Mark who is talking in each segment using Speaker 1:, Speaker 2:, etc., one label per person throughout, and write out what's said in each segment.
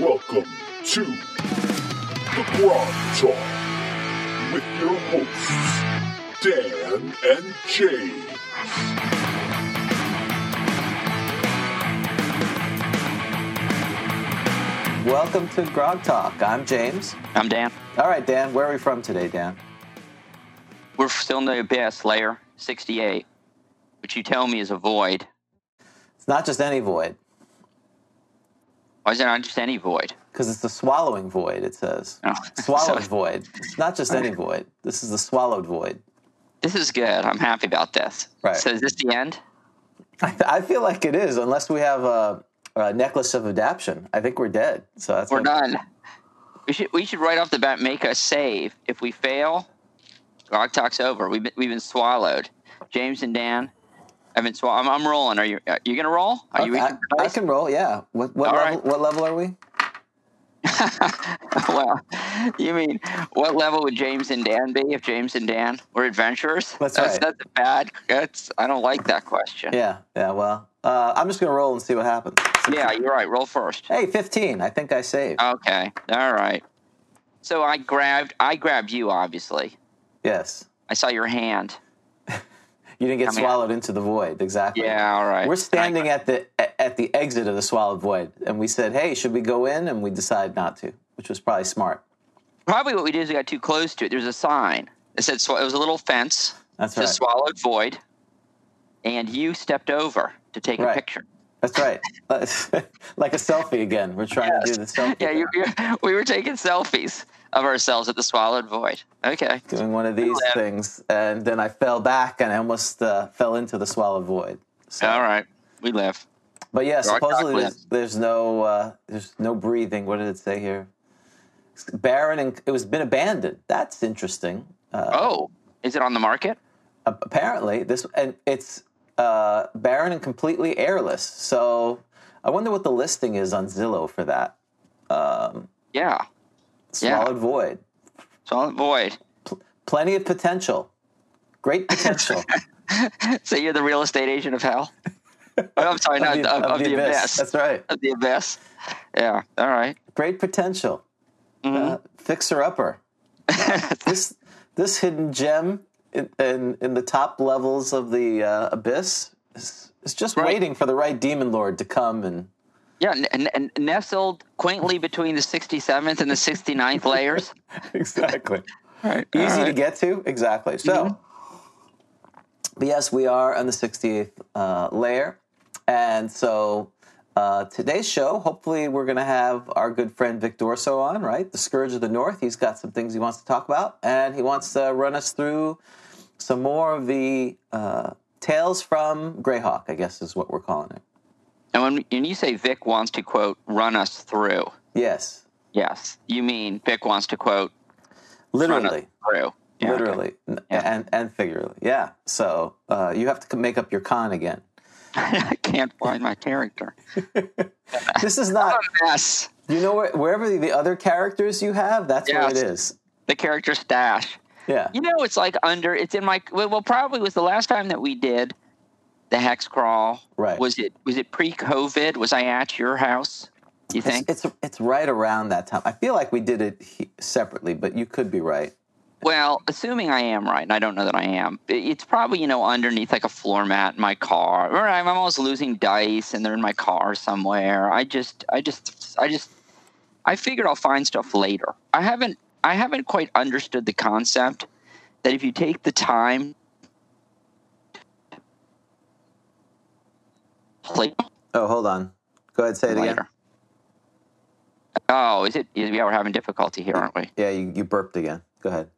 Speaker 1: Welcome to the Grog Talk with your hosts, Dan and James.
Speaker 2: Welcome to Grog Talk. I'm James.
Speaker 3: I'm Dan.
Speaker 2: All right, Dan, where are we from today, Dan?
Speaker 3: We're still in the abyss, layer 68, which you tell me is a void.
Speaker 2: It's not just any void,
Speaker 3: Why is it not just any void?
Speaker 2: because it's the swallowing void, it says.
Speaker 3: Oh.
Speaker 2: Swallowed
Speaker 3: So-
Speaker 2: void. It's not just any void. This is the swallowed void.
Speaker 3: This is good. I'm happy about this.
Speaker 2: Right.
Speaker 3: So is this the end?
Speaker 2: I, I feel like it is, unless we have a, a necklace of adaption. I think we're dead. So that's
Speaker 3: We're
Speaker 2: not-
Speaker 3: done. We should we should right off the bat make a save. If we fail, Grog Talk's over. We've been, we've been swallowed. James and Dan, I've been swallowed. I'm, I'm rolling. Are you are you gonna roll? Are you
Speaker 2: Okay, I,
Speaker 3: reaching for
Speaker 2: I
Speaker 3: dice?
Speaker 2: can roll, yeah. What, what,
Speaker 3: All
Speaker 2: level,
Speaker 3: right.
Speaker 2: what level are we?
Speaker 3: well, you mean what level would James and Dan be if James and Dan were adventurers?
Speaker 2: That's right.
Speaker 3: That's a bad. That's I don't like that question.
Speaker 2: Yeah, yeah, well, uh, I'm just going to roll and see what happens.
Speaker 3: Yeah, you're right. Roll first.
Speaker 2: Hey, 15. I think I
Speaker 3: Uh,
Speaker 2: saved.
Speaker 3: Okay. All right. So I grabbed. I grabbed you. Obviously,
Speaker 2: yes.
Speaker 3: I saw your hand.
Speaker 2: You didn't get
Speaker 3: I mean, I-
Speaker 2: swallowed into the void, exactly.
Speaker 3: Yeah. All right.
Speaker 2: We're standing at the at the exit of the swallowed void, and we said, "Hey, should we go in?" And we decided not to, which was probably smart.
Speaker 3: Probably what we did is we got too close to it. There's a sign. It said sw- it was a little fence.
Speaker 2: That's
Speaker 3: It
Speaker 2: right.
Speaker 3: says swallowed void, and you stepped over to take
Speaker 2: Right.
Speaker 3: a picture.
Speaker 2: That's right. like a selfie again. We're trying to do the selfie.
Speaker 3: Yeah,
Speaker 2: thing.
Speaker 3: you, you, we were taking selfies of ourselves at the swallowed void. Okay.
Speaker 2: doing one of these
Speaker 3: Yeah.
Speaker 2: things, and then I fell back and I almost uh, fell into the swallowed void. So,
Speaker 3: All right. We live.
Speaker 2: but yeah,
Speaker 3: Rock, rock,
Speaker 2: supposedly there's,
Speaker 3: live.
Speaker 2: there's no uh, there's no breathing. What did it say here? It's Barren and it was been abandoned. That's interesting. Uh,
Speaker 3: Oh, is it on the market?
Speaker 2: Ap- apparently this and it's uh, barren and completely airless. So I wonder what the listing is on Zillow for that
Speaker 3: Yeah. Yeah.
Speaker 2: swallowed void.
Speaker 3: Solid void.
Speaker 2: Plenty of potential, great potential
Speaker 3: So you're the real estate agent of hell? Oh, I'm sorry, not of, of, the abyss.
Speaker 2: That's right,
Speaker 3: Of the abyss. Yeah. All right.
Speaker 2: great potential.
Speaker 3: Mm-hmm.
Speaker 2: Uh, fixer upper. this this hidden gem in, in in the top levels of the uh, abyss is, is just
Speaker 3: Right.
Speaker 2: waiting for the right demon lord to come and
Speaker 3: Yeah. And, and nestled quaintly between the 67th and the 69th layers.
Speaker 2: exactly.
Speaker 3: All right. all
Speaker 2: easy to
Speaker 3: right.
Speaker 2: get to exactly so
Speaker 3: Mm-hmm.
Speaker 2: but yes we are on the 68th uh, layer and so uh, today's show hopefully we're going to have our good friend vic dorso on right the scourge of the north he's got some things he wants to talk about and he wants to run us through some more of the uh, tales from greyhawk i guess is what we're calling it
Speaker 3: And when and you say Vic wants to, quote, run us through,
Speaker 2: yes
Speaker 3: yes, you mean Vic wants to, quote, run us
Speaker 2: literally
Speaker 3: through. Yeah, okay.
Speaker 2: literally N-
Speaker 3: Yeah.
Speaker 2: and and figuratively yeah so uh, you have to make up your con again
Speaker 3: I can't find my character.
Speaker 2: this is not
Speaker 3: Yes.
Speaker 2: You know where, wherever the other characters you have, that's where it
Speaker 3: Yes.
Speaker 2: is.
Speaker 3: The character stash.
Speaker 2: Yeah.
Speaker 3: You know, it's like under. It's in my. Well, well, probably was the last time that we did the hex crawl.
Speaker 2: Right.
Speaker 3: Was it? Was it pre-COVID? Was I at your house? Do you think?
Speaker 2: It's, it's it's right around that time. I feel like we did it he- separately, but you could be right.
Speaker 3: well, assuming I am right, and I don't know that I am. it- It's probably you know underneath like a floor mat in my car. Or I'm almost losing dice, and they're in my car somewhere. I just, I just, I just. I figured I'll find stuff later. I haven't. I haven't quite understood the concept that if you take the time, play
Speaker 2: Oh, hold on. Go ahead, say it again.
Speaker 3: later. Oh, is it? Yeah, we're having difficulty here, aren't we?
Speaker 2: Yeah, you, you burped again. Go ahead.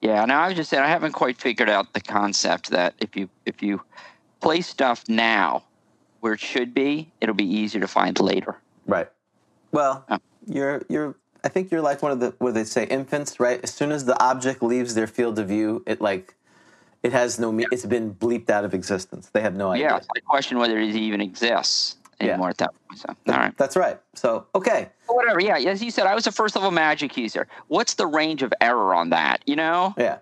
Speaker 3: Yeah. No, I was just saying I haven't quite figured out the concept that if you if you play stuff now where it should be, it'll be easier to find later.
Speaker 2: Right. Well,
Speaker 3: Yeah.
Speaker 2: you're you're. I think you're like one of the what do they say infants, right? As soon as the object leaves their field of view, it like it has no. me It's been bleeped out of existence. They have no idea.
Speaker 3: Yeah, it's the question whether it even exists
Speaker 2: Yeah.
Speaker 3: anymore at that point. So, all right.
Speaker 2: That's right. So okay,
Speaker 3: Whatever. Yeah, as you said, I was a first level magic user. What's the range of error on that? You know,
Speaker 2: yeah.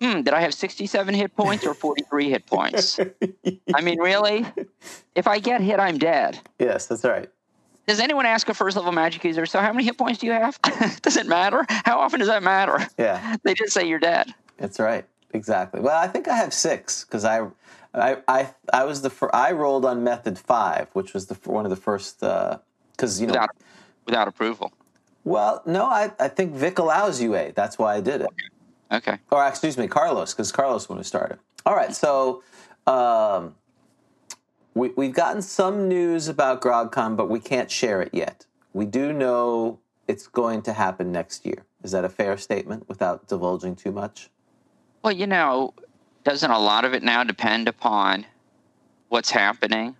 Speaker 3: hmm, did I have 67 hit points or 43 hit points? I mean, really? If I get hit, I'm dead.
Speaker 2: Yes, that's right.
Speaker 3: Does anyone ask a first level magic user, so how many hit points do you have? does it matter? How often does that matter?
Speaker 2: Yeah,
Speaker 3: They just say you're dead.
Speaker 2: that's right. Exactly. Well, I think I have six because I, I, I, I was the fir- I rolled on method five, which was the fir- one of the first because you know.
Speaker 3: Without, without approval.
Speaker 2: Well, no, I, I think Vic allows you a. That's why I did it.
Speaker 3: Okay.
Speaker 2: or excuse me, Carlos, because Carlos would have started. All right, so um, we, we've gotten some news about GrogCon, but we can't share it yet. We do know it's going to happen next year. Is that a fair statement without divulging too much?
Speaker 3: Well, you know, doesn't a lot of it now depend upon what's happening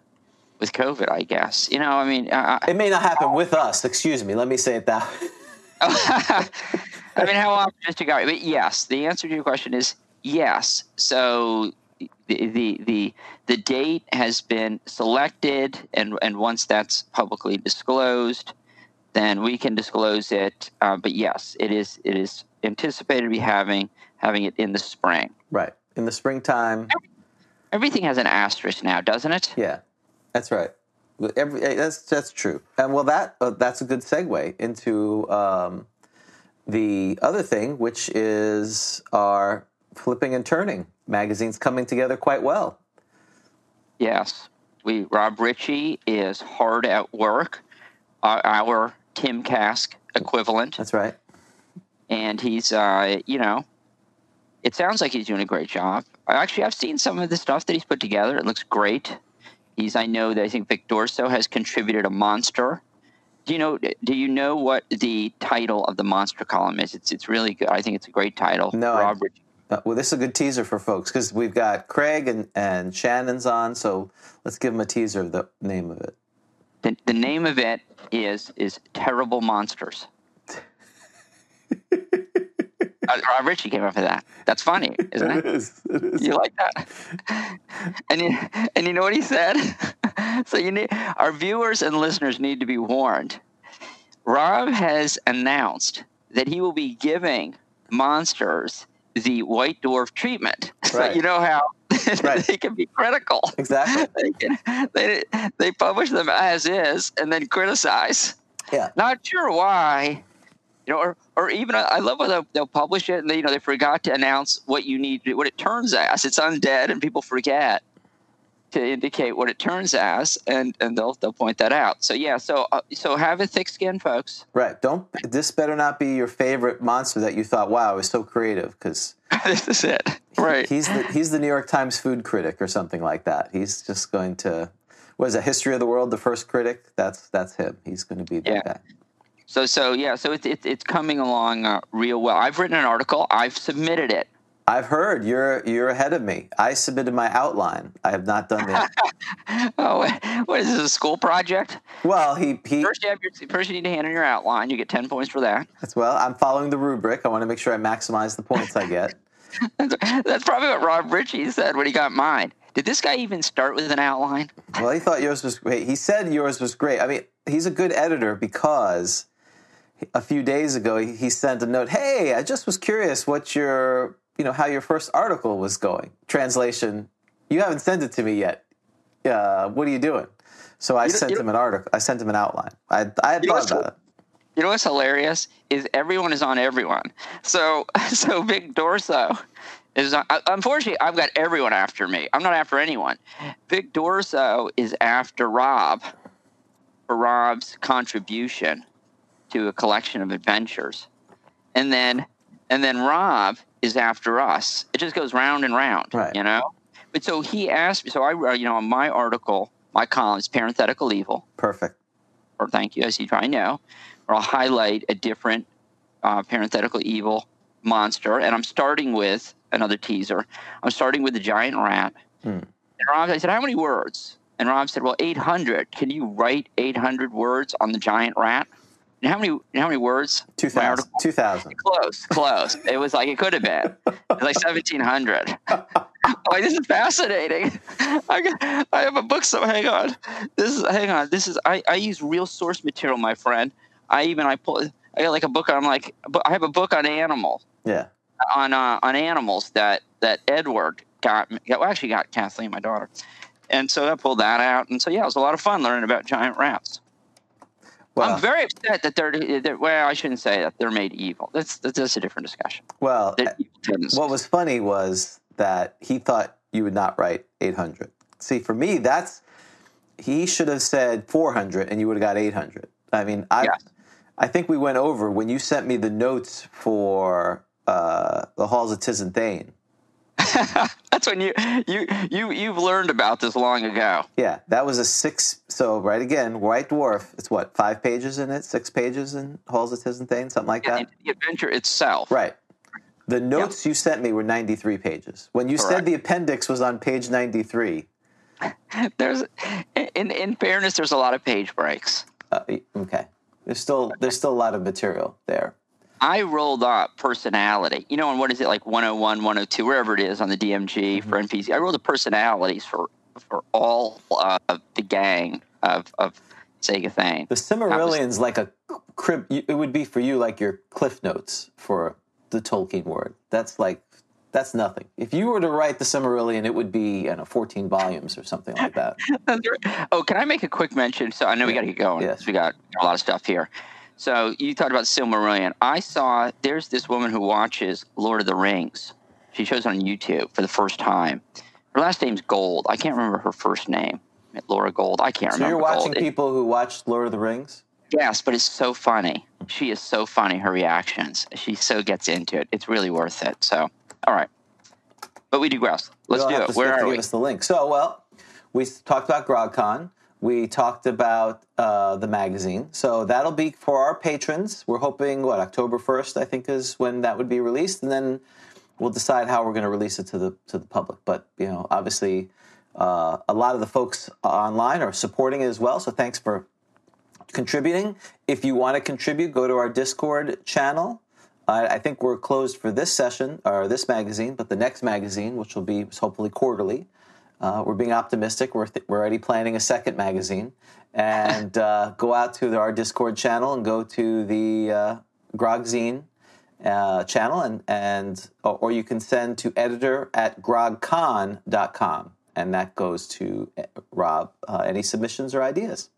Speaker 3: with COVID? I guess. You know, I mean, uh,
Speaker 2: It may not happen with us. Excuse me. Let me say it that. way.
Speaker 3: I mean, how optimistic are you? But yes, the answer to your question is yes. So the the the, the date has been selected, and and once that's publicly disclosed, then we can disclose it. Uh, but yes, it is it is anticipated to be having having it in the spring.
Speaker 2: Right in the springtime.
Speaker 3: Everything has an asterisk now, doesn't it?
Speaker 2: Yeah, that's right. With Every, eh, that's that's true. And well, that uh, that's a good segue into um, the other thing, which is our flipping and turning magazines coming together quite well.
Speaker 3: Yes, we Rob Ritchie is hard at work. Our, our Tim Cask equivalent,
Speaker 2: That's right.
Speaker 3: and he's uh, you know, it sounds like he's doing a great job. I- Actually, I've seen some of the stuff that he's put together. It looks great. He's I know that I think Vic Dorso has contributed a monster. Do you know? Do you know what the title of the monster column is? It's it's really good. I think it's a great title.
Speaker 2: No, I-
Speaker 3: Rob Ritchie.
Speaker 2: Uh, well, this is a good teaser for folks because we've got Craig and, and Shannon's on, so let's give them a teaser of the name of it.
Speaker 3: The, the name of it is is terrible monsters. uh, Rob Ritchie came up with that. That's funny, isn't it?
Speaker 2: is. It is.
Speaker 3: You like that? And you, and you know what he said? so you need our viewers and listeners need to be warned. Rob has announced that he will be giving monsters the white dwarf treatment.
Speaker 2: Right.
Speaker 3: So you know how
Speaker 2: Right.
Speaker 3: they can be critical
Speaker 2: Exactly.
Speaker 3: they, can, they, they publish them as is and then criticize.
Speaker 2: Yeah.
Speaker 3: Not sure why. You know, or, or even I love when they'll, they'll publish it and they you know they forgot to announce what you need what it turns as. It's undead and people forget to indicate what it turns as and and they'll they'll point that out. So yeah, so uh, so have a thick skin, folks.
Speaker 2: Right. Don't. This better not be your favorite monster that you thought, "Wow, it was so creative," because.
Speaker 3: this is it, right?
Speaker 2: He's the he's the New York Times food critic or something like that. He's just going to what is it, History of the World, the first critic? That's that's him. He's going to be that
Speaker 3: Yeah.
Speaker 2: guy.
Speaker 3: so so yeah, so it's it's it's coming along uh, real well. I've written an article. I've submitted it.
Speaker 2: I've heard you're you're ahead of me. I submitted my outline. I have not done that.
Speaker 3: Oh, what is this? A school project?
Speaker 2: well, he he
Speaker 3: First, you have your first. You need to hand in your outline. You get ten points for that.
Speaker 2: as well. I'm following the rubric. I want to make sure I maximize the points I get.
Speaker 3: That's probably what Rob Ritchie said when he got mine. Did this guy even start with an outline?
Speaker 2: Well, he thought yours was great. He said yours was great. I mean, he's a good editor because a few days ago he he sent a note. Hey, I just was curious what your, you know, how your first article was going. Translation: You haven't sent it to me yet. Uh, what are you doing? So I
Speaker 3: don't-
Speaker 2: sent
Speaker 3: you don't-
Speaker 2: him an article. I sent him an outline. I I had
Speaker 3: You know
Speaker 2: thought
Speaker 3: what's
Speaker 2: about it.
Speaker 3: You know what's hilarious is everyone is on everyone. So so Vic Dorso is on, unfortunately I've got everyone after me. I'm not after anyone. Vic Dorso is after Rob for Rob's contribution to a collection of adventures, and then and then Rob is after us. It just goes round and round,
Speaker 2: Right.
Speaker 3: you know. But so he asked me. So I, uh, you know, on my article, my column is parenthetical evil,
Speaker 2: Perfect.
Speaker 3: or thank you, as you probably know, or I'll highlight a different uh, parenthetical evil monster. And I'm starting with another teaser. I'm starting with the giant rat.
Speaker 2: Hmm.
Speaker 3: And Rob, I said, how many words? And Rob said, well, 800. Can you write 800 words on the giant rat? And how many, how many words?
Speaker 2: Two
Speaker 3: My
Speaker 2: thousand.
Speaker 3: article-
Speaker 2: Two thousand.
Speaker 3: Close, close. it was like it could have been. It was like 1700. I'm like this is fascinating. I, got, I have a book. So hang on. This is hang on. This is I, I use real source material, my friend. I even I pull. I got like a book. on like but I have a book on animal
Speaker 2: Yeah.
Speaker 3: on uh, on animals that that Edward got. me- Well, actually got Kathleen, my daughter. And so I pulled that out, and so yeah, it was a lot of fun learning about giant rats.
Speaker 2: Well,
Speaker 3: I'm very upset that they're, they're. Well, I shouldn't say that they're made evil. That's that's, that's a different discussion.
Speaker 2: well.
Speaker 3: They're evil tendencies.
Speaker 2: What was funny was that he thought you would not write eight hundred. See, for me, that's he should have said four hundred, and you would have got eight hundred. I mean, I
Speaker 3: Yes.
Speaker 2: I think we went over when you sent me the notes for uh, the halls of Tis and Thane.
Speaker 3: that's when you you you you've learned about this long ago.
Speaker 2: Yeah, that was a six. So right again, White Dwarf. It's what five pages in it, six pages in Halls of Tis and Thane, something like that.
Speaker 3: And the adventure itself.
Speaker 2: Right. The notes you sent me were ninety three pages. When you said
Speaker 3: Correct.
Speaker 2: the appendix was on page ninety three,
Speaker 3: There's in in fairness, there's a lot of page breaks.
Speaker 2: uh, okay, there's still there's still a lot of material there.
Speaker 3: I rolled up personality, you know, and what is it like 101, 102, wherever it is on the DMG
Speaker 2: Mm-hmm.
Speaker 3: for NPC. I rolled the personalities for for all uh, of the gang of of Sega Thane.
Speaker 2: The Cimmerillion's like a crib. you- It would be for you like your cliff notes for the Tolkien word. That's like that's nothing. If you were to write the Cimmerillion, it would be I don't know, fourteen volumes or something like that.
Speaker 3: Oh, can I make a quick mention? So I know we got to get going.
Speaker 2: Yes.
Speaker 3: We got a lot of stuff here. So you talked about Silmarillion. I saw there's this woman who watches Lord of the Rings. She shows on YouTube for the first time. Her last name's Gold. I can't remember her first name. Laura Gold. I can't
Speaker 2: So
Speaker 3: remember.
Speaker 2: you're watching
Speaker 3: Gold. It-
Speaker 2: people who watched Lord of the Rings.
Speaker 3: Yes, but it's so funny. She is so funny. Her reactions. She so gets into it. It's really worth it. So, all right. But we digress. Let's
Speaker 2: You'll
Speaker 3: do
Speaker 2: have to-
Speaker 3: it. Where
Speaker 2: have to
Speaker 3: are
Speaker 2: give
Speaker 3: we?
Speaker 2: us the link. So, well, we s- talked about GrogCon. We talked about uh, the magazine. So that'll be for our patrons. We're hoping what October first, I think, is when that would be released, and then we'll decide how we're going to release it to the to the public. But you know, obviously, uh, a lot of the folks online are supporting it as well. So thanks for contributing. If you want to contribute, go to our Discord channel. I I think we're closed for this session or this magazine, but the next magazine, which will be hopefully quarterly, uh, we're being optimistic. We're, th- we're already planning a second magazine. And uh, go out to our Discord channel and go to the uh, Grogzine uh, channel, and, and or, or you can send to editor at grogcon.com. And that goes to eh, Rob. Uh, any submissions or ideas?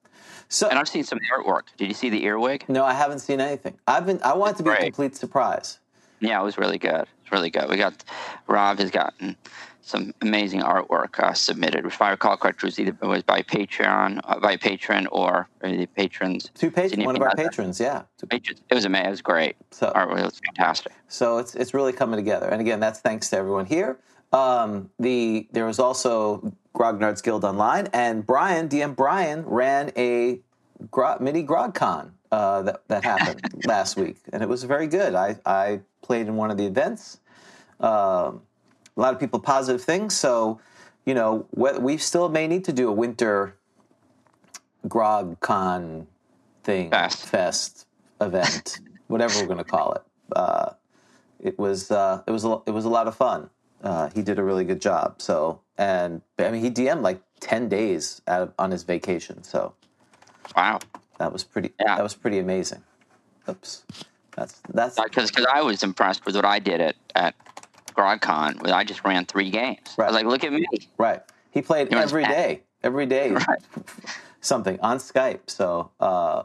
Speaker 2: So,
Speaker 3: And I've seen some artwork. Did you see the earwig?
Speaker 2: no, I haven't seen anything. I've been. I want it to be a
Speaker 3: Great.
Speaker 2: complete surprise.
Speaker 3: Yeah, it was really good. It's really good. We got Rob has gotten some amazing artwork uh, submitted. If I recall correctly, it was either it was by Patreon, uh, by patron, or uh, the patrons.
Speaker 2: Two patrons,
Speaker 3: Significant
Speaker 2: one of our
Speaker 3: other.
Speaker 2: patrons, yeah.
Speaker 3: Patrons. It was amazing. It was great.
Speaker 2: So,
Speaker 3: Artwork it was fantastic.
Speaker 2: so it's it's really coming together. And again, that's thanks to everyone here. Um, the there was also Grognard's Guild online, and Brian DM Brian ran a gro- mini GrogCon uh, that that happened last week, and it was very good. I I played in one of the events. Um, a lot of people positive things. So, you know, wh- we still may need to do a winter grog con thing
Speaker 3: Fest.
Speaker 2: fest event whatever we're going to call it uh, it was uh, it was a, it was a lot of fun uh, he did a really good job so and i mean he dm'd like 10 days out of, on his vacation so
Speaker 3: Wow.
Speaker 2: that was pretty
Speaker 3: Yeah.
Speaker 2: that was pretty amazing oops that's that's
Speaker 3: Because Uh, I was impressed with what I did at at GrogCon. where I just ran three games. I
Speaker 2: Right.
Speaker 3: was like, look at me.
Speaker 2: Right. He played
Speaker 3: He was
Speaker 2: every
Speaker 3: back.
Speaker 2: day, every day, something on Skype. So uh,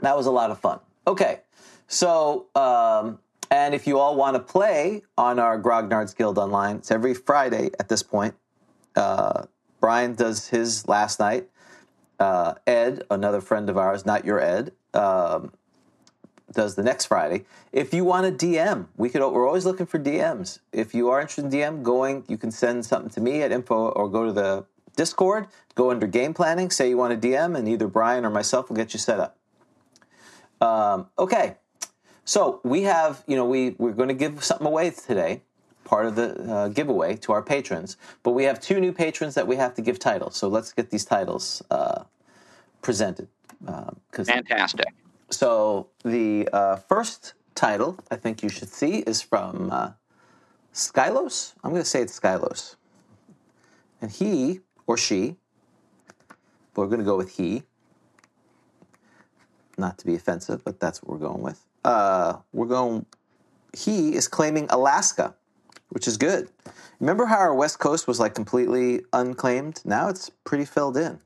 Speaker 2: that was a lot of fun. Okay. So, um, and if you all want to play on our Grognard's Guild online, it's every Friday at this point. Uh, Brian does his last night. Uh, Ed, another friend of ours, not your Ed, um, does the next Friday. If you want to DM, we could. We're always looking for DMs. If you are interested in DM going, you can send something to me at info or go to the Discord. Go under game planning. Say you want to DM, and either Brian or myself will get you set up. Um, okay, so we have. You know, we we're going to give something away today. Part of the uh, giveaway to our patrons, but we have two new patrons that we have to give titles. So let's get these titles uh, presented. uh, Because
Speaker 3: Fantastic.
Speaker 2: so the uh, first title I think you should see is from uh, Skylos. I'm going to say it's Skylos. And he or she, but we're going to go with he, not to be offensive, but that's what we're going with. Uh, we're going, he is claiming Alaska, which is good. Remember how our West Coast was like completely unclaimed? Now it's pretty filled in.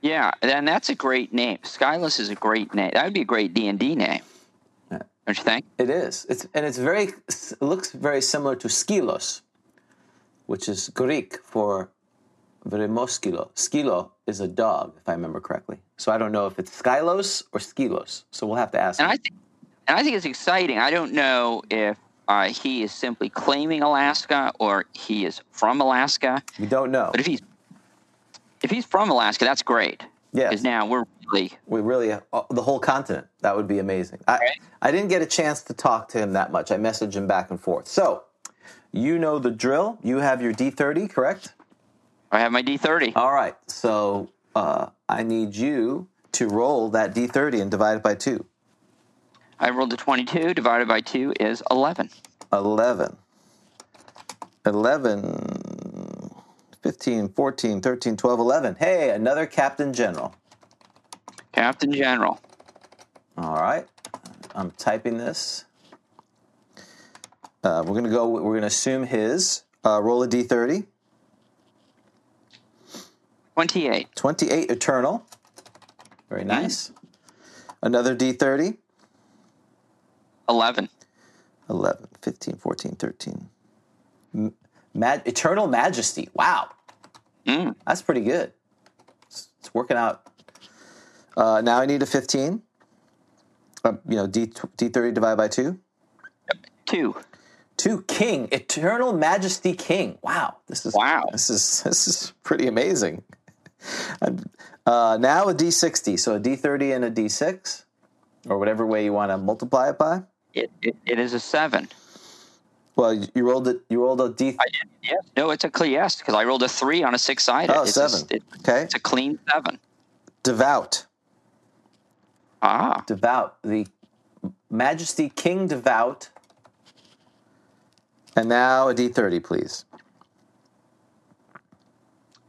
Speaker 3: Yeah, and that's a great name. Skyless is a great name. That would be a great D and D name.
Speaker 2: Yeah.
Speaker 3: Don't you think?
Speaker 2: It is. It's and it's very it looks very similar to skilos, which is Greek for vremoskilo. Skilo is a dog, if I remember correctly. So I don't know if it's skylos or skilos. So we'll have to ask.
Speaker 3: And I think, and I think it's exciting. I don't know if uh, he is simply claiming Alaska or he is from Alaska.
Speaker 2: we don't know.
Speaker 3: But if he's if he's from Alaska, that's great.
Speaker 2: Yes.
Speaker 3: Because now we're really
Speaker 2: We really uh, the whole continent. That would be amazing. I
Speaker 3: Right.
Speaker 2: I didn't get a chance to talk to him that much. I messaged him back and forth. So you know the drill. You have your D thirty, correct?
Speaker 3: I have my D thirty.
Speaker 2: All right. So uh, I need you to roll that d30 and divide it by 2.
Speaker 3: I rolled a twenty two divided by two is eleven.
Speaker 2: 11. 11. 15, 14, 13, 12, 11. Hey, another Captain General.
Speaker 3: Captain General.
Speaker 2: All right. I'm typing this. Uh, we're going to go, we're going to assume his. Uh, roll a d30.
Speaker 3: Twenty eight.
Speaker 2: 28 Eternal. Very nice. Another d30.
Speaker 3: Eleven.
Speaker 2: 11, 15, 14, 13. M- Mag- Eternal Majesty. Wow.
Speaker 3: Mm.
Speaker 2: That's pretty good. It's, it's working out. Uh, now I need a 15. Uh, you know, D, D30 divided by 2.
Speaker 3: Two.
Speaker 2: 2 King. Eternal Majesty King. Wow. This is
Speaker 3: Wow.
Speaker 2: This is this is pretty amazing. And, uh, now a D60. So a D30 and a D6 or whatever way you want to multiply it by.
Speaker 3: It, it, it is a seven.
Speaker 2: Well, you, you rolled it you rolled a D
Speaker 3: I did. Yes. No, it's a clean yes because I rolled a three on a six sided.
Speaker 2: Oh,
Speaker 3: it's
Speaker 2: seven.
Speaker 3: A, it-
Speaker 2: okay.
Speaker 3: it's a clean seven.
Speaker 2: Devout.
Speaker 3: Ah,
Speaker 2: devout, the Majesty King devout. And now a D30, please.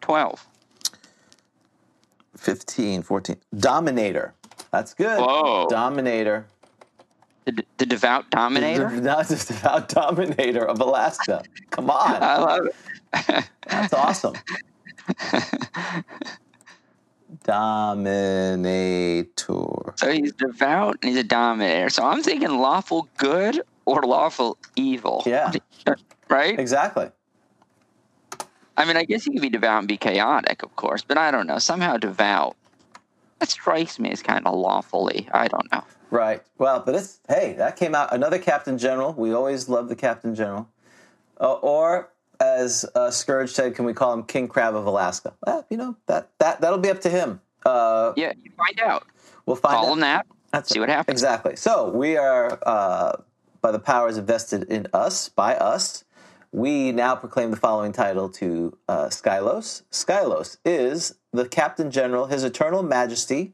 Speaker 3: 12.
Speaker 2: 15, 14. Dominator. That's good.
Speaker 3: Whoa.
Speaker 2: Dominator.
Speaker 3: The, the devout dominator.
Speaker 2: Not just devout dominator of Alaska. Come
Speaker 3: I
Speaker 2: on.
Speaker 3: love it.
Speaker 2: That's awesome. Dominator.
Speaker 3: So he's devout and he's a dominator. So I'm thinking lawful good or lawful evil.
Speaker 2: Yeah.
Speaker 3: Right?
Speaker 2: Exactly.
Speaker 3: I mean, I guess he could be devout and be chaotic, of course, but I don't know. Somehow devout. That strikes me as kind of lawfully. I don't know.
Speaker 2: Right. Well, but it's hey, that came out another Captain General. We always love the Captain General, uh, or as uh, Scourge said, can we call him King Crab of Alaska? Well, you know that that that'll be up to him. Uh,
Speaker 3: Yeah, you find out.
Speaker 2: we'll find
Speaker 3: Call
Speaker 2: out.
Speaker 3: him that.
Speaker 2: That's
Speaker 3: see what happens.
Speaker 2: Exactly. So we are uh, by the powers invested in us by us. We now proclaim the following title to uh, Skylos. Skylos is the Captain General, His Eternal Majesty,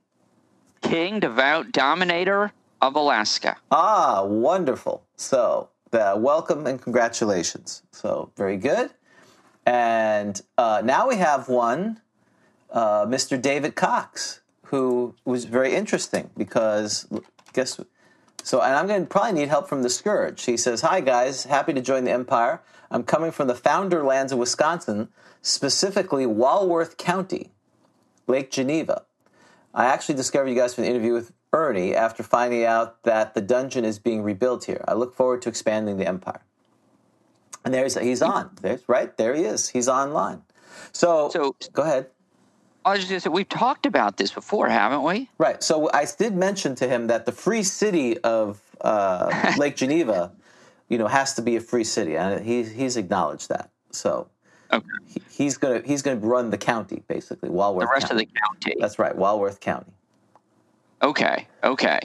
Speaker 3: King, devout, dominator of Alaska.
Speaker 2: Ah, wonderful. So, the welcome and congratulations. So, very good. And uh, now we have one, uh, Mr. David Cox, who was very interesting because guess so. And I'm going to probably need help from the Scourge. He says, "Hi guys, happy to join the Empire. I'm coming from the founder lands of Wisconsin, specifically Walworth County, Lake Geneva." I actually discovered you guys from the interview with Ernie after finding out that the dungeon is being rebuilt here. I look forward to expanding the empire. And there's he's on. There's right there he is. He's online. So,
Speaker 3: So-
Speaker 2: go ahead.
Speaker 3: I was just gonna say we've talked about this before, haven't we?
Speaker 2: Right. So I did mention to him that the free city of uh, Lake Geneva, you know, has to be a free city, and he, he's acknowledged that. So
Speaker 3: Okay.
Speaker 2: he- he's gonna he's gonna run the county basically, Walworth.
Speaker 3: The rest of
Speaker 2: county.
Speaker 3: the county.
Speaker 2: That's right, Walworth County.
Speaker 3: Okay. Okay.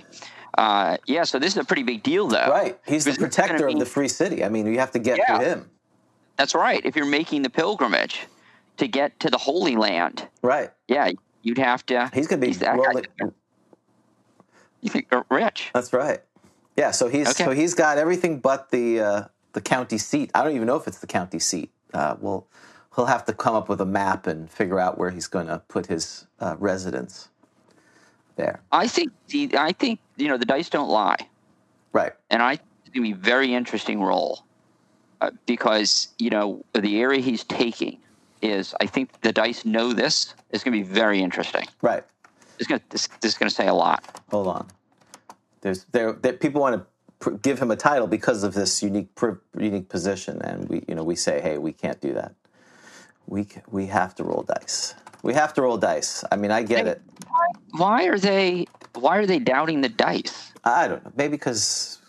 Speaker 3: Uh, yeah. So this is a pretty big deal, though.
Speaker 2: Right. He's the
Speaker 3: Oh. Because it's gonna
Speaker 2: protector of
Speaker 3: be-
Speaker 2: the free city. I mean, you have to get
Speaker 3: Yeah.
Speaker 2: to him.
Speaker 3: That's right. If you're making the pilgrimage to get to the Holy Land,
Speaker 2: Right.
Speaker 3: yeah, you'd have to.
Speaker 2: He's gonna be
Speaker 3: that guy's
Speaker 2: rolling.
Speaker 3: gonna- You think they're rich?
Speaker 2: That's right. Yeah. So he's
Speaker 3: Okay.
Speaker 2: so he's got everything but the uh, the county seat. I don't even know if it's the county seat. Uh, we'll he'll have to come up with a map and figure out where he's going to put his uh, residence. There.
Speaker 3: I think. The, I think you know the dice don't lie,
Speaker 2: Right.
Speaker 3: and I think it's gonna be a very interesting role uh, because you know the area he's taking is. I think the dice know this. It's gonna be very interesting.
Speaker 2: Right.
Speaker 3: It's gonna. This, this is gonna say a lot.
Speaker 2: Hold on. There's there that people want to pr- give him a title because of this unique pr- unique position, and we you know we say, hey, we can't do that. We c- we have to roll dice. We have to roll dice. I mean, I get it.
Speaker 3: Why are they? Why are they doubting the dice?
Speaker 2: I don't know. Maybe because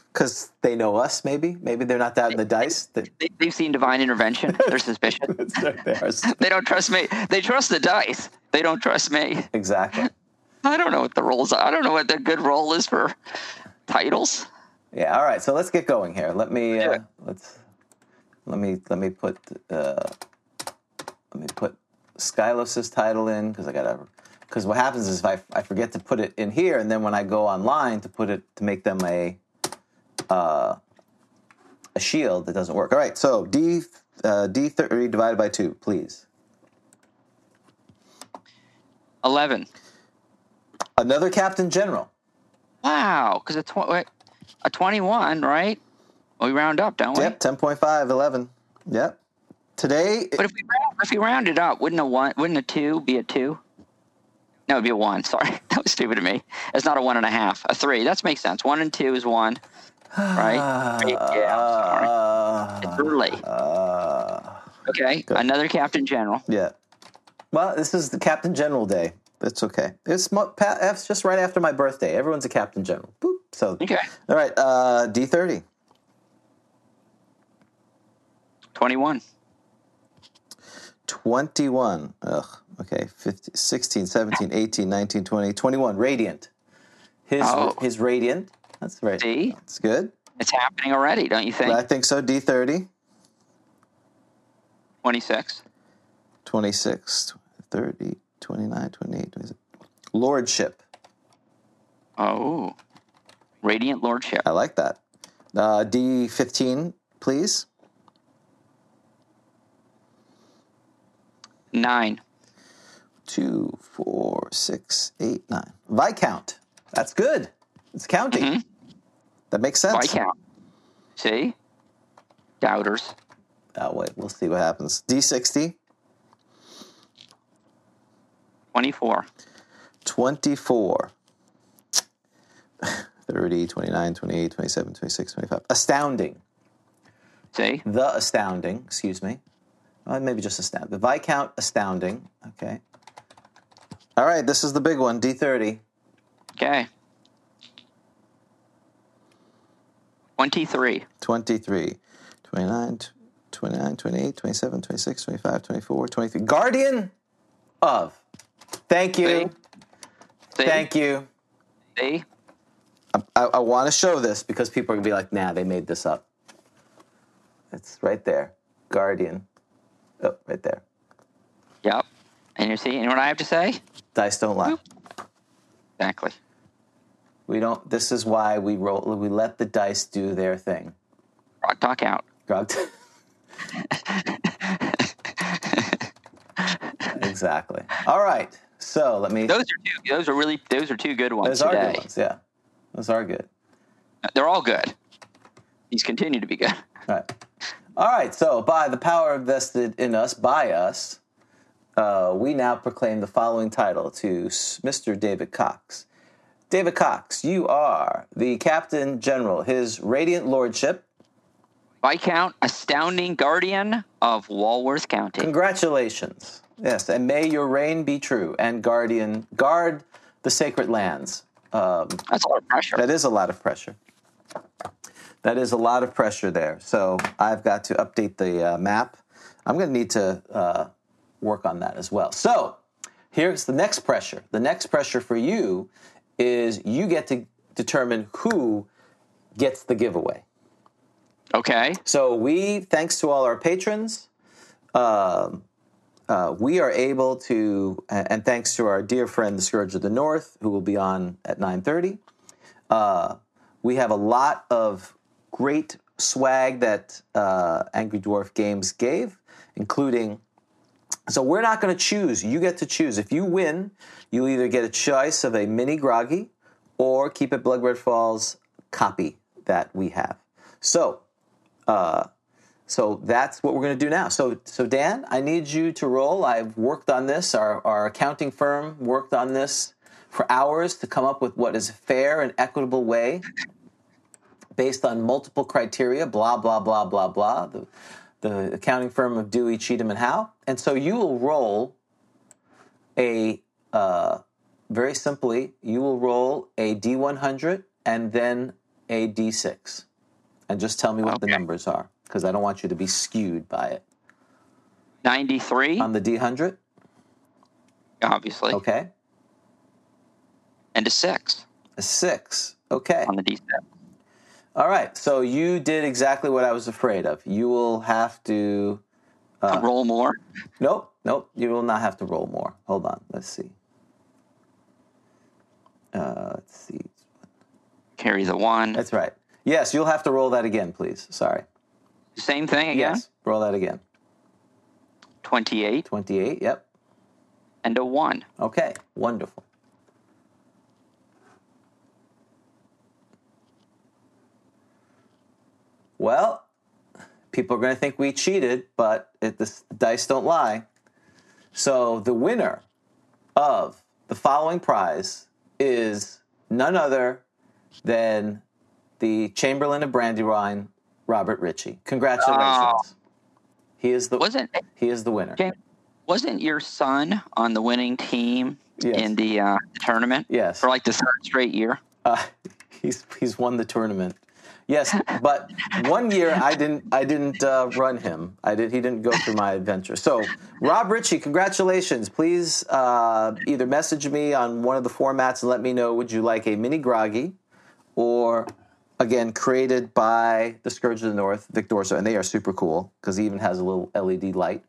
Speaker 2: they know us. Maybe maybe they're not doubting the dice. They,
Speaker 3: They, they've seen divine intervention. They're suspicious.
Speaker 2: they are
Speaker 3: They don't trust me. They trust the dice. They don't trust me.
Speaker 2: exactly.
Speaker 3: I don't know what the rules are. I don't know what the good role is for titles.
Speaker 2: Yeah. All right. So let's get going here. Let me
Speaker 3: Yeah.
Speaker 2: uh, let's let me let me put uh, let me put Skylos's title in because I gotta because what happens is if I I forget to put it in here and then when I go online to put it to make them a uh, a shield it doesn't work. All right. So D uh, D thirty divided by two, please.
Speaker 3: Eleven.
Speaker 2: Another Captain General.
Speaker 3: Wow, because a, tw- wait, a twenty-one, right? We round up, don't we?
Speaker 2: Yep, 10.5, 11. Yep. Today,
Speaker 3: But if we round, if we round it up, wouldn't a one? Wouldn't a two be a two? No, it'd be a one. Sorry, that was stupid of me. It's not a one and a half. A three. That makes sense. One and two is one, right? yeah. I'm sorry.
Speaker 2: uh,
Speaker 3: It's early.
Speaker 2: uh,
Speaker 3: Okay.
Speaker 2: good.
Speaker 3: Another captain general.
Speaker 2: yeah. Well, this is the Captain General Day. That's okay. It's, mo- pa- it's just right after my birthday. Everyone's a Captain General. Boop. So,
Speaker 3: Okay.
Speaker 2: all right, uh, D30.
Speaker 3: Twenty-one.
Speaker 2: 21. Ugh. Okay. 15, 16, 17, 18, 19, 20, 21. Radiant. His,
Speaker 3: Oh.
Speaker 2: his radiant. That's right.
Speaker 3: See?
Speaker 2: That's good.
Speaker 3: It's happening already, don't you think?
Speaker 2: I think so. D30.
Speaker 3: Twenty-six.
Speaker 2: 26, 30, 29, 28, 26. Lordship.
Speaker 3: Oh, radiant lordship.
Speaker 2: I like that. Uh, D15, please.
Speaker 3: Nine.
Speaker 2: Two, four, six, eight, nine. Viscount. That's good. It's counting. That makes sense.
Speaker 3: Viscount. See? Doubters.
Speaker 2: Oh, wait. We'll see what happens. D60,
Speaker 3: 24.
Speaker 2: 24. 30, 29, 28, 27, 26, 25. Astounding.
Speaker 3: See?
Speaker 2: The Astounding, excuse me. Uh, maybe just Astounding. The Viscount Astounding. Okay. All right, this is the big one, D30.
Speaker 3: Okay. 23.
Speaker 2: 23, 29, 29, 28, 27, 26, 25, 24, 23. Guardian of. Thank
Speaker 3: See?
Speaker 2: you.
Speaker 3: See?
Speaker 2: Thank you.
Speaker 3: See?
Speaker 2: I, I want to show this because people are going to be like, nah, they made this up. It's right there. Guardian. Oh, right there.
Speaker 3: Yep. And you see, and what I have to say?
Speaker 2: Dice don't lie.
Speaker 3: Exactly.
Speaker 2: We don't. This is why we roll. We let the dice do their thing.
Speaker 3: Rock talk out.
Speaker 2: Grubbed. exactly. All right. So let me.
Speaker 3: Those are two. Those are really. Those are two good ones
Speaker 2: Those are
Speaker 3: today.
Speaker 2: good ones. Yeah. Those are good.
Speaker 3: They're all good. These continue to be good.
Speaker 2: All right. All right. So by the power vested in us by us, uh, we now proclaim the following title to S- Mr. David Cox. David Cox, you are the Captain General, His Radiant Lordship,
Speaker 3: Viscount Astounding Guardian of Walworth County.
Speaker 2: Congratulations. Yes, and may your reign be true and guardian guard the sacred lands. Um,
Speaker 3: That's a lot of pressure.
Speaker 2: that is a lot of pressure. That is a lot of pressure there. So I've got to update the uh, map. I'm going to need to uh, work on that as well. So here's the next pressure. The next pressure for you is you get to determine who gets the giveaway.
Speaker 3: okay.
Speaker 2: So we, thanks to all our patrons, um, uh, we are able to, a- and thanks to our dear friend the Scourge of the North, who will be on at nine thirty. Uh, we have a lot of great swag that uh, Angry Dwarf Games gave, including. So we're not going to choose. You get to choose. If you win, you'll either get a choice of a mini groggy or keep it Blood Red Falls copy that we have. So so that's what we're going to do now. So, so Dan, I need you to roll. I've worked on this. Our, our accounting firm worked on this for hours to come up with what is a fair and equitable way based on multiple criteria, blah, blah, blah, blah, blah. The, the accounting firm of Dewey, Cheatham, and Howe. And so you will roll a, uh, very simply, you will roll a D100 and then a D6 and just tell me what the
Speaker 3: Okay.
Speaker 2: numbers are because I don't want you to be skewed by it.
Speaker 3: 93,
Speaker 2: On the D100,
Speaker 3: obviously,
Speaker 2: Um, okay,
Speaker 3: and a 6
Speaker 2: a six, okay.
Speaker 3: on the D7.
Speaker 2: All right, so you did exactly what I was afraid of. You will have to, Uh,
Speaker 3: roll more.
Speaker 2: nope, nope, you will not have to roll more. Hold on, let's see. Uh, let's see.
Speaker 3: Carry the 1.
Speaker 2: That's right. Yes, you'll have to roll that again, please. Sorry.
Speaker 3: Same thing again.
Speaker 2: Yes, roll that again.
Speaker 3: 28
Speaker 2: 28, yep.
Speaker 3: and a 1.
Speaker 2: Okay, wonderful. Well, people are going to think we cheated, but it, the dice don't lie. So the winner of the following prize is none other than the Chamberlain of Brandywine, Robert Ritchie. Congratulations. He is the
Speaker 3: Wasn't
Speaker 2: he is the winner.
Speaker 3: James, wasn't your son on the winning team
Speaker 2: Yes.
Speaker 3: in the uh, tournament?
Speaker 2: Yes.
Speaker 3: For like the third straight year?
Speaker 2: Uh, he's he's won the tournament. Yes, but one year I didn't I didn't uh, run him. I did he didn't go through my adventure. So Rob Ritchie, congratulations! Please uh, either message me on one of the formats and let me know would you like a mini groggy or again created by the Scourge of the North, Vic Dorso, and they are super cool because he even has a little LED light.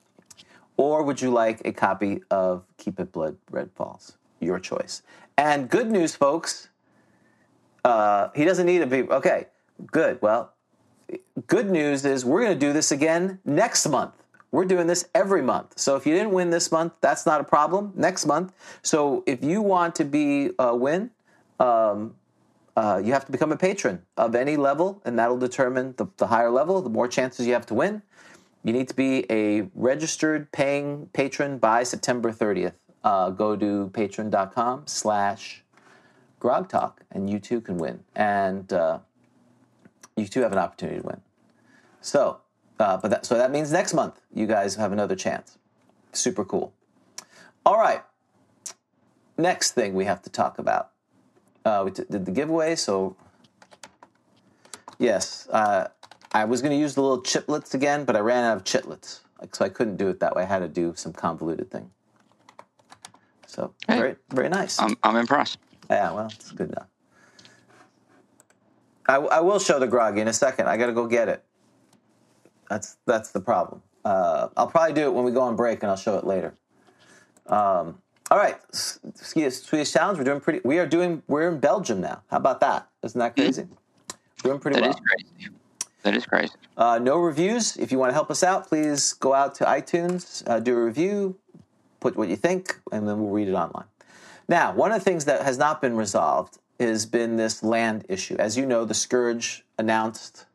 Speaker 2: Or would you like a copy of Keep It Blood Red Falls? Your choice. And good news, folks. Uh, he doesn't need a be okay. Good. Well, good news is we're going to do this again next month. We're doing this every month. So if you didn't win this month, that's not a problem. Next month. So if you want to be uh, win, um, uh, you have to become a patron of any level, and that'll determine the, the higher level, the more chances you have to win. You need to be a registered paying patron by September 30th. Uh, go to patreon.com slash Grog Talk, and you too can win. And uh, you too have an opportunity to win. So, uh, but that, so that means next month you guys have another chance. Super cool. All right. Next thing we have to talk about. Uh, we t- did the giveaway, so yes, uh, I was going to use the little chitlets again, but I ran out of chitlets, like, so I couldn't do it that way. I had to do some convoluted thing. So
Speaker 3: Hey.
Speaker 2: very, very nice.
Speaker 3: I'm, I'm impressed.
Speaker 2: Yeah, well, it's good enough. I, I will show the groggy in a second. I got to go get it. That's that's the problem. Uh, I'll probably do it when we go on break, and I'll show it later. Um, all right, S- Ski- Swedish challenge. We're doing pretty. We are doing. We're in Belgium now. How about that? Isn't that crazy? Doing pretty
Speaker 3: Mm-hmm.
Speaker 2: well.
Speaker 3: That is crazy. That is crazy.
Speaker 2: Uh, no reviews. If you want to help us out, please go out to iTunes, uh, do a review, put what you think, and then we'll read it online. Now, one of the things that has not been resolved has been this land issue. As you know, the Scourge announced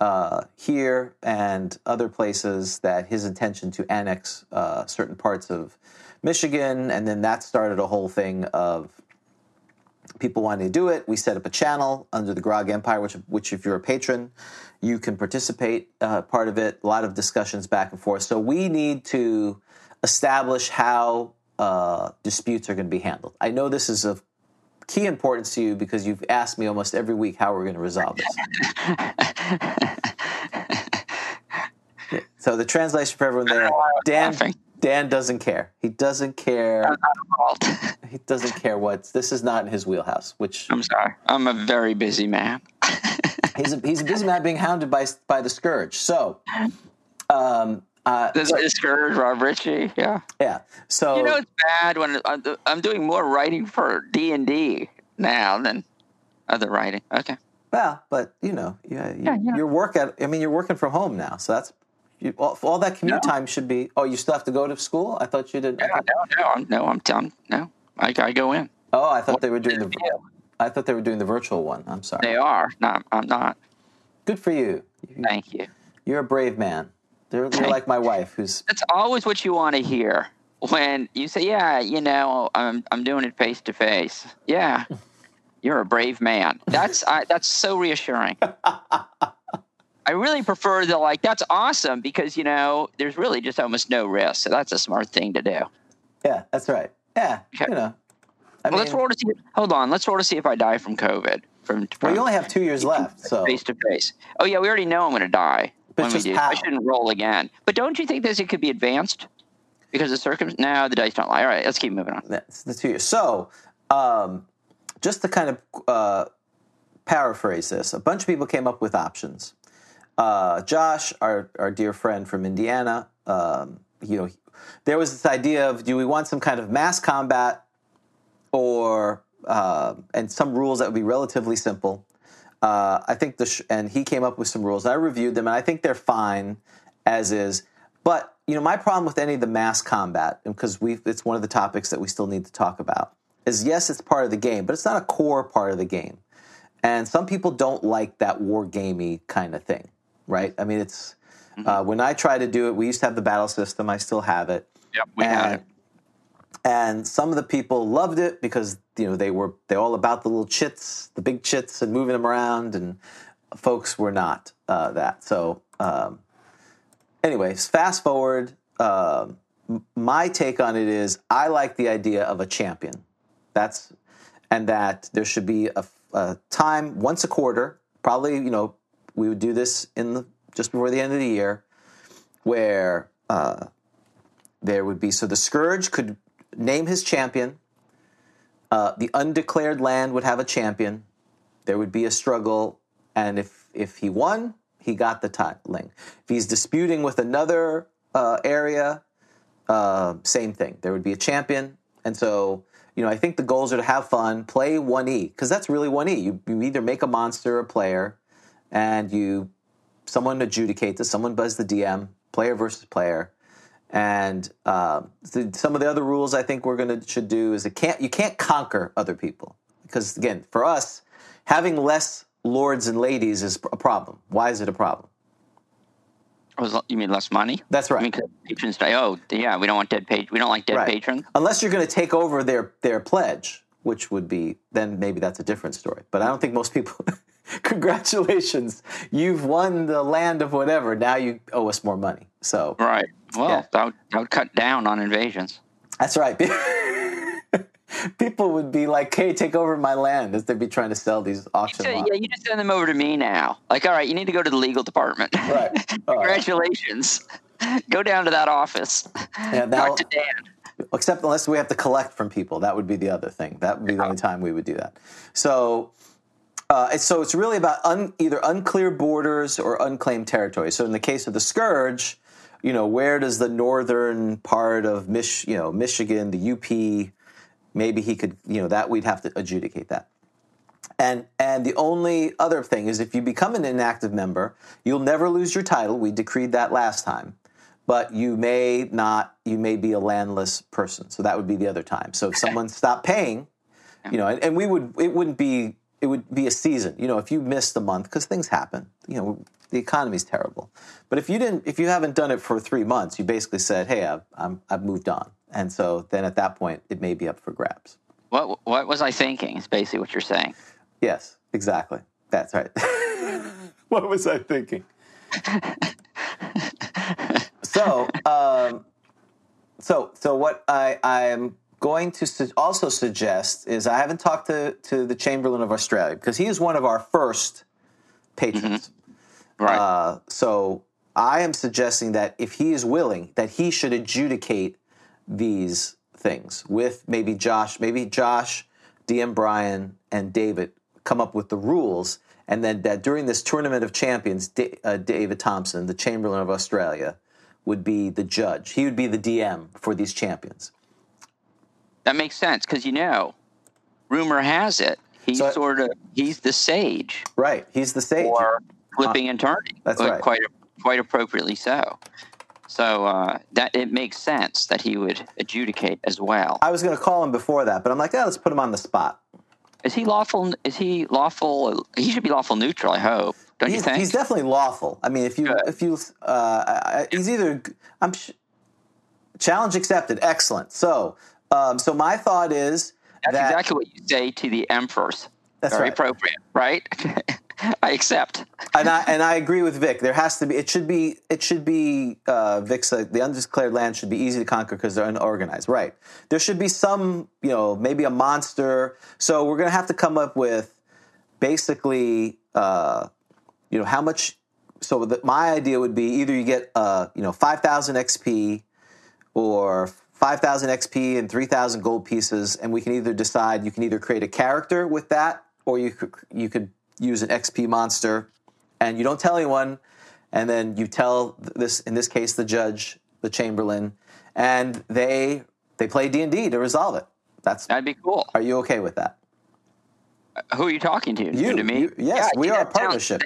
Speaker 2: uh, here and other places that his intention to annex uh, certain parts of Michigan, and then that started a whole thing of people wanting to do it, we set up a channel under the Grog Empire, which, which if you're a patron, you can participate uh, part of it. A lot of discussions back and forth. So we need to establish how uh, disputes are going to be handled. I know this is of key importance to you because you've asked me almost every week how we're going to resolve this. so the translation for everyone there, Dan.
Speaker 3: Laughing.
Speaker 2: Dan doesn't care. He doesn't care.
Speaker 3: fault.
Speaker 2: He doesn't care what. This is not in his wheelhouse. Which
Speaker 3: I'm sorry. I'm a very busy man.
Speaker 2: he's a, he's a busy man being hounded by by the scourge. So, um, uh,
Speaker 3: This is Scourge, Rob Ritchie. Yeah.
Speaker 2: yeah. So
Speaker 3: You know it's bad when I'm do- I'm doing more writing for D and D now than other writing. Okay.
Speaker 2: Well, but you know, yeah, you,
Speaker 3: yeah.
Speaker 2: your work at, I mean, you're working from home now, so that's you, all, all that commute time should be. Oh, you still have to go to school? I thought you didn't. I
Speaker 3: No,
Speaker 2: thought,
Speaker 3: no, no. I'm, no, I'm dumb. No, I, I go in.
Speaker 2: oh, I thought they were doing the. I thought they were doing the virtual one. I'm sorry.
Speaker 3: They are. No, I'm not.
Speaker 2: Good for you. You-
Speaker 3: Thank you.
Speaker 2: You're a brave man. They're, you're like my wife, who's
Speaker 3: That's always what you want to hear when you say, "Yeah, you know, I'm I'm doing it face to face." Yeah, you're a brave man. That's I, that's so reassuring. I really prefer the like. That's awesome because you know there's really just almost no risk. So that's a smart thing to do.
Speaker 2: yeah, that's right. Yeah,
Speaker 3: Okay.
Speaker 2: you know. I
Speaker 3: well,
Speaker 2: mean,
Speaker 3: let's roll to see. Hold on, let's roll to see if I die from COVID. From,
Speaker 2: well,
Speaker 3: from
Speaker 2: you only have two years left, so
Speaker 3: face to face. Oh yeah, we already know I'm going to die.
Speaker 2: But
Speaker 3: when we
Speaker 2: just
Speaker 3: do.
Speaker 2: how?
Speaker 3: I shouldn't roll again. But don't you think this it could be advanced because the circum? No, the dice don't lie. All right, let's keep moving on.
Speaker 2: that's the two years. So, um, just to kind of uh, paraphrase this, a bunch of people came up with options. Uh, Josh, our our dear friend from Indiana, um, you know, there was this idea of do we want some kind of mass combat or uh, and some rules that would be relatively simple. Uh, I think the sh- and he came up with some rules. I reviewed them and I think they're fine as is. But you know, my problem with any of the mass combat because we it's one of the topics that we still need to talk about is yes, it's part of the game, but it's not a core part of the game. And some people don't like that war gamey kind of thing, right? I mean, it's uh, when I try to do it. We used to have the battle system. I still have it
Speaker 3: Yep, we had
Speaker 2: and,
Speaker 3: it.
Speaker 2: and some of the people loved it because you know they were they all about the little chits, the big chits, and moving them around, and folks were not uh, that. So, um, anyways, fast forward. Um, m- my take on it is I like the idea of a champion. That's and that there should be a, a time once a quarter, probably you know we would do this in the just before the end of the year, where. Uh, there would be so the scourge could name his champion uh, the undeclared land would have a champion there would be a struggle and if if he won he got the titling if he's disputing with another uh, area uh, same thing there would be a champion and so you know i think the goals are to have fun play 1e because that's really 1e you, you either make a monster or a player and you someone adjudicate this someone buzz the dm player versus player and um, th- some of the other rules I think we're gonna should do is it can't you can't conquer other people because again for us having less lords and ladies is a problem. Why is it a problem?
Speaker 3: Uh, Was, you mean less money?
Speaker 2: That's right.
Speaker 3: I mean, 'cause patrons say, "Oh, yeah, we don't want dead page. We don't like dead
Speaker 2: Right.
Speaker 3: patrons."
Speaker 2: Unless you're gonna take over their their pledge, which would be then maybe that's a different story. But I don't think most people. Congratulations, you've won the land of whatever. Now you owe us more money. So
Speaker 3: Right. Well,
Speaker 2: Yeah.
Speaker 3: that, would, that would cut down on invasions.
Speaker 2: That's right. People would be like, "Hey, take over my land," as they'd be trying to sell these auction
Speaker 3: So,
Speaker 2: lots.
Speaker 3: yeah, you just send them over to me now. Like, all right, you need to go to the legal department.
Speaker 2: Right. All right.
Speaker 3: Congratulations. Go down to that office.
Speaker 2: Yeah, that'll-
Speaker 3: Talk to Dan.
Speaker 2: Except unless we have to collect from people, that would be the other thing. That would be the only time we would do that. So, uh, it's- so it's really about un, either unclear borders or unclaimed territory. So in the case of the scourge, you know, where does the northern part of Mich, you know, Michigan, the UP, maybe he could, you know, that we'd have to adjudicate that. And and the only other thing is if you become an inactive member, you'll never lose your title. We decreed that last time. But you may not you may be a landless person. So that would be the other time. So if someone stopped paying, you know, and, and we would it wouldn't be it would be a season. You know, if you missed a month cuz things happen. You know, the economy's terrible. But if you didn't if you haven't done it for 3 months, you basically said, "Hey, I've I'm, I've moved on." And so then at that point, it may be up for grabs.
Speaker 3: What what was I thinking? Is basically what you're saying.
Speaker 2: Uh, Yes, exactly. That's right. what was I thinking? so, um, so, so what I I am going to su- also suggest is I haven't talked to to the Chamberlain of Australia because he is one of our first patrons.
Speaker 3: Right.
Speaker 2: Uh, so I am suggesting that if he is willing, that he should adjudicate these things with maybe Josh, maybe Josh, DM Brian, and David come up with the rules, and then that during this tournament of champions, da- uh, David Thompson, the Chamberlain of Australia, would be the judge. He would be the DM for these champions.
Speaker 3: that makes sense because you know, rumor has it he's
Speaker 2: So I-
Speaker 3: sort of he's the sage
Speaker 2: Right. He's the sage. Uh,
Speaker 3: for flipping and turning.
Speaker 2: that's
Speaker 3: but
Speaker 2: right.
Speaker 3: Quite quite appropriately so. So uh, that it makes sense that he would adjudicate as well.
Speaker 2: I was going to call him before that, but I'm like, yeah, let's put him on the spot.
Speaker 3: Is he lawful? Is he lawful? He should be lawful neutral. I hope. Don't you
Speaker 2: He's,
Speaker 3: think?
Speaker 2: he's definitely lawful. I mean, if you
Speaker 3: Good.
Speaker 2: if you uh, I- I- he's either I'm sh- challenge accepted. Excellent. So um, so my thought is
Speaker 3: That's
Speaker 2: that
Speaker 3: exactly what you say to the emperors.
Speaker 2: That's
Speaker 3: Very
Speaker 2: right.
Speaker 3: appropriate, right? I accept.
Speaker 2: and I and I agree with Vic. There has to be it should be it should be uh, Vic said the undeclared land should be easy to conquer because they're unorganized. Right. There should be some you know maybe a monster. So we're gonna have to come up with basically uh, you know how much. So the, my idea would be either you get uh, you know five thousand XP or 5,000 XP and 3,000 gold pieces, and we can either decide you can either create a character with that, or you could, you could use an XP monster, and you don't tell anyone, and then you tell th- this in this case the judge, the chamberlain, and they they play D and D to resolve it. That's
Speaker 3: That'd be cool.
Speaker 2: are you okay with that?
Speaker 3: Who are you talking to?
Speaker 2: You,
Speaker 3: to me?
Speaker 2: you- yes,
Speaker 3: Yeah,
Speaker 2: we
Speaker 3: that
Speaker 2: are a
Speaker 3: sounds-
Speaker 2: partnership.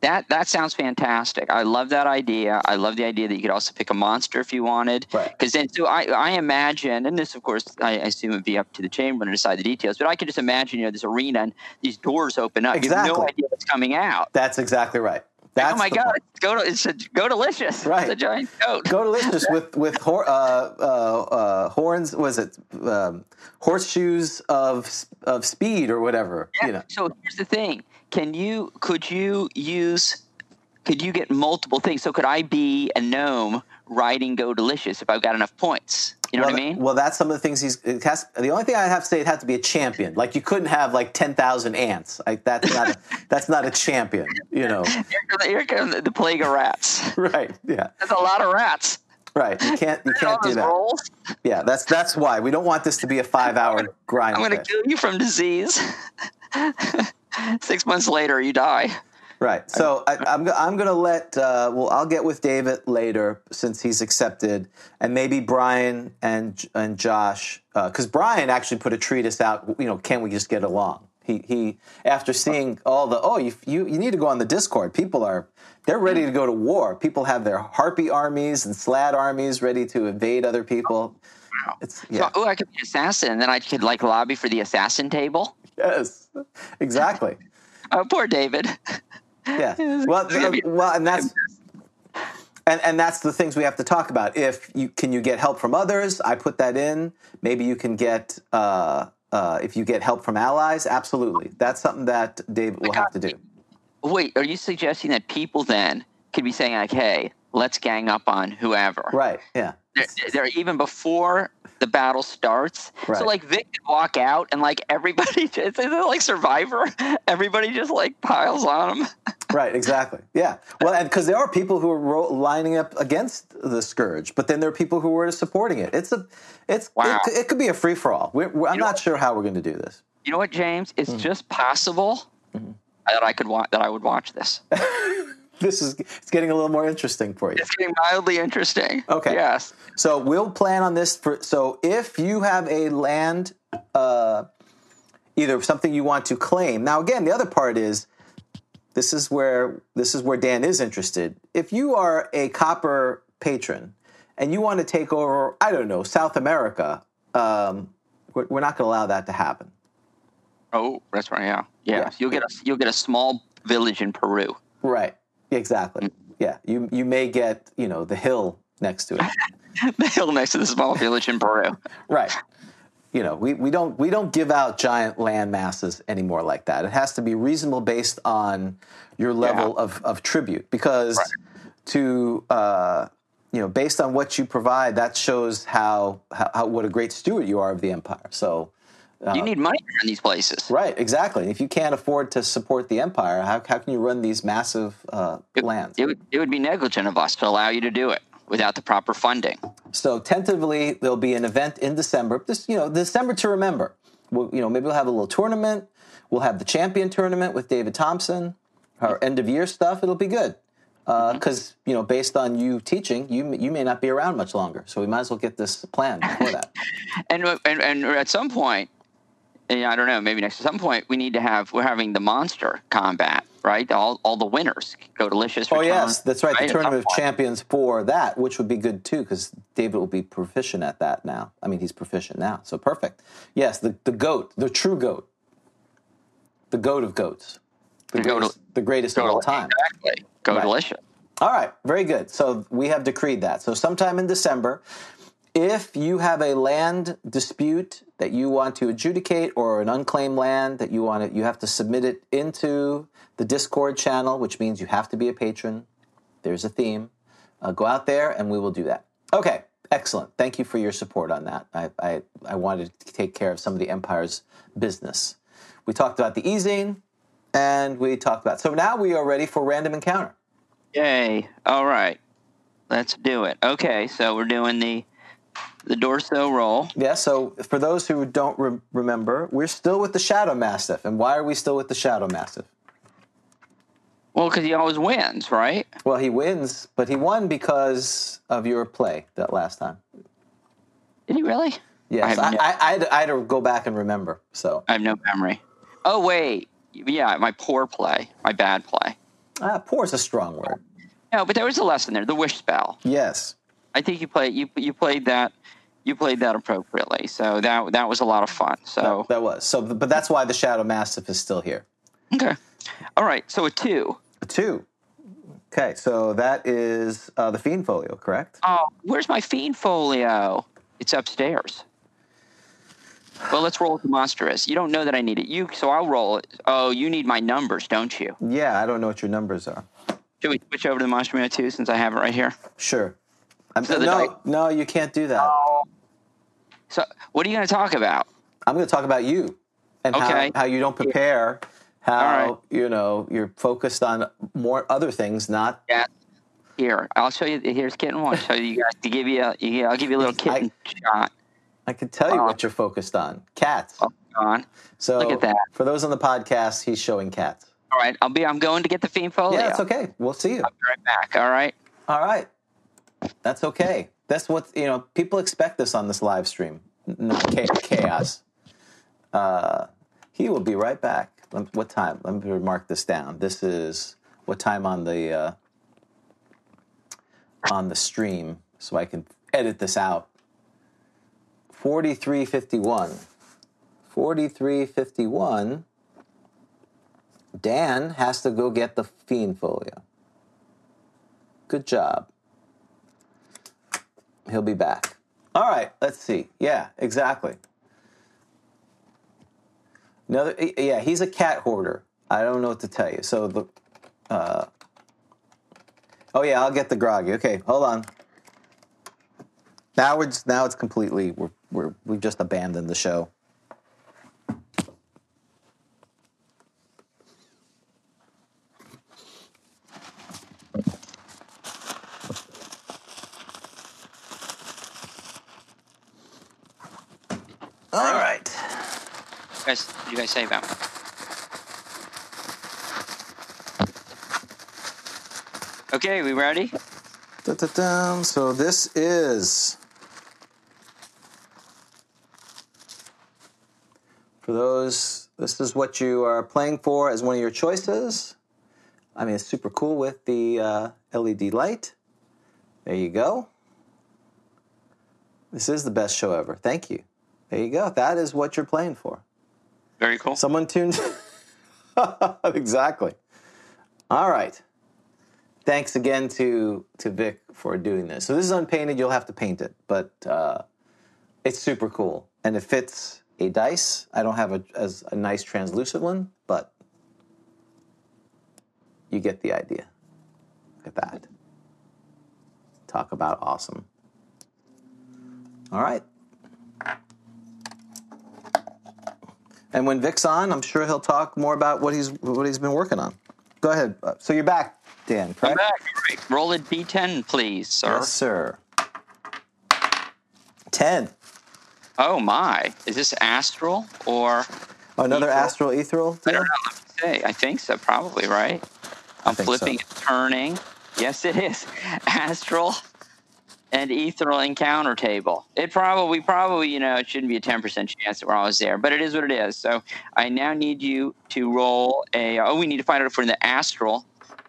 Speaker 3: that that sounds fantastic. I love that idea. I love the idea that you could also pick a monster if you wanted.
Speaker 2: Right.
Speaker 3: Because then, so I, I imagine, and this, of course, I, I assume would be up to the chamberlain to decide the details. But I can just imagine, you know, this arena and these doors open up. You have no
Speaker 2: Exactly.
Speaker 3: idea what's coming out.
Speaker 2: That's exactly right. That's
Speaker 3: oh my
Speaker 2: the
Speaker 3: god,
Speaker 2: point.
Speaker 3: it's go it's a go delicious.
Speaker 2: Right.
Speaker 3: It's a giant goat.
Speaker 2: Go delicious with with hor- uh, uh, uh, horns. Was it um, horseshoes of of speed or whatever? You know.
Speaker 3: So here's the thing: Can you could you use could you get multiple things? So could I be a gnome riding Go Delicious if I've got enough points? You know
Speaker 2: well,
Speaker 3: what I mean?
Speaker 2: well, that's some of the things he's. It has, the only thing I have to say, it had to be a champion. Like you couldn't have like ten thousand ants. Like that's not a, that's not a champion. You know,
Speaker 3: Here comes the plague of rats.
Speaker 2: right? Yeah,
Speaker 3: That's a lot of rats.
Speaker 2: right. You can't you
Speaker 3: All
Speaker 2: can't do
Speaker 3: those
Speaker 2: that.
Speaker 3: rolls.
Speaker 2: Yeah, that's that's why we don't want this to be a five hour grind.
Speaker 3: I'm going to
Speaker 2: fest.
Speaker 3: kill you from disease. Six months later, you die.
Speaker 2: Right. So I, I'm go- I'm gonna let uh, well I'll get with David later since he's accepted, and maybe Brian and and Josh because Brian actually put a treatise out. You know, can we just get along? He he. After seeing all the oh you you, you need to go on the Discord. People are they're ready to go to war. People have their harpy armies and slad armies ready to invade other people. It's yeah.
Speaker 3: So, oh, I could be an assassin, and then I could like lobby for the assassin table.
Speaker 2: yes, exactly.
Speaker 3: Oh, poor David.
Speaker 2: Yeah. Well,
Speaker 3: it's gonna
Speaker 2: th-
Speaker 3: be-
Speaker 2: well, and that's and, and that's the things we have to talk about. If you can you get help from others, I put that in. Maybe you can get uh, uh, if you get help from allies. Absolutely, that's something that David will have to do.
Speaker 3: Wait, are you suggesting that people then could be saying like, "Hey, let's gang up on whoever"?
Speaker 2: Right. Yeah.
Speaker 3: They're, they're even before the battle starts.
Speaker 2: Right.
Speaker 3: So like Vic could walk out and like everybody, just, is it like Survivor? Everybody just like piles on him.
Speaker 2: Right. Exactly. Yeah. Well, and because there are people who are ro- lining up against the scourge, but then there are people who are supporting it. It's a, it's
Speaker 3: Wow.
Speaker 2: it, could- it could be a free for all. We're, we're, I'm not sure how we're going to do this.
Speaker 3: You know what, James? It's
Speaker 2: Mm.
Speaker 3: just possible
Speaker 2: Mm-hmm.
Speaker 3: that I could wa- that I would watch this.
Speaker 2: This is it's getting a little more interesting for you.
Speaker 3: It's getting mildly interesting.
Speaker 2: Okay.
Speaker 3: Yes.
Speaker 2: So we'll plan on this for. So if you have a land, uh, either something you want to claim. Now, again, the other part is this is where this is where Dan is interested. If you are a copper patron and you want to take over, I don't know, South America, um, we're, we're not going to allow that to happen.
Speaker 3: Oh, that's right. Yeah. Yes.
Speaker 2: Yeah.
Speaker 3: You'll get a you'll get a small village in Peru.
Speaker 2: Right. Exactly. Yeah. You you may get you know the hill next to it. Uh-huh.
Speaker 3: the hill next to the small village in Peru.
Speaker 2: Right. you know, we, we don't we don't give out giant land masses anymore like that. It has to be reasonable based on your level
Speaker 3: Yeah.
Speaker 2: of, of tribute because
Speaker 3: Right.
Speaker 2: to uh, you know, based on what you provide, that shows how, how, how what a great steward you are of the empire. So
Speaker 3: you need money to run these places.
Speaker 2: right, exactly. If you can't afford to support the empire, how, how can you run these massive uh, lands?
Speaker 3: It would it would be negligent of us to allow you to do it without the proper funding.
Speaker 2: So tentatively, there'll be an event in December. This, you know, December to remember. We'll, you know, maybe we'll have a little tournament. We'll have the champion tournament with David Thompson. Our end of year stuff. It'll be good because you know, based on you teaching, you you may not be around much longer. So we might as well get this planned before that.
Speaker 3: And and and at some point, and I don't know, maybe next at some point we need to have we're having the monster combat, right? All all the winners go delicious.
Speaker 2: oh yes, that's right. The
Speaker 3: At some
Speaker 2: tournament of
Speaker 3: point.
Speaker 2: champions for that, which would be good too because David will be proficient at that now. I mean, he's proficient now, so perfect. Yes, the the goat, the true goat, the goat of goats. The,
Speaker 3: The goat
Speaker 2: greatest,
Speaker 3: of-
Speaker 2: the greatest of all time.
Speaker 3: Exactly. Go
Speaker 2: Right.
Speaker 3: delicious.
Speaker 2: All right, very good. So we have decreed that. So sometime in December, if you have a land dispute that you want to adjudicate or an unclaimed land that you want to, you have to submit it into the Discord channel, which means you have to be a patron. There's a theme. Uh, go out there and we will do that. Okay, excellent. Thank you for your support on that. I, I, I wanted to take care of some of the Empire's business. We talked about the easing and we talked about. So now we are ready for random encounter.
Speaker 3: Yay. All right. Let's do it. Okay, so we're doing the the dorso roll.
Speaker 2: Yeah, so for those who don't re- remember, we're still with the Shadow Mastiff. And why are we still with the Shadow Mastiff?
Speaker 3: Well, because he always wins, right?
Speaker 2: Well, he wins, but he won because of your play that last time.
Speaker 3: Did he really? I
Speaker 2: Yes,
Speaker 3: have
Speaker 2: I, I,
Speaker 3: no-
Speaker 2: I, had, I had to go back and remember. So,
Speaker 3: I have no memory. Oh wait, yeah, my poor play, my bad play.
Speaker 2: ah, poor is a strong word.
Speaker 3: No, but there was a lesson there. The wish spell.
Speaker 2: Yes.
Speaker 3: I think you played you you played that you played that appropriately. So that that was a lot of fun. So
Speaker 2: That was. So, but that's why the Shadow Mastiff is still here.
Speaker 3: okay, all right. So a two.
Speaker 2: Two. Okay, so that is uh, the Fiend Folio, correct?
Speaker 3: Oh, where's my fiend folio? It's upstairs. Well, let's roll with the monstrous. You don't know that I need it. You so I'll roll it. Oh, you need my numbers, don't you?
Speaker 2: Yeah, I don't know what your numbers are.
Speaker 3: Should we switch over to the monstrous too, since I have it right here?
Speaker 2: Sure. I'm,
Speaker 3: So the die-
Speaker 2: no, no, you can't do that.
Speaker 3: So what are you going to talk about?
Speaker 2: I'm going to talk about you and
Speaker 3: Okay.
Speaker 2: how, how you don't prepare, how
Speaker 3: All right.
Speaker 2: you know you're focused on more other things, not
Speaker 3: Yeah. Here, I'll show you. Here's kitten one. So you guys to give you a, yeah, I'll give you a little kitten shot.
Speaker 2: I can tell you
Speaker 3: Oh.
Speaker 2: what you're focused on. Cats.
Speaker 3: On.
Speaker 2: So
Speaker 3: look Oh, at that.
Speaker 2: for those on the podcast, he's showing cats.
Speaker 3: All right, I'll be. I'm going to get the fiend folio.
Speaker 2: yeah, it's okay. We'll see you.
Speaker 3: Be right back. All right.
Speaker 2: All right. That's okay. That's what you know, people expect this on this live stream. No cha- chaos. Uh, he will be right back. Lem- What time? Let me mark this down. This is what time on the uh, on the stream, so I can edit this out. Forty-three fifty-one. Forty-three fifty-one. Dan has to go get the fiend folio. Good job. He'll be back. All right, let's see. Yeah, exactly. Another, yeah, he's a cat hoarder. I don't know what to tell you. So the, uh, oh yeah, I'll get the groggy. Okay, hold on. Now it's now it's completely we're, we're we've just abandoned the show. All right.
Speaker 3: You guys, you guys save that. Okay, we ready?
Speaker 2: Da-da-dum. So this is for those. This is what you are playing for as one of your choices. I mean, it's super cool with the uh, LED light. There you go. This is the best show ever. Thank you. There you go. That is what you're playing for.
Speaker 3: Very cool.
Speaker 2: Someone tuned. exactly. All right. Thanks again to to Vic for doing this. So this is unpainted. You'll have to paint it, but uh, it's super cool. and it fits a dice. I don't have a, as a nice translucent one, but you get the idea. Look at that. Talk about awesome. All right. And when Vic's on, I'm sure he'll talk more about what he's what he's been working on. Go ahead. Uh, So you're back, Dan. Correct?
Speaker 3: I'm back. All right. Roll a d10, please, sir.
Speaker 2: Yes, sir. Ten.
Speaker 3: Oh my! Is this astral or?
Speaker 2: Another
Speaker 3: Ethereal.
Speaker 2: astral ethereal.
Speaker 3: I
Speaker 2: deal?
Speaker 3: don't know. Let me say. I think so. Probably right. I'm
Speaker 2: think so.
Speaker 3: flipping and turning. Yes, it is astral and ethereal encounter table. It probably, probably, you know, it shouldn't be a 10% chance that we're always there, but it is what it is. So I now need you to roll a. Oh, we need to find out if we're in the astral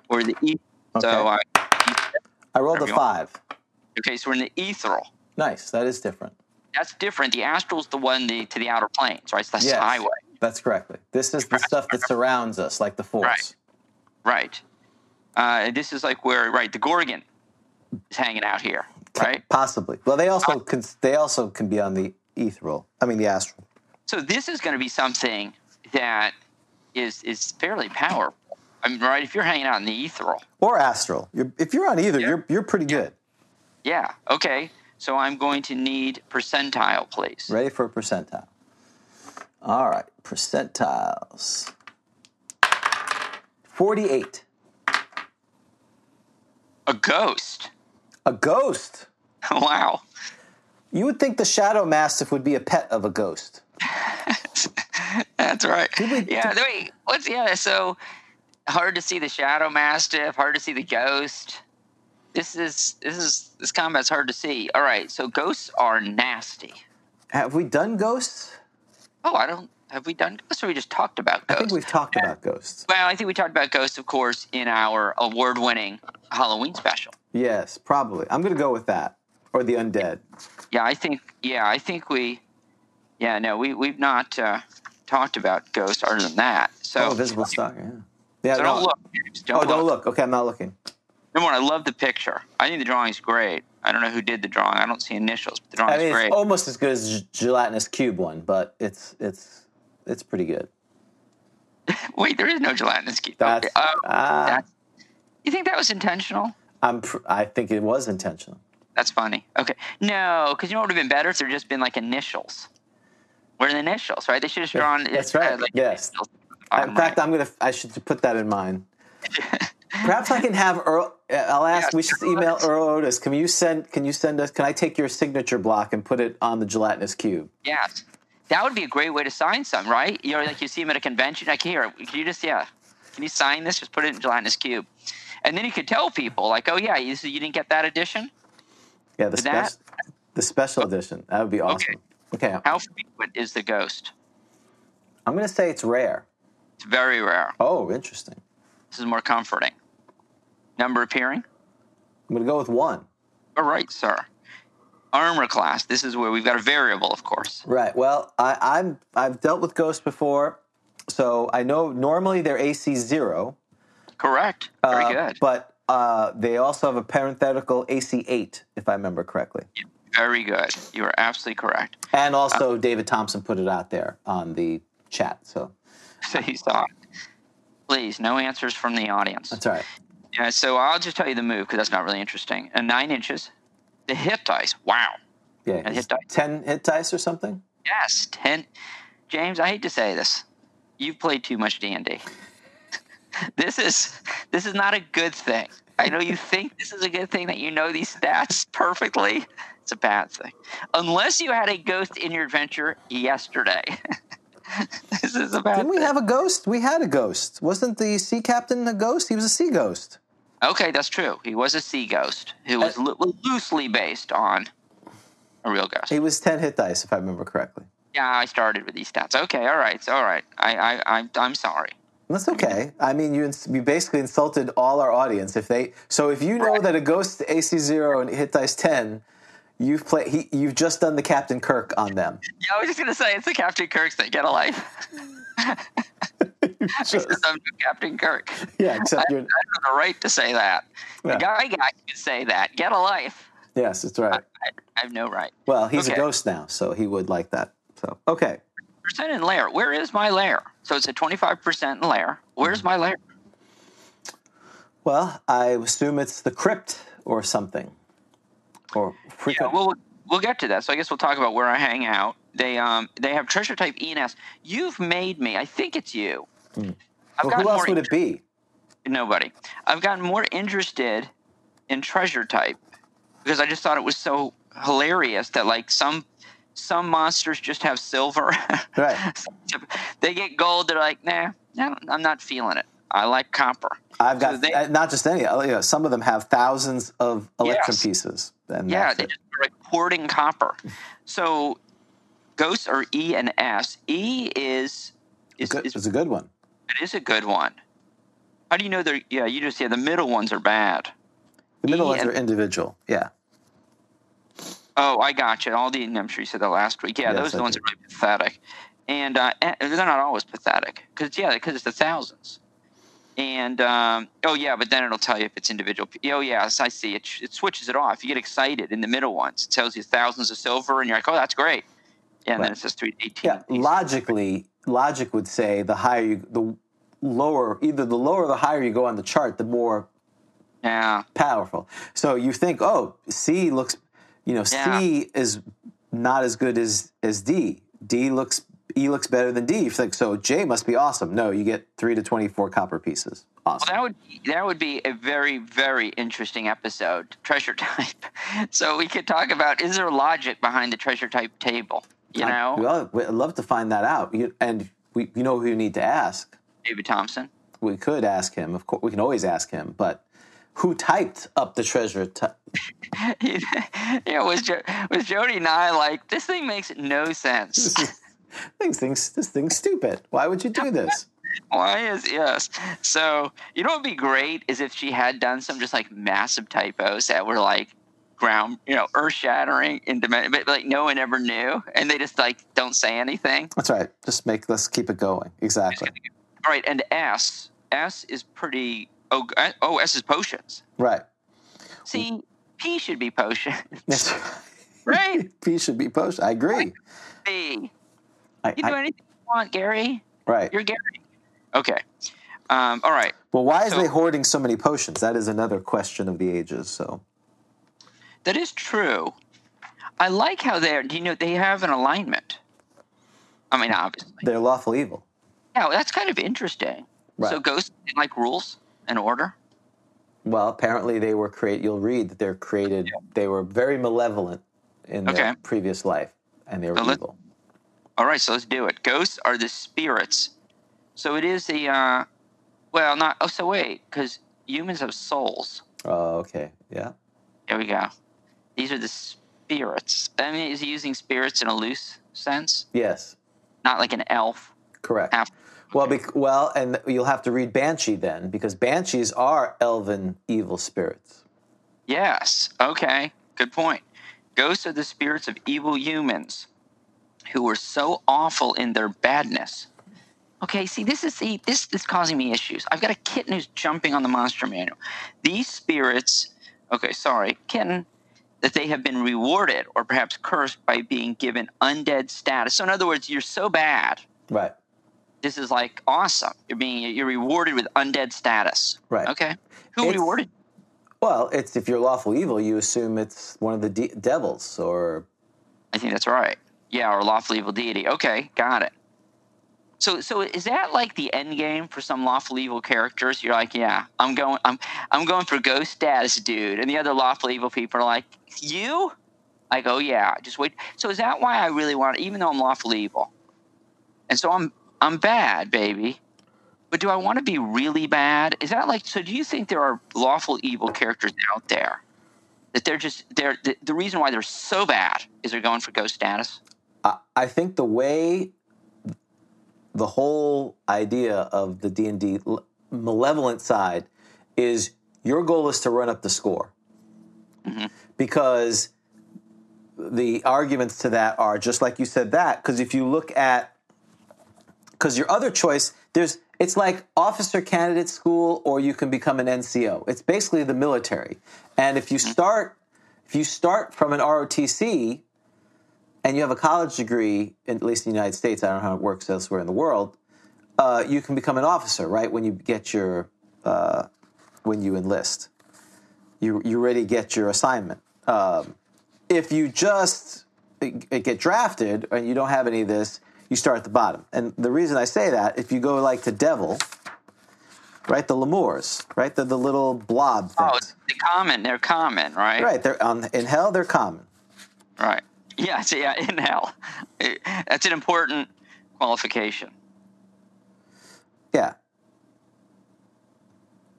Speaker 3: or the ethereal. So
Speaker 2: Okay.
Speaker 3: uh,
Speaker 2: I rolled a
Speaker 3: There we go.
Speaker 2: five.
Speaker 3: okay, so we're in the ethereal.
Speaker 2: Nice. That is different.
Speaker 3: That's different. The astral's the one the, to the outer planes, right? So that's
Speaker 2: Yes.
Speaker 3: the highway.
Speaker 2: That's correctly. This is the stuff that surrounds us, like the force.
Speaker 3: Right. Right. Uh, this is like where right the Gorgon is hanging out here, right?
Speaker 2: Possibly. Well, they also can. They also can be on the ethereal. I mean, the astral.
Speaker 3: So this is going to be something that is is fairly powerful. I mean, right? If you're hanging out in the ethereal,
Speaker 2: or astral. You're, if you're on either, you're you're pretty good.
Speaker 3: yeah, okay. So I'm going to need percentile, please.
Speaker 2: Ready for a percentile. All right, percentiles. Forty-eight.
Speaker 3: A ghost.
Speaker 2: A ghost.
Speaker 3: wow.
Speaker 2: You would think the shadow mastiff would be a pet of a ghost.
Speaker 3: That's right.
Speaker 2: we-
Speaker 3: yeah. Wait, what's yeah? So hard to see the shadow mastiff. Hard to see the ghost. This is this is this combat's hard to see. All right. So ghosts are nasty.
Speaker 2: Have we done ghosts?
Speaker 3: Oh, I don't. Have we done ghosts? Or we just talked about
Speaker 2: I
Speaker 3: ghosts?
Speaker 2: think we've talked about ghosts.
Speaker 3: well, I think we talked about ghosts, of course, in our award-winning Halloween special.
Speaker 2: Yes, probably. I'm gonna go with that or the undead.
Speaker 3: Yeah, I think. Yeah, I think we. Yeah, no, we we've not uh, talked about ghosts other than that. So,
Speaker 2: Oh, visible stalker. Yeah. Yeah.
Speaker 3: so
Speaker 2: no.
Speaker 3: don't look. James, Don't
Speaker 2: Oh,
Speaker 3: look.
Speaker 2: don't look. Okay, I'm not looking.
Speaker 3: Number one, I love the picture. I think the drawing's great. I don't know who did the drawing. I don't see initials, but the
Speaker 2: I
Speaker 3: drawing's
Speaker 2: mean,
Speaker 3: great.
Speaker 2: it's almost as good as the gelatinous cube one, but it's it's it's pretty good.
Speaker 3: Wait, there is no gelatinous key.
Speaker 2: That's
Speaker 3: Okay, oh,
Speaker 2: ah,
Speaker 3: that's- you think that was intentional?
Speaker 2: I'm pr- I think it was intentional.
Speaker 3: That's funny. Okay. No, because you know what would have been better if there just been like initials. Where are the initials, right? They should have drawn. uh,
Speaker 2: That's right, yes.
Speaker 3: initials.
Speaker 2: in fact, I'm gonna I should put that in mind. Perhaps I can have Earl. I'll ask.
Speaker 3: Yeah.
Speaker 2: We should email Earl Otis. Can you send? Can you send us? Can I take your signature block and put it on the gelatinous cube?
Speaker 3: yes. That would be a great way to sign some, right? You know, like you see them at a convention. Like here, can you just yeah? Can you sign this? Just put it in gelatinous cube, and then you could tell people like, oh yeah, you, you didn't get that edition.
Speaker 2: Yeah, the
Speaker 3: That- Oh.
Speaker 2: special, the special edition. That would be awesome. Okay,
Speaker 3: How frequent is the ghost?
Speaker 2: I'm gonna say it's rare.
Speaker 3: It's very rare.
Speaker 2: Oh, interesting.
Speaker 3: This is more comforting. Number appearing.
Speaker 2: I'm gonna go with one.
Speaker 3: All right, sir. Armor class. This is where we've got a variable, of course.
Speaker 2: Right. Well, I, I'm I've dealt with ghosts before, so I know normally they're AC zero.
Speaker 3: Correct. Very
Speaker 2: uh,
Speaker 3: good.
Speaker 2: But uh, they also have a parenthetical AC eight, if I remember correctly.
Speaker 3: Very good. You are absolutely correct.
Speaker 2: And also,
Speaker 3: Uh,
Speaker 2: David Thompson put it out there on the chat. So
Speaker 3: So you saw it. Please, no answers from the audience.
Speaker 2: that's all right.
Speaker 3: Yeah, so I'll just tell you the move because that's not really interesting. And nine inches. The hit dice. Wow.
Speaker 2: Yeah,
Speaker 3: And hit dice.
Speaker 2: ten hit dice or something.
Speaker 3: Yes, ten. James, I hate to say this, you've played too much D and D. This is this is not a good thing. I know you think this is a good thing that you know these stats perfectly. It's a bad thing, unless you had a ghost in your adventure yesterday. this is a bad.
Speaker 2: Didn't we
Speaker 3: thing.
Speaker 2: have a ghost? We had a ghost. Wasn't the sea captain a ghost? He was a sea ghost.
Speaker 3: Okay, that's true. He was a sea ghost
Speaker 2: Uh,
Speaker 3: who was lo- loosely based on a real ghost.
Speaker 2: He was ten hit dice, if I remember correctly.
Speaker 3: Yeah, I started with these stats. Okay, all right, all right. I, I, I'm, I'm sorry.
Speaker 2: That's okay. I mean, you ins- you basically insulted all our audience. If they so, if you know
Speaker 3: Right.
Speaker 2: that a ghost AC zero and hit dice ten, you've play he, you've just done the Captain Kirk on them.
Speaker 3: Yeah, I was just gonna say it's the Captain Kirk's that get a life.
Speaker 2: Just-
Speaker 3: Because I'm just Captain Kirk. I
Speaker 2: yeah, except you're
Speaker 3: have the right to say that.
Speaker 2: Yeah.
Speaker 3: The guy guy can say that. Get a life.
Speaker 2: yes, it's right.
Speaker 3: I, I have no right.
Speaker 2: Well, he's a
Speaker 3: Okay.
Speaker 2: ghost now, so he would like that. So okay,
Speaker 3: percent in layer. Where is my layer? So it's a twenty-five percent in layer. Where's my layer?
Speaker 2: well, I assume it's the crypt or something, or
Speaker 3: Yeah,
Speaker 2: frequent.
Speaker 3: we'll we'll get to that. So I guess we'll talk about where I hang out. They um they have treasure type ENS. You've made me. I think it's you. I've
Speaker 2: Hmm. Well,
Speaker 3: gotten
Speaker 2: who else
Speaker 3: more
Speaker 2: would it be?
Speaker 3: nobody. I've gotten more interested in treasure type because I just thought it was so hilarious that like some some monsters just have silver.
Speaker 2: Right.
Speaker 3: they get gold. They're like, nah, no, I'm not feeling it. I like copper.
Speaker 2: I've
Speaker 3: So
Speaker 2: got
Speaker 3: they-
Speaker 2: uh, not just any. uh, You know, some of them have thousands of electrum
Speaker 3: Yes.
Speaker 2: pieces. And
Speaker 3: Yeah,
Speaker 2: that's
Speaker 3: they
Speaker 2: it.
Speaker 3: just were like hoarding copper. So ghosts are E and S. E is is,
Speaker 2: Good-
Speaker 3: is
Speaker 2: it's a good one.
Speaker 3: it is a good one. How do you know they're yeah, you just yeah, the middle ones are bad.
Speaker 2: The middle
Speaker 3: E
Speaker 2: ones
Speaker 3: and-
Speaker 2: are individual. Yeah.
Speaker 3: Oh, I got you. All the I'm sure you said that last week. Yeah,
Speaker 2: Yes,
Speaker 3: those are
Speaker 2: I
Speaker 3: the ones
Speaker 2: did.
Speaker 3: that are really pathetic, and uh, eh, they're not always pathetic because yeah, because it's the thousands. And um, oh yeah, but then it'll tell you if it's individual. pe- Oh yes, I see. It, it switches it off. You get excited in the middle ones. It tells you thousands of silver, and you're like, oh, that's great. And
Speaker 2: Right.
Speaker 3: then it says three eighteen.
Speaker 2: Yeah. Logically, logic would say the higher you, the lower, either the lower or the higher you go on the chart, the more
Speaker 3: yeah.
Speaker 2: powerful. So you think, oh, C looks, you know, C is not as good as as D. D looks E looks better than D. You think so? J must be awesome. No, you get three to twenty four copper pieces. Awesome.
Speaker 3: Well, that would that would be a very very interesting episode, treasure type. so we could talk about is there logic behind the treasure type table? You know,
Speaker 2: well, I'd love to find that out. You, and we, you know who you need to ask.
Speaker 3: David Thompson.
Speaker 2: We could ask him. Of course, we can always ask him. But who typed up the treasure? T-
Speaker 3: you know, was jo- was Jody and I like this thing makes no sense?
Speaker 2: things, things, this thing's stupid. Why would you do this?
Speaker 3: Why is yes? So you know, what'd be great is if she had done some just like massive typos that were like ground, you know, earth shattering and dimen- but like no one ever knew, and they just like don't say anything.
Speaker 2: That's right. Just make. Let's keep it going. Exactly.
Speaker 3: All right, and S S is pretty. Oh, I- oh, S is potions.
Speaker 2: Right.
Speaker 3: See, P should be potion,
Speaker 2: That's
Speaker 3: right?
Speaker 2: P should be post. I agree.
Speaker 3: B,
Speaker 2: I,
Speaker 3: you
Speaker 2: I-
Speaker 3: do anything you want, Gary.
Speaker 2: right.
Speaker 3: You're Gary. Okay. Um, all right.
Speaker 2: Well, why is
Speaker 3: so-
Speaker 2: they hoarding so many potions? That is another question of the ages. So
Speaker 3: That is true. I like how they're. Do you know they have an alignment? I mean, obviously.
Speaker 2: they're lawful evil.
Speaker 3: Now that's kind of interesting. So
Speaker 2: Right.
Speaker 3: ghosts like rules and order.
Speaker 2: Well, apparently they were create. You'll read that they're created. They were very malevolent in their
Speaker 3: Okay.
Speaker 2: previous life, and they were
Speaker 3: So let-
Speaker 2: evil.
Speaker 3: All right, so let's do it. Ghosts are the spirits. So it is the. Uh, well, not. Oh, so wait, because humans have souls.
Speaker 2: Oh, okay. Yeah.
Speaker 3: There we go. These are the spirits. I mean, is he using spirits in a loose sense,
Speaker 2: Yes.
Speaker 3: not like an elf?
Speaker 2: Correct.
Speaker 3: Half.
Speaker 2: Well, bec- well, and you'll have to read Banshee then, because banshees are elven evil spirits.
Speaker 3: Yes. Okay. Good point. Ghosts are the spirits of evil humans who were so awful in their badness. Okay, see, this is see, this is causing me issues. I've got a kitten who's jumping on the monster manual. These spirits, okay, sorry, kitten, that they have been rewarded or perhaps cursed by being given undead status. So, in other words, you're so bad.
Speaker 2: Right.
Speaker 3: This is like awesome. You're being you're rewarded with undead status.
Speaker 2: Right.
Speaker 3: Okay. Who
Speaker 2: It's-
Speaker 3: rewarded?
Speaker 2: Well, it's if you're lawful evil, you assume it's one of the de- devils or
Speaker 3: I think that's right. Yeah, or lawful evil deity. Okay, got it. So, so is that like the end game for some lawful evil characters? You're like, yeah, I'm going, I'm, I'm going for ghost status, dude. And the other lawful evil people are like, you? Like, oh yeah, just wait. So is that why I really want, even though I'm lawful evil, and so I'm, I'm bad, baby. But do I want to be really bad? Is that like? So do you think there are lawful evil characters out there that they're just they're the, the reason why they're so bad is they're going for ghost status?
Speaker 2: I, I think the way the whole idea of the D and D malevolent side is your goal is to run up the score because the arguments to that are just like you said that because if you look at because your other choice there's it's like officer candidate school or you can become an NCO it's basically the military and if you start if you start from an ROTC and you have a college degree, at least in the United States, I don't know how it works elsewhere in the world, uh, you can become an officer, right? When you get your, uh, when you enlist, you you already get your assignment. Um, if you just uh, get drafted and you don't have any of this, you start at the bottom. And the reason I say that, if you go like to Devil, right, the Lemurs, right, the, the little blob
Speaker 3: Oh,
Speaker 2: things,
Speaker 3: it's the common. They're common, right?
Speaker 2: right? They're on in hell. They're common.
Speaker 3: Right. Yeah. So yeah, in hell, It- that's an important qualification.
Speaker 2: Yeah.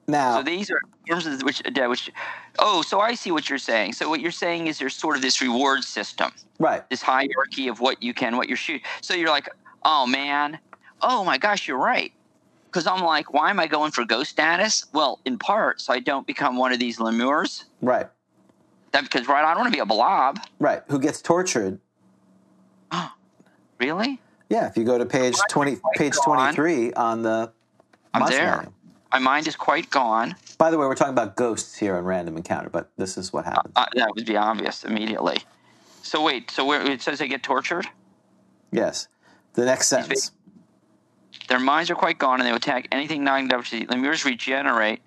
Speaker 2: Now,
Speaker 3: So these are terms of which, yeah, which, oh, so I see what you're saying. So what you're saying is there's sort of this reward system,
Speaker 2: right?
Speaker 3: this hierarchy of what you can, what you're shoot. So you're like, oh man, oh my gosh, you're right. Because I'm like, why am I going for ghost status? Well, in part, so I don't become one of these lemurs.
Speaker 2: Right.
Speaker 3: That because right, I don't want to be a blob.
Speaker 2: Right. Who gets tortured?
Speaker 3: Really?
Speaker 2: Yeah. If you go to page twenty, page
Speaker 3: Go on.
Speaker 2: twenty-three on the
Speaker 3: I'm
Speaker 2: monster
Speaker 3: there.
Speaker 2: manual.
Speaker 3: My mind is quite gone.
Speaker 2: By the way, we're talking about ghosts here on Random Encounter, but this is what happens.
Speaker 3: Uh, that would be obvious immediately. So wait, so where, it says they get tortured.
Speaker 2: yes. The next sentence.
Speaker 3: Their minds are quite gone, and they attack anything non-deficient. Lemurs regenerate,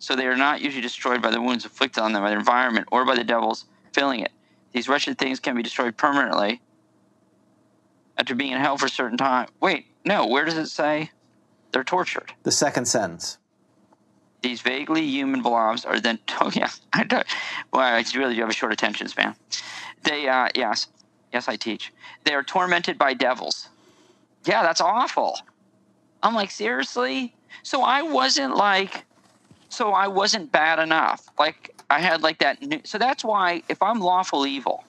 Speaker 3: so they are not usually destroyed by the wounds inflicted on them by their environment or by the devils filling it. These wretched things can be destroyed permanently after being in hell for a certain time. Wait, no. Where does it say they're tortured?
Speaker 2: The second sentence.
Speaker 3: These vaguely human blobs are then. Oh yeah, I don't. Well, I really do have a short attention span. They, uh, yes, yes, I teach. They are tormented by devils. Yeah, that's awful. I'm like, seriously. So I wasn't like, so I wasn't bad enough. Like I had like that. New, so that's why if I'm lawful evil,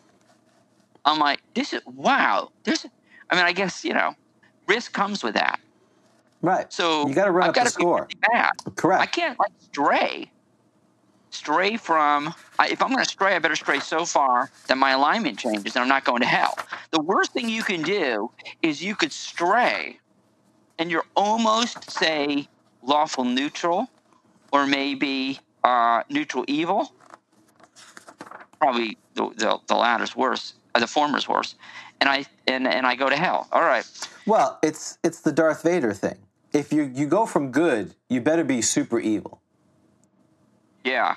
Speaker 3: I'm like, this is wow. There's, I mean, I guess you know, risk comes with that.
Speaker 2: Right.
Speaker 3: So
Speaker 2: you got to run
Speaker 3: I've
Speaker 2: up the
Speaker 3: gotta be
Speaker 2: score.
Speaker 3: really bad.
Speaker 2: Correct.
Speaker 3: I can't like stray. Stray from I, if I'm going to stray, I better stray so far that my alignment changes and I'm not going to hell. The worst thing you can do is you could stray, and you're almost say lawful neutral, or maybe uh, neutral evil. Probably the, the the latter's worse, uh, the former's worse, and I and and I go to hell. All right,
Speaker 2: Well, it's it's the Darth Vader thing. If you you go from good, you better be super evil
Speaker 3: yeah,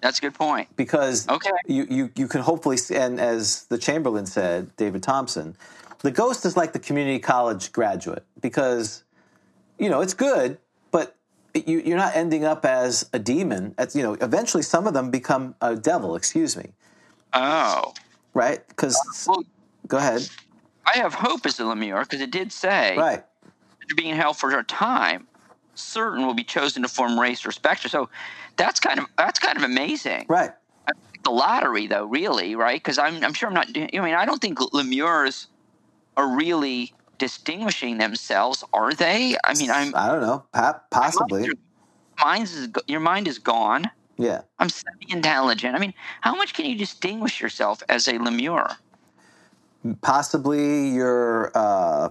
Speaker 3: that's a good point.
Speaker 2: because
Speaker 3: Okay.
Speaker 2: you, you you can hopefully s- and as the Chamberlain said, David Thompson, the ghost is like the community college graduate because you know it's good, but you, you're not ending up as a demon. As, you know, eventually some of them become a devil. Excuse me,
Speaker 3: Oh,
Speaker 2: right? Because
Speaker 3: Uh, well,
Speaker 2: go ahead,
Speaker 3: I have hope as a Lemur because it did say
Speaker 2: right?
Speaker 3: after being held for a time, certain will be chosen to form race or spectre. So that's kind of that's kind of amazing.
Speaker 2: Right.
Speaker 3: The lottery, though, really, right? Because I'm I'm sure I'm not. doing- I mean, I don't think Lemurs are really distinguishing themselves, are they? I mean, I'm
Speaker 2: I don't know. Po- Possibly.
Speaker 3: Your mind's is go- your mind is gone.
Speaker 2: Yeah.
Speaker 3: I'm semi-intelligent. I mean, how much can you distinguish yourself as a Lemur?
Speaker 2: possibly you're uh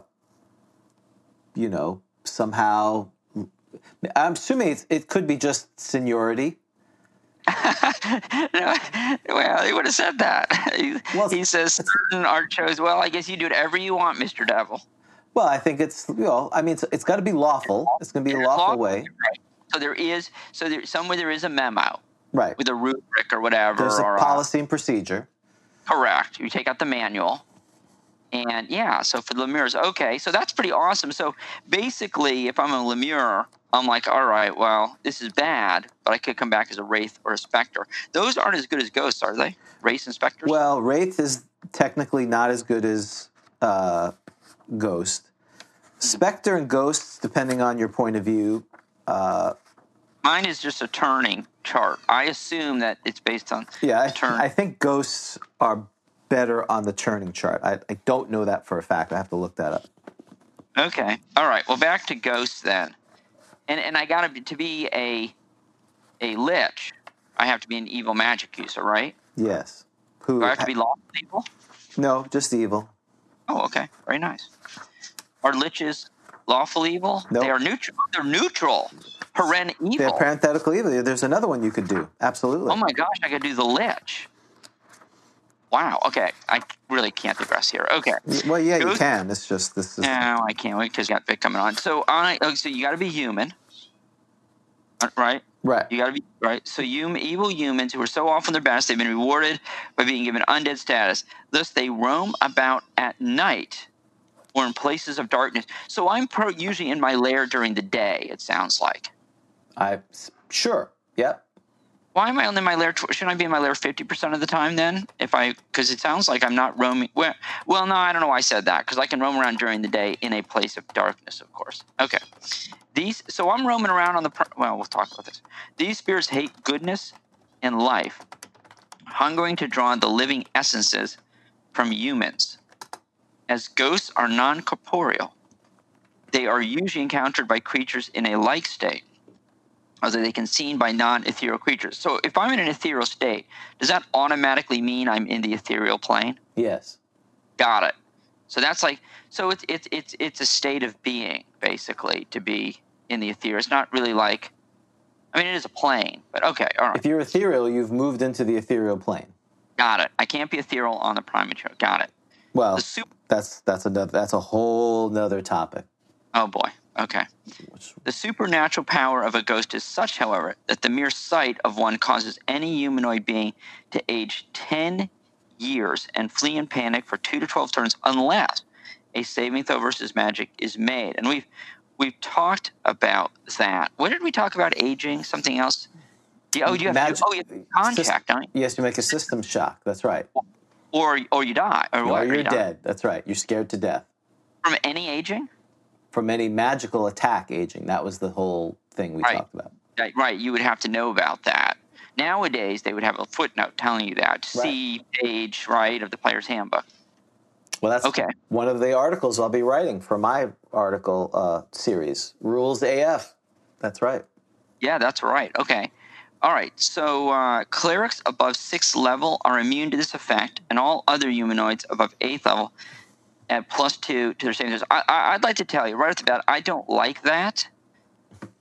Speaker 2: you know somehow i'm assuming it, it could be just seniority
Speaker 3: no, well, he would have said that. He,
Speaker 2: Well,
Speaker 3: he says certain are chosen. Well, I guess you do whatever you want, Mister Devil.
Speaker 2: well i think it's you know i mean it's, it's got to be lawful it's going to be a lawful way
Speaker 3: Right. So there is, so there somewhere there is a memo
Speaker 2: right
Speaker 3: with a rubric or whatever,
Speaker 2: there's a
Speaker 3: or
Speaker 2: policy and procedure
Speaker 3: correct. You take out the manual, and yeah. So for the lemurs, okay. So that's pretty awesome. So basically, if I'm a lemur, I'm like, all right, well, this is bad, but I could come back as a wraith or a specter. Those aren't as good as ghosts, are they? Wraiths and specters.
Speaker 2: well wraith is technically not as good as uh ghost specter and ghosts depending on your point of view
Speaker 3: Mine is just a turning chart. I assume that it's based on
Speaker 2: yeah
Speaker 3: the turn.
Speaker 2: i, I think ghosts are better on the churning chart I, I don't know that for a fact i have to look that up
Speaker 3: okay. All right. Well, back to ghosts then. And and I gotta be, to be a a lich. I have to be an evil magic user, right?
Speaker 2: Yes. Who?
Speaker 3: Do I have to be lawful evil?
Speaker 2: no, just evil.
Speaker 3: Oh, okay. Very nice. Are liches lawful evil?
Speaker 2: Nope.
Speaker 3: They are neutral. They're neutral. Horrend
Speaker 2: They're
Speaker 3: evil.
Speaker 2: parenthetical evil. There's another one you could do. Absolutely.
Speaker 3: oh my gosh! I could do the lich. Wow. Okay. I really can't digress here. Okay.
Speaker 2: Well, yeah, you
Speaker 3: Goose?
Speaker 2: can. It's just this is.
Speaker 3: No, I can't wait because got Vic coming on. So, I, okay, so you got to be human, Uh, right?
Speaker 2: Right.
Speaker 3: You got to be right. So, you evil humans who are so often their best, they've been rewarded by being given undead status. Thus, they roam about at night or in places of darkness. So, I'm pro usually in my lair during the day. It sounds like.
Speaker 2: I sure. Yep.
Speaker 3: Why am I only in my lair? tw- Shouldn't I be in my lair fifty percent of the time then? If I, because it sounds like I'm not roaming. Well, well, no, I don't know why I said that because I can roam around during the day in a place of darkness, of course. Okay, these. So I'm roaming around on the. pr- Well, we'll talk about this. These spirits hate goodness and life, hungering to draw the living essences from humans. As ghosts are non-corporeal, they are usually encountered by creatures in a like state as they can seen by non-ethereal creatures. So if I'm in an ethereal state, does that automatically mean I'm in the ethereal plane?
Speaker 2: Yes.
Speaker 3: Got it. So that's like so it's it's it's it's a state of being basically to be in the ethereal. It's not really like I mean it is a plane, but okay, all right.
Speaker 2: If you're ethereal, you've moved into the ethereal plane.
Speaker 3: Got it. I can't be ethereal on the prime material. Got it.
Speaker 2: Well,
Speaker 3: The super
Speaker 2: that's that's another that's a whole nother topic.
Speaker 3: Oh boy. Okay.
Speaker 2: Which,
Speaker 3: The supernatural power of a ghost is such, however, that the mere sight of one causes any humanoid being to age 10 years and flee in panic for 2 to 12 turns unless a saving throw versus magic is made. And we've we've talked about that. What did we talk about aging? Something else? Yeah, oh, you have
Speaker 2: Magic-
Speaker 3: to, oh, you have to contact,
Speaker 2: Sys-
Speaker 3: don't you?
Speaker 2: yes, you make a system shock. That's right.
Speaker 3: Or or you die or
Speaker 2: Or
Speaker 3: what?
Speaker 2: you're
Speaker 3: you die.
Speaker 2: dead. That's right. You're scared to death
Speaker 3: From any aging?
Speaker 2: from any magical attack aging. That was the whole thing we
Speaker 3: Right.
Speaker 2: talked about.
Speaker 3: Right, right. You would have to know about that. Nowadays, they would have a footnote telling you that. See page right of the player's handbook.
Speaker 2: Well, that's
Speaker 3: Okay.
Speaker 2: one of the articles I'll be writing for my article uh, series, Rules AF. That's right.
Speaker 3: Yeah, that's right. Okay. All right. So uh, clerics above sixth level are immune to this effect, and all other humanoids above eighth level at plus two to their saving throws. I, I, I'd like to tell you right off the bat, I don't like that.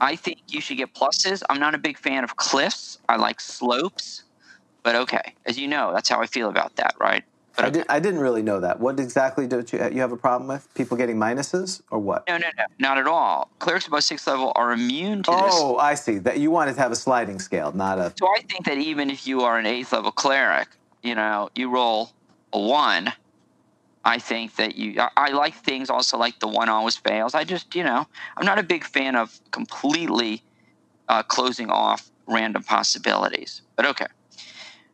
Speaker 3: I think you should get pluses. I'm not a big fan of cliffs. I like slopes. But okay, as you know, that's how I feel about that, right? But
Speaker 2: I, did, I didn't really know that. What exactly did you, you have a problem with? People getting minuses or what?
Speaker 3: No, no, no, not at all. Clerics above sixth level are immune to this.
Speaker 2: Oh, I see. That you wanted to have a sliding scale, not a.
Speaker 3: So I think that even if you are an eighth level cleric, you know, you roll a one. I think that you. I, I like things also like the one always fails. I just, you know, I'm not a big fan of completely uh, closing off random possibilities. But okay.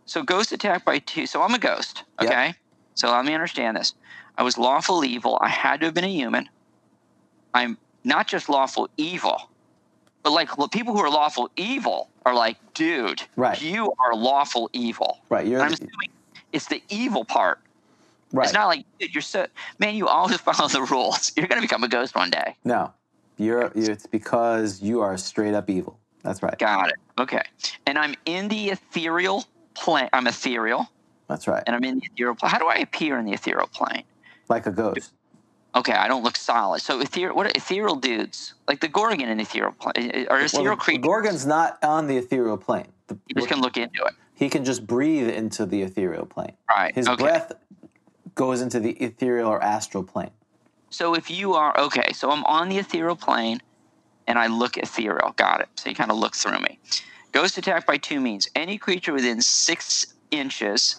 Speaker 3: So ghost attack by two. So I'm a ghost.
Speaker 2: Yep.
Speaker 3: Okay. So let me understand this. I was lawful evil. I had to have been a human. I'm not just lawful evil, but like l- people who are lawful evil are like, dude,
Speaker 2: Right.
Speaker 3: you are lawful evil.
Speaker 2: Right. You're
Speaker 3: And I'm
Speaker 2: the, e
Speaker 3: assuming it's the evil part.
Speaker 2: right.
Speaker 3: It's not like, dude, you're so man. You always follow the rules. You're gonna become a ghost one day.
Speaker 2: no. You're, you it's because you are straight up evil. That's right.
Speaker 3: Got it. Okay. And I'm in the ethereal plane. I'm ethereal,
Speaker 2: That's right.
Speaker 3: and I'm in the ethereal plane. How do I appear in the ethereal plane?
Speaker 2: Like a ghost.
Speaker 3: Okay, I don't look solid. So ethereal. What are ethereal dudes like the Gorgon in ethereal plane or
Speaker 2: Well,
Speaker 3: ethereal
Speaker 2: the-
Speaker 3: creatures?
Speaker 2: Gorgon's not on the ethereal plane. The-
Speaker 3: You just can look into it.
Speaker 2: he can just breathe into the ethereal plane.
Speaker 3: Right,
Speaker 2: His
Speaker 3: okay.
Speaker 2: breath goes into the ethereal or astral plane.
Speaker 3: So if you are okay, so I'm on the ethereal plane, and I look ethereal. Got it. So you kind of look through me. Ghost attack by two means. Any creature within six inches.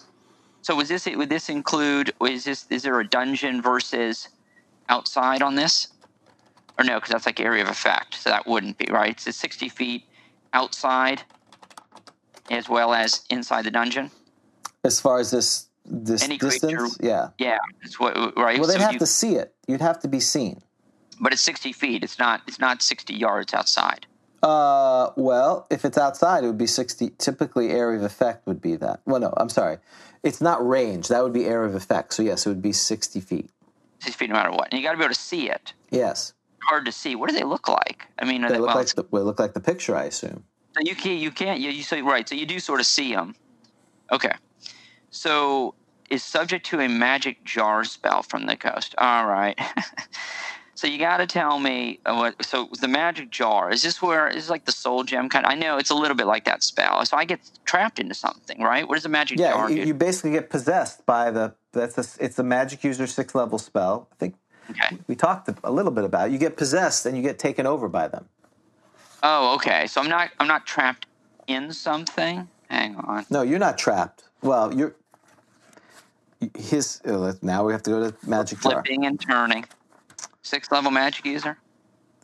Speaker 3: So was this? Would this include? Is this? Is there a dungeon versus outside on this? Or no, because that's like area of effect. So that wouldn't be right. It's 60 feet outside, as well as inside the dungeon.
Speaker 2: As far as this this
Speaker 3: Any creature-
Speaker 2: distance, yeah.
Speaker 3: Yeah, it's what right.
Speaker 2: Well, they'd
Speaker 3: so
Speaker 2: have
Speaker 3: you-
Speaker 2: to see it. You'd have to be seen.
Speaker 3: but it's 60 feet. It's not. It's not 60 yards outside.
Speaker 2: Uh, well, if it's outside, it would be sixty. Typically, area of effect would be that. Well, no, I'm sorry, it's not range. That would be area of effect. So yes, it would be sixty feet.
Speaker 3: 60 feet no matter what. And you got to be able to see it.
Speaker 2: Yes,
Speaker 3: Hard to see. What do they look like? I mean, are
Speaker 2: they
Speaker 3: they,
Speaker 2: look
Speaker 3: well,
Speaker 2: like the, well, look like the picture, I assume.
Speaker 3: so you can't. You can't. You, you say right. So you do sort of see them. Okay. So is subject to a magic jar spell from the coast. All right. So you got to tell me uh, what. So the magic jar is this where is this like the soul gem kind? I know it's a little bit like that spell. So I get trapped into something, right? What is the magic
Speaker 2: Yeah,
Speaker 3: jar?
Speaker 2: you,
Speaker 3: do?
Speaker 2: you basically get possessed by the. That's a, it's a magic user six level spell. I think
Speaker 3: okay.
Speaker 2: we talked a little bit about. It. You get possessed and you get taken over by them.
Speaker 3: Oh, okay. So I'm not I'm not trapped in something. Hang on.
Speaker 2: No, you're not trapped. Well, you're. His uh, now we have to go to magic jar.
Speaker 3: Flipping and turning. Sixth level magic user.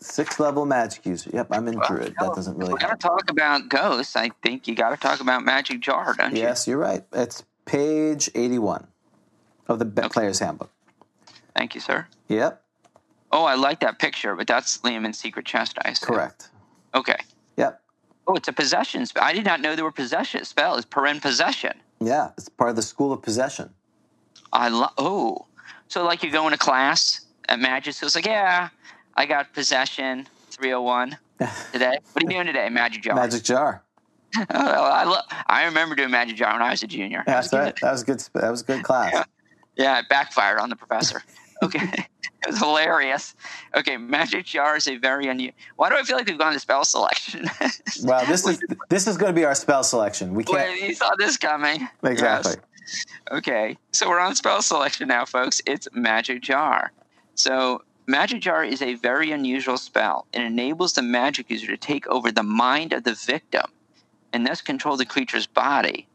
Speaker 2: Six level magic user. Yep, I'm in druid. That doesn't really.
Speaker 3: We gotta
Speaker 2: Help.
Speaker 3: talk about ghosts. I think you gotta talk about magic jar, don't you?
Speaker 2: Yes, you're right. It's page eighty-one of the be- player's handbook.
Speaker 3: Thank you, sir.
Speaker 2: Yep,
Speaker 3: Oh, I like that picture, but that's Liam in Secret Chest, I assume.
Speaker 2: correct.
Speaker 3: Okay.
Speaker 2: Yep,
Speaker 3: Oh, it's a possession spell. I did not know there were possession spells. Paren possession.
Speaker 2: yeah, it's part of the school of possession.
Speaker 3: I love. Oh, so like you go into class at magic school. It's like, yeah, I got possession 301 today. What are you doing today, magic jar?
Speaker 2: Magic jar.
Speaker 3: Oh, I lo- I remember doing magic jar when I was a junior.
Speaker 2: Yeah,
Speaker 3: That was
Speaker 2: that's right.
Speaker 3: good.
Speaker 2: That was good. sp- That was good class.
Speaker 3: Yeah, it backfired on the professor. Okay. it was hilarious. Okay, magic jar is a very unusual. Why do I feel like we've gone to spell selection?
Speaker 2: Wow, this is this is going to be our spell selection. We
Speaker 3: Wait,
Speaker 2: can't
Speaker 3: you saw this coming.
Speaker 2: exactly.
Speaker 3: Yes. Okay, so we're on spell selection now, folks. It's Magic Jar. So, Magic Jar is a very unusual spell. It enables the magic user to take over the mind of the victim and thus control the creature's body.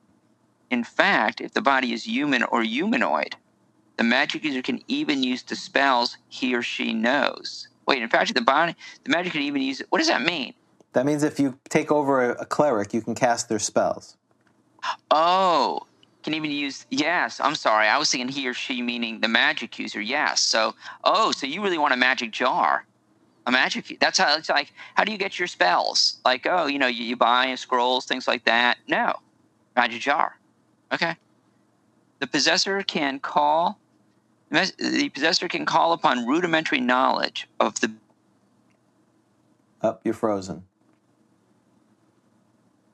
Speaker 3: In fact, if the body is human or humanoid, the magic user can even use the spells he or she knows. Wait, in fact, the body, the magic can even use. What does that mean?
Speaker 2: That means if you take over a, a cleric, you can cast their spells.
Speaker 3: Oh, can even use yes. I'm sorry, I was thinking he or she, meaning the magic user. Yes. So, oh, so you really want a magic jar? A magic. That's how it's like. How do you get your spells? Like, oh, you know, you, you buy scrolls, things like that. No, magic jar. Okay. The possessor can call. The possessor can call upon rudimentary knowledge of the
Speaker 2: Up, Oh, you're frozen.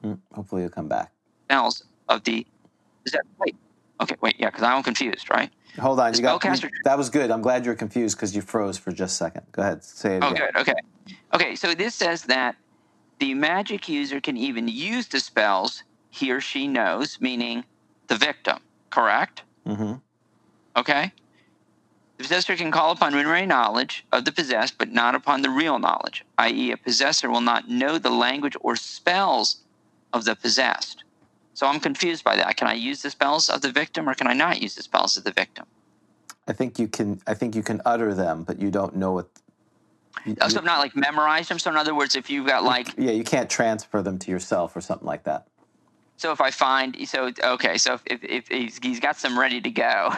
Speaker 2: Mm, Hopefully, you'll come back.
Speaker 3: spells of the. Is that wait? Okay, wait, yeah, because I'm confused, right?
Speaker 2: Hold on, you got you-
Speaker 3: Spellcaster-
Speaker 2: that was good. I'm glad you were confused because you froze for just a second. Go ahead, say it
Speaker 3: Oh,
Speaker 2: again.
Speaker 3: good. Okay. Okay. So this says that the magic user can even use the spells he or she knows, meaning the victim, correct?
Speaker 2: Mm-hmm.
Speaker 3: Okay. The possessor can call upon rudimentary knowledge of the possessed, but not upon the real knowledge, i.e., a possessor will not know the language or spells of the possessed. So I'm confused by that. Can I use the spells of the victim or can I not use the spells of the victim?
Speaker 2: I think you can. I think you can utter them, but you don't know what. you-
Speaker 3: Oh, So I'm not like memorize them. So in other words, if you've got like
Speaker 2: you- yeah, you can't transfer them to yourself or something like that.
Speaker 3: So if I find, so okay, so if, if, if he's, he's got some ready to go,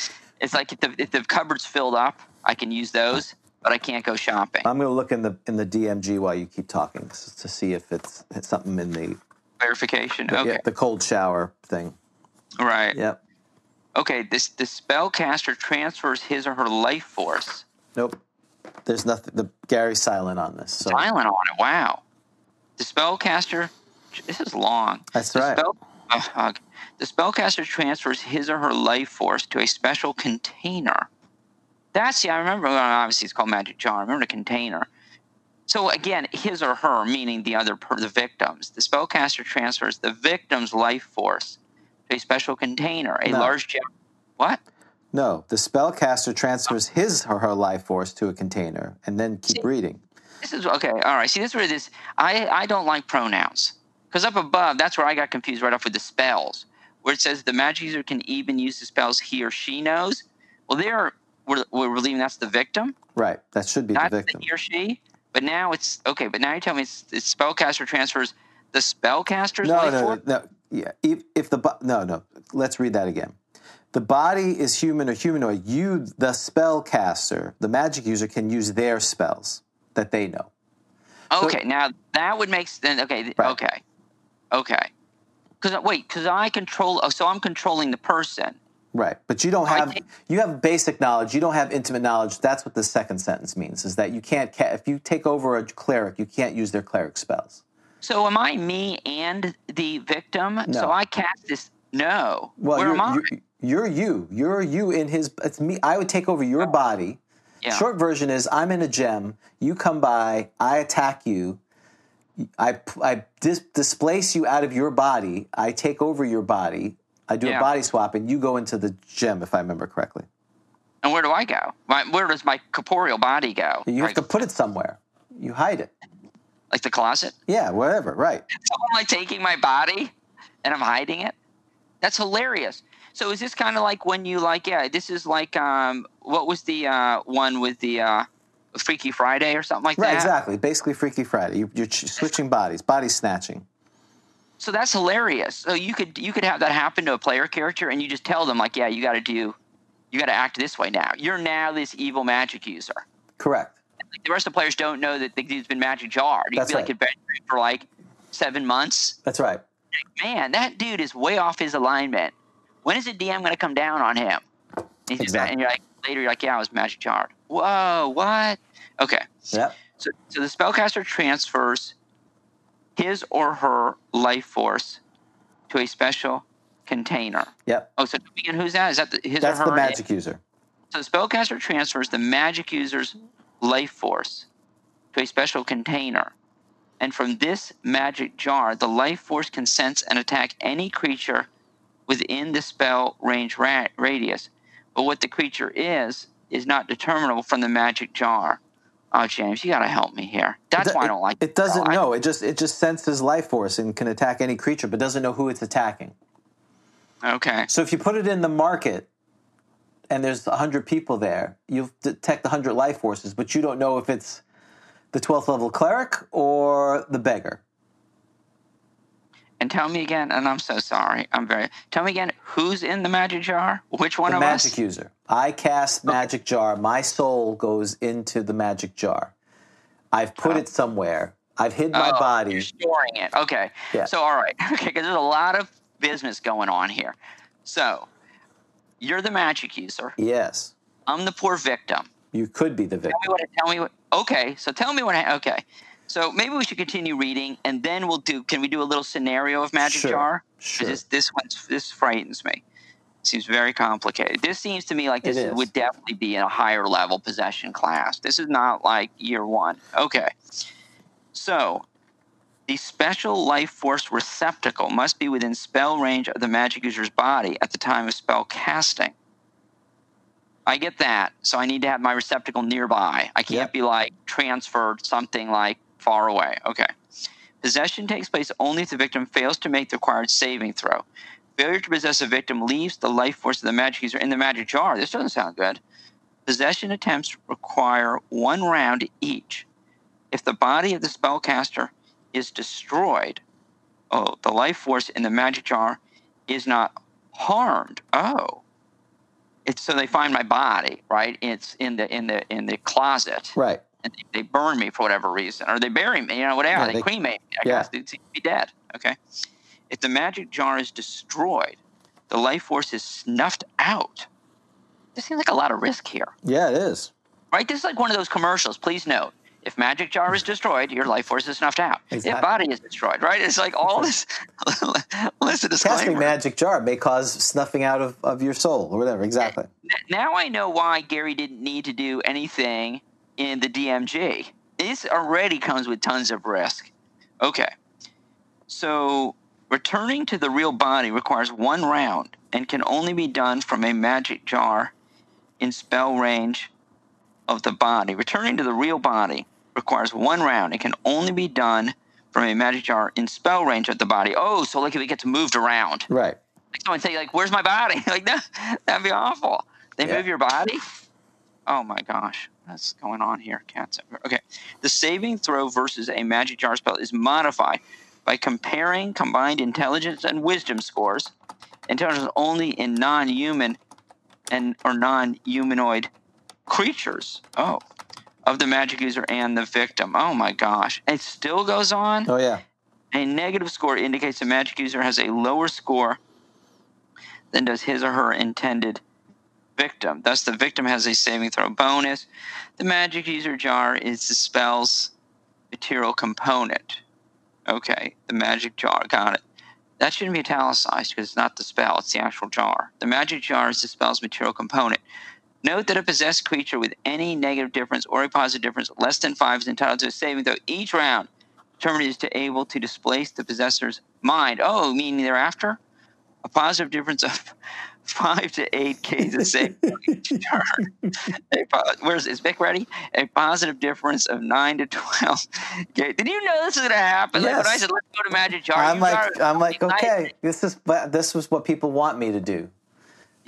Speaker 3: it's like if the, if the cupboard's filled up, I can use those, but I can't go shopping.
Speaker 2: I'm going to look in the in the DMG while you keep talking s- to see if it's, it's something in the
Speaker 3: Clarification. Okay,
Speaker 2: yeah, the cold shower thing.
Speaker 3: right.
Speaker 2: Yep.
Speaker 3: Okay, this the spellcaster transfers his or her life force.
Speaker 2: Nope. There's nothing. The Gary's silent on this. So
Speaker 3: Silent on it. Wow. The spellcaster. This is long.
Speaker 2: that's
Speaker 3: The
Speaker 2: right.
Speaker 3: Spell, uh, uh, the spellcaster transfers his or her life force to a special container. That's yeah. I remember. Well, obviously, it's called magic jar. I remember the container. So again, his or her, meaning the other, per, the victims. The spellcaster transfers the victim's life force to a special container, a
Speaker 2: No.
Speaker 3: large jar. What?
Speaker 2: No, the spellcaster transfers his or her life force to a container, and then keep reading.
Speaker 3: This is okay. All right. See, this is where this. I I don't like pronouns because up above, that's where I got confused right off with the spells, where it says the magic user can even use the spells he or she knows. Well, there we're we're believing that's the victim,
Speaker 2: Right. That should be the
Speaker 3: not the
Speaker 2: victim.
Speaker 3: he or she. But now it's okay. But now you tell me it's, it's spellcaster transfers the spellcaster's
Speaker 2: No,
Speaker 3: life
Speaker 2: no,
Speaker 3: force.
Speaker 2: no, no. Yeah. If, if the bo- no, no. Let's read that again. The body is human or humanoid. You, the spellcaster, the magic user, can use their spells that they know.
Speaker 3: Okay, now that would make sense. Okay, th-
Speaker 2: Right.
Speaker 3: okay, okay. Because wait, because I control. Oh, so I'm controlling the person.
Speaker 2: Right, but you don't
Speaker 3: I
Speaker 2: have
Speaker 3: think-
Speaker 2: you have basic knowledge. You don't have intimate knowledge. That's what the second sentence means: is that you can't ca- if you take over a cleric, you can't use their cleric spells.
Speaker 3: So am I me and the victim?
Speaker 2: No.
Speaker 3: So I cast this. No.
Speaker 2: Well,
Speaker 3: Where
Speaker 2: you're,
Speaker 3: am I?
Speaker 2: You're, you're you. You're you in his. It's me. I would take over your body,
Speaker 3: Oh. Yeah.
Speaker 2: Short version is I'm in a gem. You come by. I attack you. I, I dis- displace you out of your body. I take over your body. I do
Speaker 3: Yeah.
Speaker 2: a body swap, and you go into the gem, if I remember correctly.
Speaker 3: And where do I go? My, where does my corporeal body go?
Speaker 2: You have
Speaker 3: like,
Speaker 2: to put it somewhere. You hide it.
Speaker 3: like the closet?
Speaker 2: Yeah, whatever. Right.
Speaker 3: someone like taking my body and I'm hiding it. That's hilarious. So is this kind of like when you like yeah, this is like um what was the uh one with the uh Freaky Friday or something like
Speaker 2: Right.
Speaker 3: that?
Speaker 2: Exactly. Basically, Freaky Friday. You, you're ch- switching bodies. Body snatching.
Speaker 3: So that's hilarious. So you could you could have that happen to a player character and you just tell them like yeah, you got to do you got to act this way now. You're now this evil magic user.
Speaker 2: Correct.
Speaker 3: Like, the rest of the players don't know that the dude's been magic jarred. You'd
Speaker 2: That's
Speaker 3: be like
Speaker 2: right.
Speaker 3: adventuring for like 7 months
Speaker 2: That's right.
Speaker 3: man, that dude is way off his alignment. When is the DM going to come down on him? And He's just
Speaker 2: Exactly.
Speaker 3: and you're like later, you're like, yeah, I was magic charred. Whoa, what? Okay,
Speaker 2: Yep.
Speaker 3: so so the spellcaster transfers his or her life force to a special container.
Speaker 2: Yep.
Speaker 3: Oh, so and who's that? Is that the, his
Speaker 2: That's
Speaker 3: or her?
Speaker 2: the magic user.
Speaker 3: So the spellcaster transfers the magic user's life force to a special container. And from this magic jar, the life force can sense and attack any creature within the spell range ra- radius. But what the creature is, is not determinable from the magic jar. Oh, James, you got to help me here. That's
Speaker 2: It-
Speaker 3: why I
Speaker 2: it-
Speaker 3: don't like
Speaker 2: It doesn't
Speaker 3: spell. I-
Speaker 2: know. It just it just senses life force and can attack any creature, but doesn't know who it's attacking.
Speaker 3: Okay.
Speaker 2: So if you put it in the market and there's 100 people there, you'll detect 100 life forces, but you don't know if it's the 12th level cleric or the beggar.
Speaker 3: And tell me again, and I'm so sorry. I'm very. Tell me again, who's in the magic jar? Which one
Speaker 2: The
Speaker 3: of
Speaker 2: magic
Speaker 3: us?
Speaker 2: user. I cast magic jar. My soul goes into the magic jar. I've put it somewhere. I've hid my
Speaker 3: Oh, You're
Speaker 2: body.
Speaker 3: storing it. Okay.
Speaker 2: Yeah.
Speaker 3: So, all right. Okay, because there's a lot of business going on here. So, you're the magic user.
Speaker 2: Yes.
Speaker 3: I'm the poor victim.
Speaker 2: You could be the victim.
Speaker 3: Tell me what. Tell me what. Okay. So, tell me what. I, okay. So maybe we should continue reading, and then we'll do. Can we do a little scenario of Magic
Speaker 2: Sure,
Speaker 3: Jar? 'Cause
Speaker 2: sure.
Speaker 3: This, this one's this frightens me. Seems very complicated. This seems to me like
Speaker 2: It
Speaker 3: this
Speaker 2: is.
Speaker 3: would definitely be in a higher level possession class. This is not like year one. Okay. So, the special life force receptacle must be within spell range of the magic user's body at the time of spell casting. I get that. So, I need to have my receptacle nearby. I can't
Speaker 2: Yep.
Speaker 3: be like transferred something like far away. Okay. Possession takes place only if the victim fails to make the required saving throw. Failure to possess a victim leaves the life force of the magic user in the magic jar. This doesn't sound good. Possession attempts require one round each. If the body of the spellcaster is destroyed, oh, the life force in the magic jar is not harmed. Oh, it's so they find my body, right? It's in the in the in the closet
Speaker 2: Right.
Speaker 3: and they, they burn me for whatever reason, or they bury me, you know, whatever.
Speaker 2: Yeah,
Speaker 3: they,
Speaker 2: they-
Speaker 3: cremate me. I
Speaker 2: yeah.
Speaker 3: guess they'd seem to be dead. Okay. If the magic jar is destroyed, the life force is snuffed out. This seems like a lot of risk here,
Speaker 2: Yeah, it is.
Speaker 3: right? This is like one of those commercials. Please note. If magic jar is destroyed, your life force is snuffed out. If
Speaker 2: Exactly.
Speaker 3: body is destroyed, right? It's like all this. listen,
Speaker 2: Casting
Speaker 3: disclaimer.
Speaker 2: magic jar may cause snuffing out of, of your soul or whatever. Exactly.
Speaker 3: N- now I know why Gary didn't need to do anything in the DMG. This already comes with tons of risk. Okay. So returning to the real body requires one round and can only be done from a magic jar in spell range of the body. Returning to the real body requires one round and can only be done from a magic jar in spell range of the body. Oh, so like if it gets moved around
Speaker 2: Right.
Speaker 3: like someone say like where's my body like that that'd be awful they
Speaker 2: Yeah.
Speaker 3: move your body oh my gosh what's going on here cats everywhere. okay the saving throw versus a magic jar spell is modified by comparing combined intelligence and wisdom scores intelligence only in non-human and or non-humanoid creatures oh of the magic user and the victim oh my gosh it still goes on
Speaker 2: Oh yeah.
Speaker 3: a negative score indicates the magic user has a lower score than does his or her intended victim. Thus, the victim has a saving throw bonus. The magic user jar is the spell's material component. Okay, the magic jar, got it. That shouldn't be italicized because it's not the spell, it's the actual jar. The magic jar is the spell's material component. Note that a possessed creature with any negative difference or a positive difference less than five is entitled to a saving throw each round. Determined is to able to displace the possessor's mind. Oh, meaning thereafter, a positive difference of five to eight Ks a saving throw each turn. A po- where's is Vic ready? A positive difference of nine to twelve. Okay. Did you know this is going to happen? Like when I
Speaker 2: Yes.
Speaker 3: said let's go to Magic Jar,
Speaker 2: I'm
Speaker 3: you
Speaker 2: like,
Speaker 3: got-
Speaker 2: I'm like,
Speaker 3: nice.
Speaker 2: okay, this is but this was what people want me to do.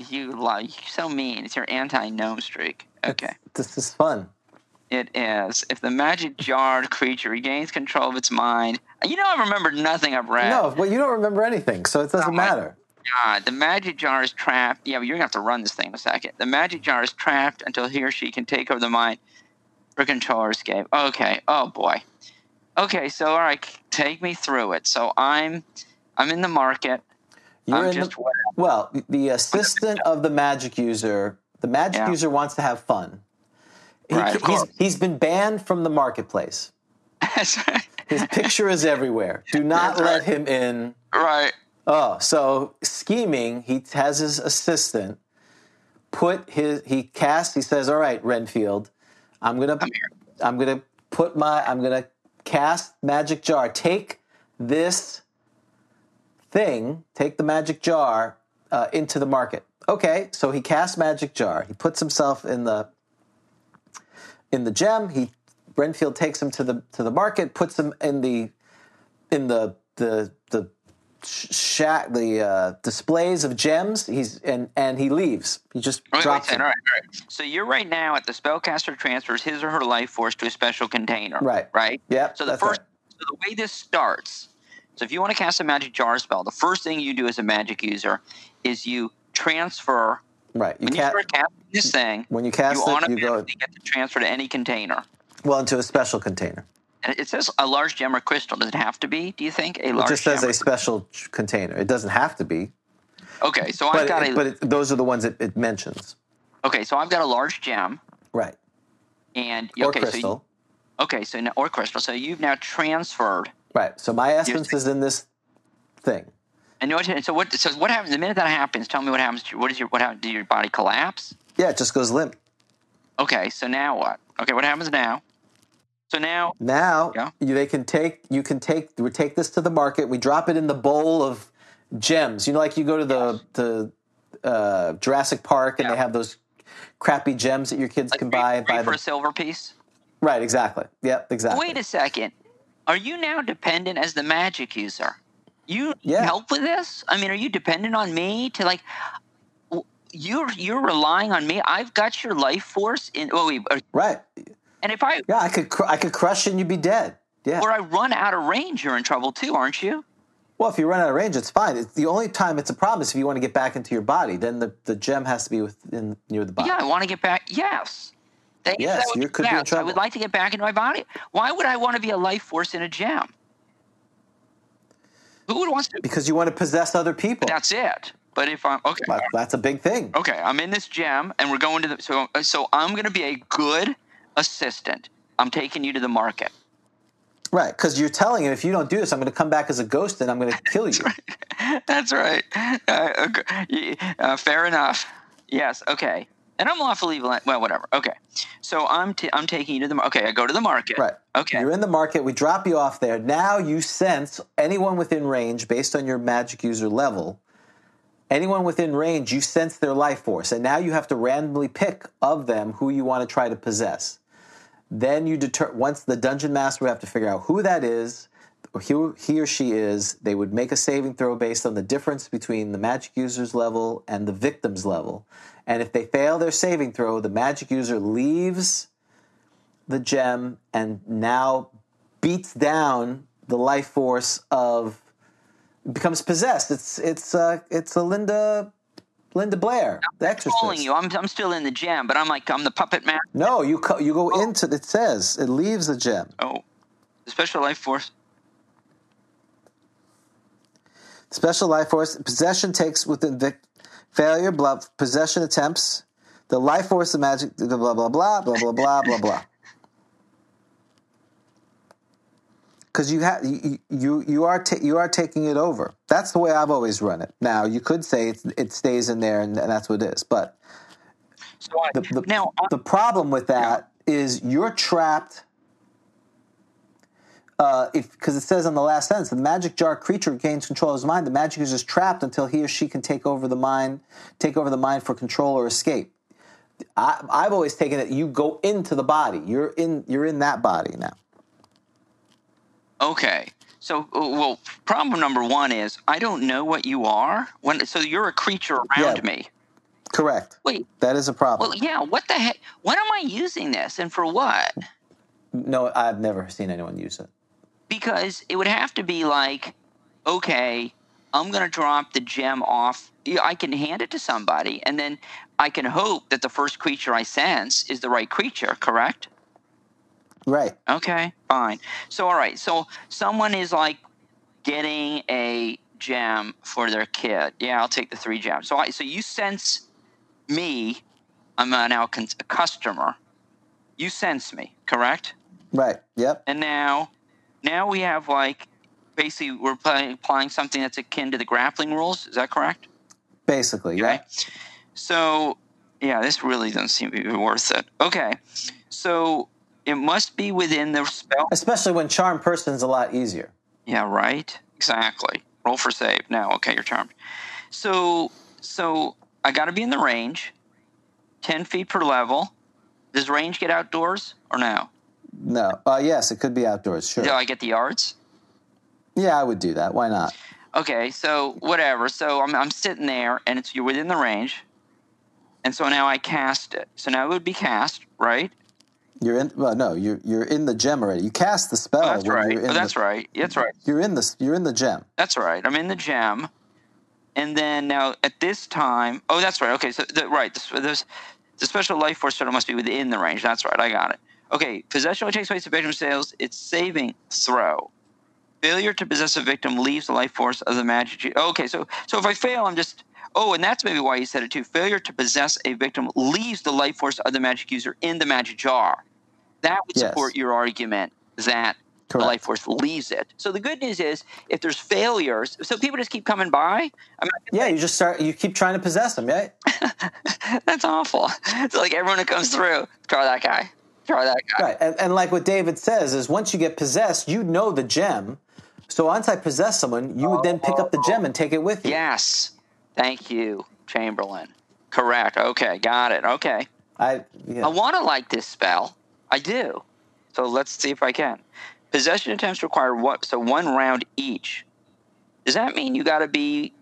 Speaker 3: You lie. You're so mean. It's your anti gnome streak. Okay.
Speaker 2: This is fun.
Speaker 3: It is. If the magic jarred creature regains control of its mind, you know I remember nothing I've read.
Speaker 2: No, well, you don't remember anything, so it doesn't
Speaker 3: Oh, my-
Speaker 2: matter.
Speaker 3: God, the magic jar is trapped. Yeah, but you're gonna have to run this thing in a second. The magic jar is trapped until he or she can take over the mind or control or escape. Okay. Oh boy. Okay. So all right, take me through it. So I'm, I'm in the market.
Speaker 2: You're
Speaker 3: I'm
Speaker 2: in
Speaker 3: just
Speaker 2: the, well, the assistant of the magic user. The magic
Speaker 3: Yeah.
Speaker 2: user wants to have fun. He,
Speaker 3: Right, of
Speaker 2: he's,
Speaker 3: course.
Speaker 2: he's been banned from the marketplace. His picture is everywhere. Do not let him in.
Speaker 3: right.
Speaker 2: Oh, so scheming, he has his assistant put his he casts, he says, All right, Renfield, I'm gonna I'm, gonna put my I'm gonna cast magic jar. Take this thing, take the magic jar uh, into the market. Okay, so he casts magic jar. He puts himself in the in the gem. He Renfield takes him to the to the market, puts him in the in the the the sh- shack the uh, displays of gems. He's and and he leaves. He just
Speaker 3: Wait, wait,
Speaker 2: drops
Speaker 3: wait,
Speaker 2: it.
Speaker 3: all right, all right. So you're right now at the spellcaster transfers his or her life force to a special container.
Speaker 2: Right.
Speaker 3: Right.
Speaker 2: Yep,
Speaker 3: So the
Speaker 2: that's
Speaker 3: first,
Speaker 2: right.
Speaker 3: so the way this starts, so if you want to cast a magic jar spell, the first thing you do as a magic user is you transfer.
Speaker 2: Right. You
Speaker 3: When you
Speaker 2: can't
Speaker 3: start casting this thing,
Speaker 2: when you cast
Speaker 3: you
Speaker 2: it, you go
Speaker 3: automatically get the transfer to any container.
Speaker 2: well into a special container.
Speaker 3: And it says a large gem or crystal. Does it have to be? Do you think a
Speaker 2: It
Speaker 3: large?
Speaker 2: just says
Speaker 3: gem
Speaker 2: a special ch- container. It doesn't have to be,
Speaker 3: or- okay, so I've
Speaker 2: but
Speaker 3: got
Speaker 2: it,
Speaker 3: a.
Speaker 2: but it, those are the ones it, it mentions.
Speaker 3: okay, so I've got a large gem,
Speaker 2: Right.
Speaker 3: and
Speaker 2: Or
Speaker 3: okay, so
Speaker 2: crystal.
Speaker 3: you, okay, so now, or crystal. So you've now transferred.
Speaker 2: right. So my essence is in this thing.
Speaker 3: And you know what, so what? So what happens the minute that happens? Tell me what happens. To, you. what is your what happens? Do your body collapse?
Speaker 2: Yeah, it just goes limp.
Speaker 3: Okay, so now what? Okay, what happens now? So now,
Speaker 2: Now
Speaker 3: Yeah.
Speaker 2: you, they can take you can take we take this to the market. We drop it in the bowl of gems. You know, like you go to the the uh, Jurassic Park and they have those crappy gems that your kids can buy.
Speaker 3: free- free
Speaker 2: Buy
Speaker 3: for
Speaker 2: them.
Speaker 3: a silver piece.
Speaker 2: Right. Exactly. Yep. Exactly.
Speaker 3: Wait a second. Are you now dependent as the magic user? You
Speaker 2: Yeah.
Speaker 3: help with this? I mean, are you dependent on me to like? w- You're you're relying on me. I've got your life force in. Oh wait, or-
Speaker 2: right.
Speaker 3: and if I
Speaker 2: Yeah. I could cr- I could crush you and you'd be dead. Yeah.
Speaker 3: or I run out of range, you're in trouble too, aren't you?
Speaker 2: Well, if you run out of range, it's fine. It's the only time it's a problem is if you want to get back into your body. Then the, the gem has to be within near the body.
Speaker 3: Yeah, I want to get back. Yes. The answer to
Speaker 2: Yes,
Speaker 3: that would
Speaker 2: you
Speaker 3: be
Speaker 2: could be in
Speaker 3: yes. I
Speaker 2: trouble.
Speaker 3: would like to get back into my body. Why would I want to be a life force in a gym? Who would want to?
Speaker 2: Because you want to possess other people.
Speaker 3: That's Oh. it. But if I'm okay,
Speaker 2: That- that's a big thing.
Speaker 3: okay, I'm in this gym, and we're going to the so uh, so I'm going to be a good assistant. I'm taking you to the market.
Speaker 2: Right. Because you're telling him, if you don't do this, I'm going to come back as a ghost and I'm going to kill you.
Speaker 3: That's right. Uh, okay. Y- uh, fair enough. Yes. Okay. And I'm lawfully bla- well, whatever. Okay. So I'm t- I'm taking you to the mar- okay. I go to the market.
Speaker 2: Right.
Speaker 3: Okay.
Speaker 2: You're in the market. We drop you off there. Now you sense anyone within range, based on your magic user level, anyone within range, you sense their life force. And now you have to randomly pick of them who you want to try to possess. Then you deter, once the dungeon master would have to figure out who that is, or who he or she is, they would make a saving throw based on the difference between the magic user's level and the victim's level. And if they fail their saving throw, the magic user leaves the gem and now beats down the life force of becomes possessed. It's it's uh it's a Linda Linda Blair, the
Speaker 3: calling
Speaker 2: exorcist.
Speaker 3: you. I'm, I'm still in the gym, but I'm like I'm the puppet man.
Speaker 2: No, you co- you go into it says it leaves the gem.
Speaker 3: Oh, the special life force.
Speaker 2: Special life force possession takes within vic- failure blah possession attempts. The life force of magic blah blah blah blah blah blah blah blah blah. Because you have you you you are ta- you are taking it over. That's the way I've always run it. Now you could say it's, it stays in there and, and that's what it is, but
Speaker 3: So I,
Speaker 2: The, the,
Speaker 3: now, uh, I-
Speaker 2: the problem with that is you're trapped. Uh, if because it says in the last sentence, the magic jar creature gains control of his mind. The magic user is trapped until he or she can take over the mind, take over the mind for control or escape. I, I've always taken it. You go into the body. You're in. You're in that body now.
Speaker 3: okay. So, uh, well, problem number one is I don't know what you are. When so you're a creature around
Speaker 2: Yeah.
Speaker 3: me.
Speaker 2: Correct.
Speaker 3: Wait,
Speaker 2: That is a problem.
Speaker 3: well, yeah. What the heck? When am I using this, and for what?
Speaker 2: no, I've never seen anyone use it.
Speaker 3: because it would have to be like, okay, I'm going to drop the gem off. Yeah, I can hand it to somebody, and then I can hope that the first creature I sense is the right creature, correct?
Speaker 2: Right.
Speaker 3: Okay, fine. So, all right, so someone is like getting a gem for their kid. Yeah, I'll take the three gems. So, I, so you sense me. I'm uh, now a con- a customer. You sense me, correct?
Speaker 2: Right. Yep.
Speaker 3: and now now we have like basically we're playing, applying something that's akin to the grappling rules is that correct
Speaker 2: Basically. Yeah.
Speaker 3: right so yeah this really doesn't seem to be worth it okay so it must be within the spell
Speaker 2: Especially when charm person's a lot easier.
Speaker 3: yeah right exactly roll for save now okay you're charmed so so i got to be in the range 10 feet per level does range get outdoors or no
Speaker 2: No. Uh, yes, it could be outdoors. Sure.
Speaker 3: do i get the yards
Speaker 2: Yeah, I would do that. Why not?
Speaker 3: Okay, so whatever. So I'm, I'm sitting there, and it's you're within the range, and so now I cast it. So now it would be cast, right?
Speaker 2: You're in. Well, no, you're you're in the gem already. You cast the spell.
Speaker 3: Oh, that's
Speaker 2: when
Speaker 3: right.
Speaker 2: You're in
Speaker 3: Oh, that's
Speaker 2: the,
Speaker 3: right. That's right.
Speaker 2: You're in the you're in the gem.
Speaker 3: That's right. I'm in the gem, and then now at this time. Oh, that's right. Okay, so the, right. This, this, the special life force turtle must be within the range. That's right. I got it. Okay, possession only takes place if victim fails. It's saving throw. Failure to possess a victim leaves the life force of the magic. ju- Okay, so so if I fail, I'm just. Oh, and that's maybe why you said it too. Failure to possess a victim leaves the life force of the magic user in the magic jar. That would
Speaker 2: Yes.
Speaker 3: support your argument that the
Speaker 2: Correct.
Speaker 3: life force leaves it. So the good news is, if there's failures, so people just keep coming by. I mean,
Speaker 2: Yeah, you just start. You keep trying to possess them, right?
Speaker 3: that's awful. It's like everyone who comes through, try that guy, try that guy.
Speaker 2: Right. And, and like what David says is, once you get possessed, you know the gem. So once I possess someone, you would then pick up the gem and take it with you.
Speaker 3: Yes, thank you, Chamberlain. Correct. Okay, got it. Okay.
Speaker 2: I. Yeah.
Speaker 3: I want to like this spell. I do. So let's see if I can. Possession attempts require what? So one round each. Does that mean you got to be?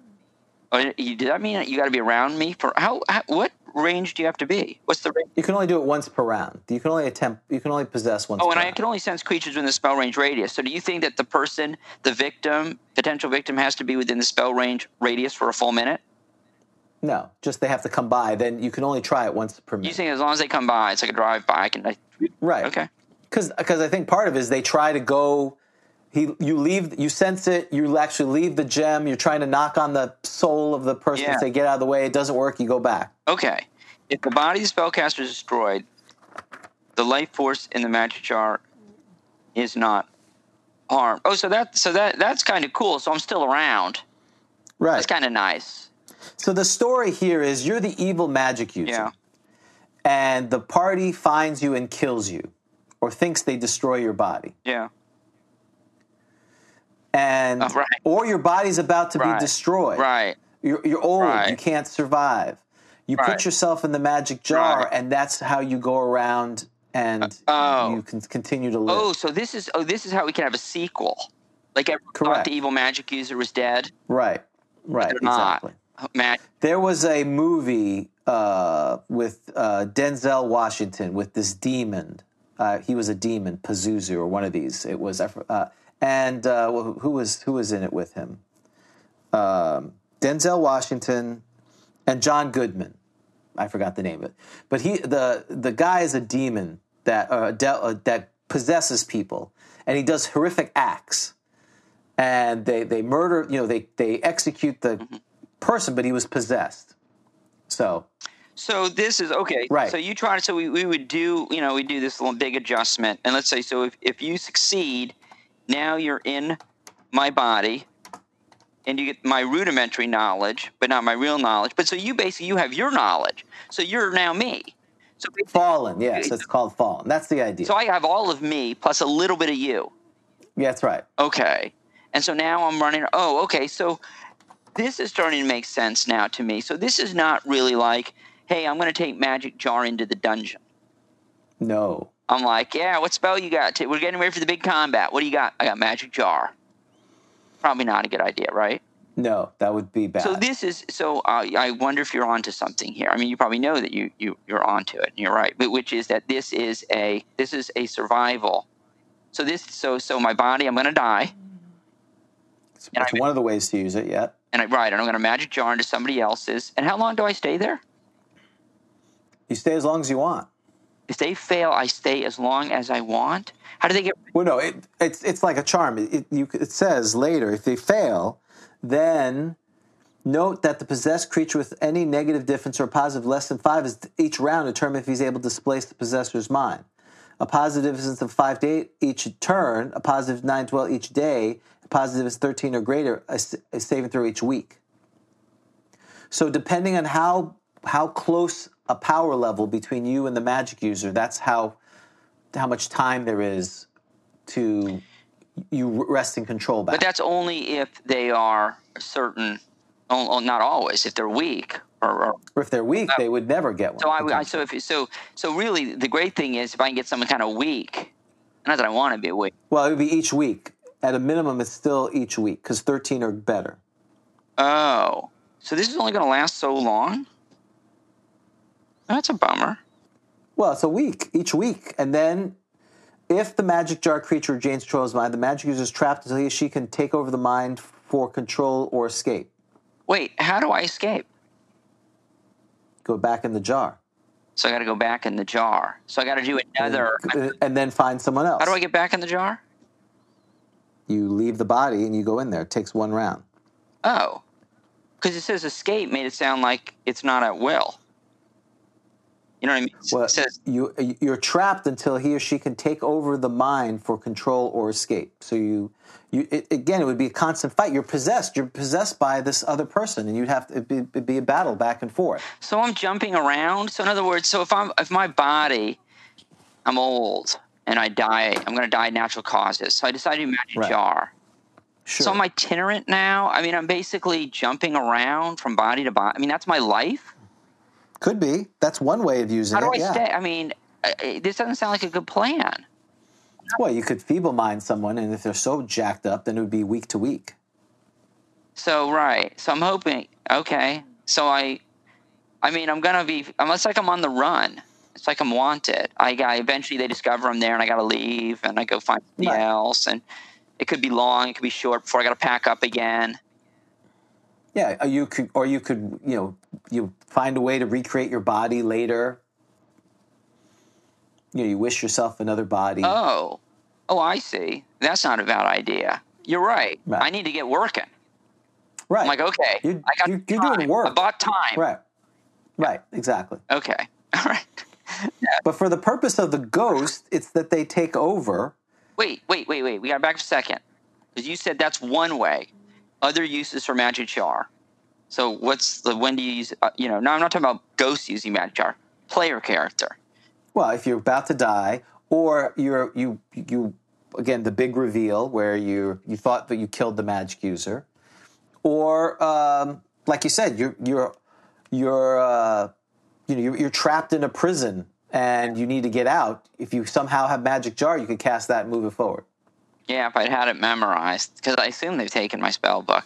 Speaker 3: Or you, does that mean that you got to be around me for how, how? What range do you have to be? What's the range?
Speaker 2: you can only do it once per round. You can only attempt. You can only possess once.
Speaker 3: Oh,
Speaker 2: per
Speaker 3: and I
Speaker 2: round.
Speaker 3: can only sense creatures within the spell range radius. So do you think that the person, the victim, potential victim, has to be within the spell range radius for a full minute?
Speaker 2: No, just they have to come by. Then you can only try it once per
Speaker 3: You
Speaker 2: minute.
Speaker 3: think as long as they come by, it's like a drive by. I can. I,
Speaker 2: right.
Speaker 3: okay.
Speaker 2: because I think part of it is they try to go. He, you leave, you sense it. You actually leave the gem. You're trying to knock on the soul of the person.
Speaker 3: Yeah.
Speaker 2: Say, get out of the way. It doesn't work. You go back.
Speaker 3: Okay. If the body of the spellcaster is destroyed, the life force in the magic jar is not harmed. Oh, so that so that that's kind of cool. So I'm still around.
Speaker 2: Right.
Speaker 3: That's kind of nice.
Speaker 2: so the story here is you're the evil magic user,
Speaker 3: Yeah.
Speaker 2: and the party finds you and kills you, or thinks they destroy your body,
Speaker 3: Yeah.
Speaker 2: and
Speaker 3: Uh, right.
Speaker 2: or your body's about to
Speaker 3: Right.
Speaker 2: be destroyed.
Speaker 3: Right.
Speaker 2: You're, you're old. You
Speaker 3: Right.
Speaker 2: can't survive. You
Speaker 3: Right.
Speaker 2: put yourself in the magic jar,
Speaker 3: Right.
Speaker 2: and that's how you go around and
Speaker 3: oh.
Speaker 2: you can continue to live.
Speaker 3: Oh, so this is oh this is how we can have a sequel. Like everyone thought
Speaker 2: Correct.
Speaker 3: the evil magic user was dead. Ah.
Speaker 2: Right, right,
Speaker 3: not.
Speaker 2: exactly.
Speaker 3: Matt.
Speaker 2: There was a movie uh, with uh, Denzel Washington with this demon. Uh, he was a demon, Pazuzu, or one of these. It was, I fr- uh, and uh, who who was who was in it with him? Um, Denzel Washington and John Goodman. I forgot the name of it, but he the the guy is a demon that uh, de- uh, that possesses people, and he does horrific acts, and they they murder. You know, they they execute the person, but he was possessed. So
Speaker 3: So this is okay.
Speaker 2: Right.
Speaker 3: So you try to so we, we would do you know we do this little big adjustment and let's say so if if you succeed, now you're in my body, and you get my rudimentary knowledge, but not my real knowledge. But so you basically you have your knowledge. So you're now me. So basically,
Speaker 2: Fallen, yes, it's called fallen. That's the idea.
Speaker 3: so I have all of me plus a little bit of you.
Speaker 2: yeah, that's right.
Speaker 3: Okay. And so now I'm running. Oh, okay. So this is starting to make sense now to me. So this is not really like, hey, I'm going to take Magic Jar into the dungeon.
Speaker 2: No.
Speaker 3: I'm like, yeah, what spell you got? T- We're getting ready for the big combat. What do you got? I got Magic Jar. Probably not a good idea, right?
Speaker 2: No, that would be bad.
Speaker 3: So this is so. Uh, I wonder if you're onto something here. I mean, you probably know that you you you're onto it, and you're right. But which is that this is a this is a survival. So this so so my body, I'm going to die,
Speaker 2: it's
Speaker 3: and
Speaker 2: it's
Speaker 3: I-
Speaker 2: one of the ways to use it, yeah.
Speaker 3: and I right, and I'm going to magic jar into somebody else's. And how long do I stay there?
Speaker 2: You stay as long as you want.
Speaker 3: If they fail, I stay as long as I want. How do they get?
Speaker 2: Well, no, it, it's it's like a charm. It, it, you, it says later if they fail, then note that the possessed creature with any negative difference or positive less than five is each round determine if he's able to displace the possessor's mind. A positive is of five to eight each turn. A positive is nine to twelve each day. A positive is thirteen or greater. A, s- a saving throw each week. So depending on how how close a power level between you and the magic user, that's how how much time there is to you rest in control back.
Speaker 3: But that's only if they are a certain. Oh, oh, not always. If they're weak or, or
Speaker 2: or if they're weak, they would never get one.
Speaker 3: So I, I so if so so really the great thing is if I can get someone kind of weak, not that I want to be weak.
Speaker 2: well, it would be each week. At a minimum, it's still each week because thirteen or better.
Speaker 3: Oh, so this is only going to last so long. That's a bummer.
Speaker 2: Well, it's a week each week, and then if the magic jar creature Jane's controls mind, the magic user is trapped until he or she can take over the mind for control or escape.
Speaker 3: Wait, how do I escape?
Speaker 2: Go back in the jar,
Speaker 3: So I got to go back in the jar. So I got to do another.
Speaker 2: and, and then find someone else.
Speaker 3: How do I get back in the jar?
Speaker 2: You leave the body and you go in there. It takes one round.
Speaker 3: Oh, because it says escape made it sound like it's not at will. You know what I mean?
Speaker 2: Well,
Speaker 3: It says
Speaker 2: you you're trapped until he or she can take over the mind for control or escape. So you, you it, again, it would be a constant fight. You're possessed. You're possessed by this other person, and you'd have to it'd be, it'd be a battle back and forth.
Speaker 3: So I'm jumping around. So in other words, so if I'm if my body, I'm old and I die, I'm going to die of natural causes. So I decided to do magic
Speaker 2: Right.
Speaker 3: jar.
Speaker 2: Sure.
Speaker 3: So I'm itinerant now. I mean, I'm basically jumping around from body to body. I mean, that's my life.
Speaker 2: Could be. That's one way of using
Speaker 3: How do
Speaker 2: it.
Speaker 3: I
Speaker 2: yeah.
Speaker 3: stay? I mean, I- I- this doesn't sound like a good plan.
Speaker 2: Well, you could feeble mind someone, and if they're so jacked up, then it would be week to week.
Speaker 3: So right. So I'm hoping. Okay. So I, I mean, I'm gonna be. I'm it's like I'm on the run. It's like I'm wanted. I, I eventually they discover I'm there, and I gotta leave, and I go find somebody
Speaker 2: Right.
Speaker 3: else, and it could be long, it could be short before I gotta pack up again.
Speaker 2: Yeah. Or you could, or you could, you know, you find a way to recreate your body later. You know, you wish yourself another body.
Speaker 3: Oh, oh, I see. That's not a bad idea. You're right.
Speaker 2: Right.
Speaker 3: I need to get working.
Speaker 2: right.
Speaker 3: I'm like, okay,
Speaker 2: You're-
Speaker 3: I got
Speaker 2: you're- you're doing
Speaker 3: time.
Speaker 2: work.
Speaker 3: I bought time.
Speaker 2: Right. Right, exactly.
Speaker 3: Okay. All right.
Speaker 2: But for the purpose of the ghost, it's that they take over.
Speaker 3: Wait, wait, wait, wait. We got to back up a second. Because you said that's one way. Other uses for magic jar. So what's the when do you use? Uh, you know, no, I'm not talking about ghosts using magic jar. Player character.
Speaker 2: Well, if you're about to die, or you're you you again the big reveal where you you thought that you killed the magic user, or um, like you said, you're you're you're uh, you know you're, you're trapped in a prison and you need to get out. If you somehow have magic jar, you could cast that and move it forward.
Speaker 3: Yeah, if I'd had it memorized, because I assume they've taken my spell book.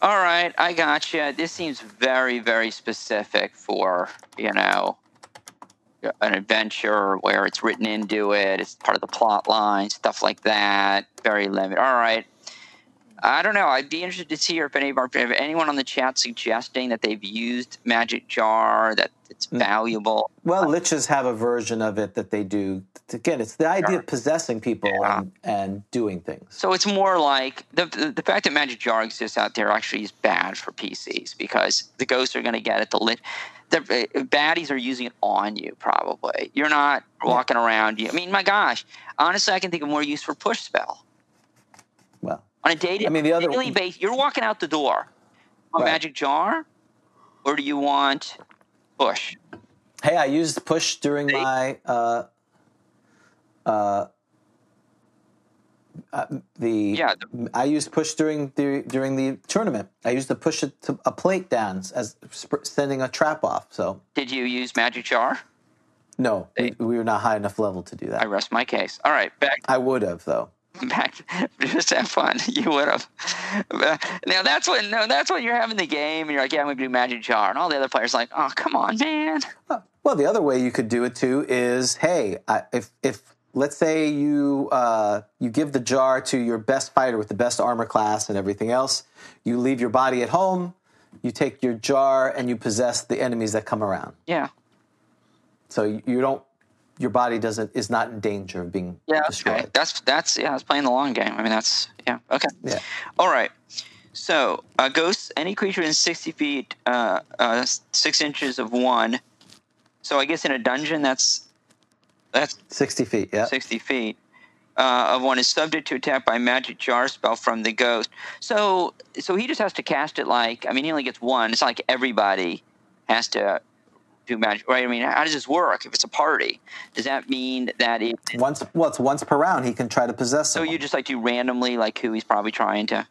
Speaker 3: All right, I gotcha. This seems very, very specific for you know an adventure where it's written into it. It's part of the plot line, stuff like that. Very limited. All right. I don't know. I'd be interested to see if any of our if anyone on the chat suggesting that they've used Magic Jar that it's valuable.
Speaker 2: Well, liches have a version of it that they do. Again, it's the idea of possessing people and, and doing things.
Speaker 3: So it's more like the, the the fact that Magic Jar exists out there actually is bad for PCs because the ghosts are going to get it. The lit, the uh, baddies are using it on you probably. You're not walking around. You, I mean, my gosh, honestly, I can think of more use for push spell.
Speaker 2: Well,
Speaker 3: on a daily,
Speaker 2: I mean, the other-
Speaker 3: daily basis. You're walking out the door. A
Speaker 2: Right.
Speaker 3: magic jar, or do you want Bush?
Speaker 2: Hey, I used push during
Speaker 3: Hey.
Speaker 2: my uh, uh, uh, the
Speaker 3: Yeah, the-
Speaker 2: I used push during the during the tournament. I used to push it to a plate down as sp- sending a trap off. So
Speaker 3: Did you use magic jar?
Speaker 2: no,
Speaker 3: Hey.
Speaker 2: we, we were not high enough level to do
Speaker 3: I
Speaker 2: that.
Speaker 3: rest my case. All right, back
Speaker 2: I, would have though.
Speaker 3: back just have fun. You would have. Now that's when no, that's when you're having the game and you're like, yeah, I'm gonna do magic jar, and all the other players are like, oh come on, man.
Speaker 2: Well, the other way you could do it too is hey, I, if if let's say you uh, you give the jar to your best fighter with the best armor class and everything else, you leave your body at home. You take your jar and you possess the enemies that come around.
Speaker 3: Yeah,
Speaker 2: So you you don't, your body doesn't is not in danger of being
Speaker 3: yeah, okay.
Speaker 2: destroyed.
Speaker 3: That's that's yeah, I was playing the long game. I mean, that's yeah, okay.
Speaker 2: Yeah.
Speaker 3: All right. So, uh, ghosts, any creature in 60 feet, uh, uh, s- six inches of one. So, I guess in a dungeon, that's that's
Speaker 2: sixty feet. Yeah,
Speaker 3: 60 feet uh, of one is subject to attack by magic jar spell from the ghost. So, so he just has to cast it like, I mean, he only gets one. It's not like everybody has to do magic, right? I mean, how does this work if it's a party? Does that mean that it.
Speaker 2: once well, it's once per round he can try to possess.
Speaker 3: So, you
Speaker 2: someone.
Speaker 3: just like do randomly, like who he's probably trying to.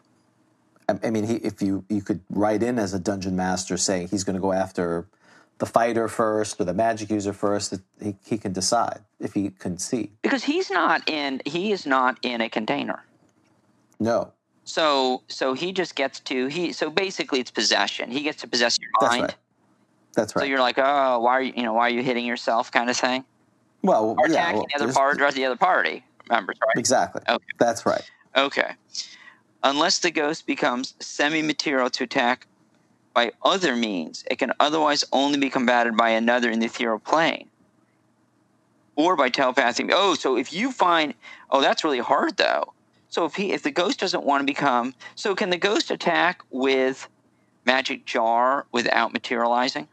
Speaker 2: I, I mean, he, if you you could write in as a dungeon master saying he's going to go after the fighter first or the magic user first. That he, he can decide if he can see.
Speaker 3: Because he's not in, he is not in a container.
Speaker 2: No,
Speaker 3: So so he just gets to he so basically it's possession. He gets to possess your
Speaker 2: that's
Speaker 3: mind.
Speaker 2: right. That's
Speaker 3: So
Speaker 2: right.
Speaker 3: you're like, oh, why are you you know why are you hitting yourself kind of thing?
Speaker 2: well,
Speaker 3: Or
Speaker 2: yeah,
Speaker 3: attacking
Speaker 2: well,
Speaker 3: the other
Speaker 2: there's-
Speaker 3: party or the other party members, right?
Speaker 2: Exactly.
Speaker 3: Okay.
Speaker 2: That's right.
Speaker 3: Okay. Unless the ghost becomes semi-material to attack by other means, it can otherwise only be combated by another in the ethereal plane, or by telepathic. Oh, so if you find, oh, that's really hard though. So if he, if the ghost doesn't want to become, so can the ghost attack with magic jar without materializing?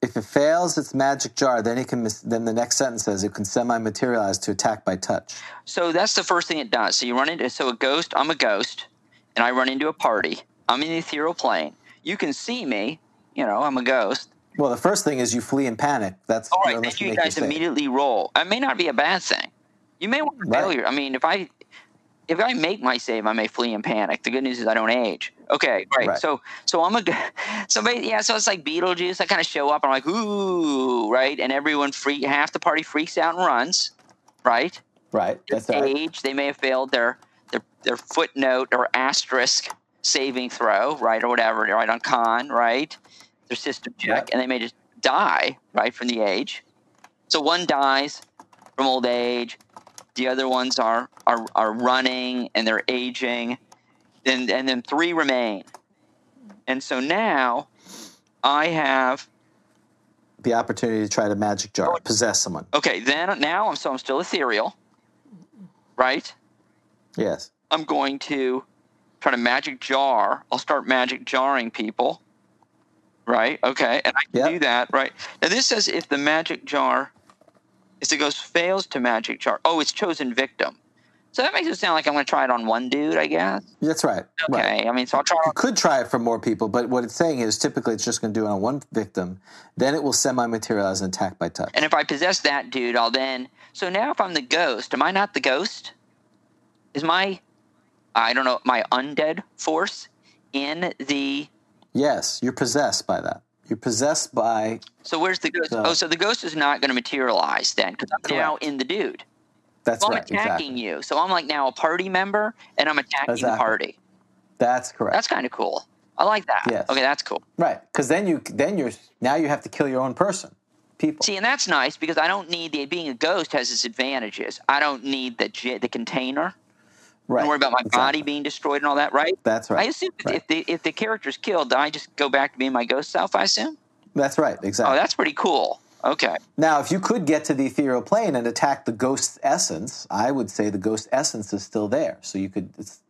Speaker 2: If it fails its magic jar, then he can. Mis- then the next sentence says it can semi-materialize to attack by touch.
Speaker 3: So that's the first thing it does. So you run into so a ghost. I'm a ghost, and I run into a party. I'm in the ethereal plane. You can see me. You know, I'm a ghost.
Speaker 2: Well, the first thing is you flee in panic. That's
Speaker 3: All
Speaker 2: you know,
Speaker 3: right, then
Speaker 2: that's
Speaker 3: you
Speaker 2: make
Speaker 3: guys
Speaker 2: your save.
Speaker 3: immediately roll. It may not be a bad thing. You may want to
Speaker 2: Right.
Speaker 3: failure. I mean, if I if I make my save, I may flee in panic. The good news is I don't age. Okay, right.
Speaker 2: Right.
Speaker 3: So so I'm a g- somebody. Yeah, so it's like Beetlejuice. I kind of show up. I'm like, ooh, right, and everyone freak. Half the party freaks out and runs. Right
Speaker 2: Right. That's
Speaker 3: their
Speaker 2: right.
Speaker 3: age, they may have failed their, their their footnote or asterisk saving throw, right, or whatever, right on con, right, their system check,
Speaker 2: Yep.
Speaker 3: and they may just die, right, from the age. So one dies from old age, the other ones are are, are running and they're aging, and and then three remain, and so now I have
Speaker 2: The opportunity to try to magic jar
Speaker 3: Oh.
Speaker 2: possess someone.
Speaker 3: okay. Then now I'm so I'm still ethereal, right?
Speaker 2: Yes.
Speaker 3: I'm going to try to magic jar. I'll start magic jarring people. Right? Okay. And I can
Speaker 2: Yep.
Speaker 3: do that, right? Now this says if the magic jar if the ghost fails to magic jar. Oh, it's chosen victim. So that makes it sound like I'm gonna try it on one dude, I guess.
Speaker 2: That's right.
Speaker 3: Okay.
Speaker 2: Right.
Speaker 3: I mean so I'll try it
Speaker 2: You
Speaker 3: on
Speaker 2: could try it for more people, but what it's saying is typically it's just going to do it on one victim. Then it will semi-materialize and attack by touch.
Speaker 3: and if I possess that dude, I'll then so now if I'm the ghost, am I not the ghost? Is my I don't know, my undead force in the
Speaker 2: Yes, you're possessed by that. You're possessed by.
Speaker 3: So where's the ghost?
Speaker 2: So-
Speaker 3: oh, so the ghost is not going to materialize then because I'm now
Speaker 2: Correct.
Speaker 3: in the dude.
Speaker 2: That's
Speaker 3: So I'm
Speaker 2: right.
Speaker 3: attacking
Speaker 2: Exactly.
Speaker 3: you. So I'm like now a party member and I'm attacking the
Speaker 2: Exactly.
Speaker 3: party.
Speaker 2: That's correct.
Speaker 3: That's kind of cool. I like that.
Speaker 2: Yes.
Speaker 3: Okay, that's cool.
Speaker 2: right. Because then you then you're now you have to kill your own person, people.
Speaker 3: See, and that's nice because I don't need the being a ghost has its advantages. I don't need the j- the container.
Speaker 2: right.
Speaker 3: Don't worry about my
Speaker 2: Exactly.
Speaker 3: body being destroyed and all that, right?
Speaker 2: That's right.
Speaker 3: I assume if-
Speaker 2: Right.
Speaker 3: if the if the character's killed, I just go back to being my ghost self. I assume.
Speaker 2: That's right. Exactly.
Speaker 3: Oh, that's pretty cool. Okay.
Speaker 2: Now, if you could get to the ethereal plane and attack the ghost's essence, I would say the ghost essence is still there. So you could. It's,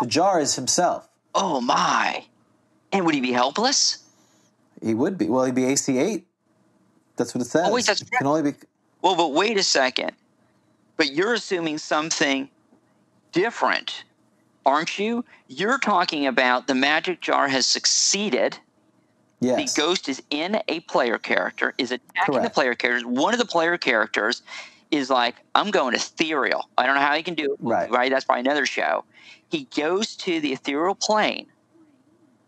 Speaker 2: the jar is himself.
Speaker 3: Oh my. And would he be helpless?
Speaker 2: He would be. Well, he'd be AC8. That's what it says.
Speaker 3: Oh, wait, that's
Speaker 2: It can only be.
Speaker 3: Well, but wait a second. But you're assuming something different, aren't you? You're talking about the magic jar has succeeded.
Speaker 2: Yes.
Speaker 3: The ghost is in a player character, is attacking the
Speaker 2: Correct.
Speaker 3: player characters. One of the player characters is like, I'm going ethereal. I don't know how he can do it.
Speaker 2: Right.
Speaker 3: Right. That's probably another show. He goes to the ethereal plane.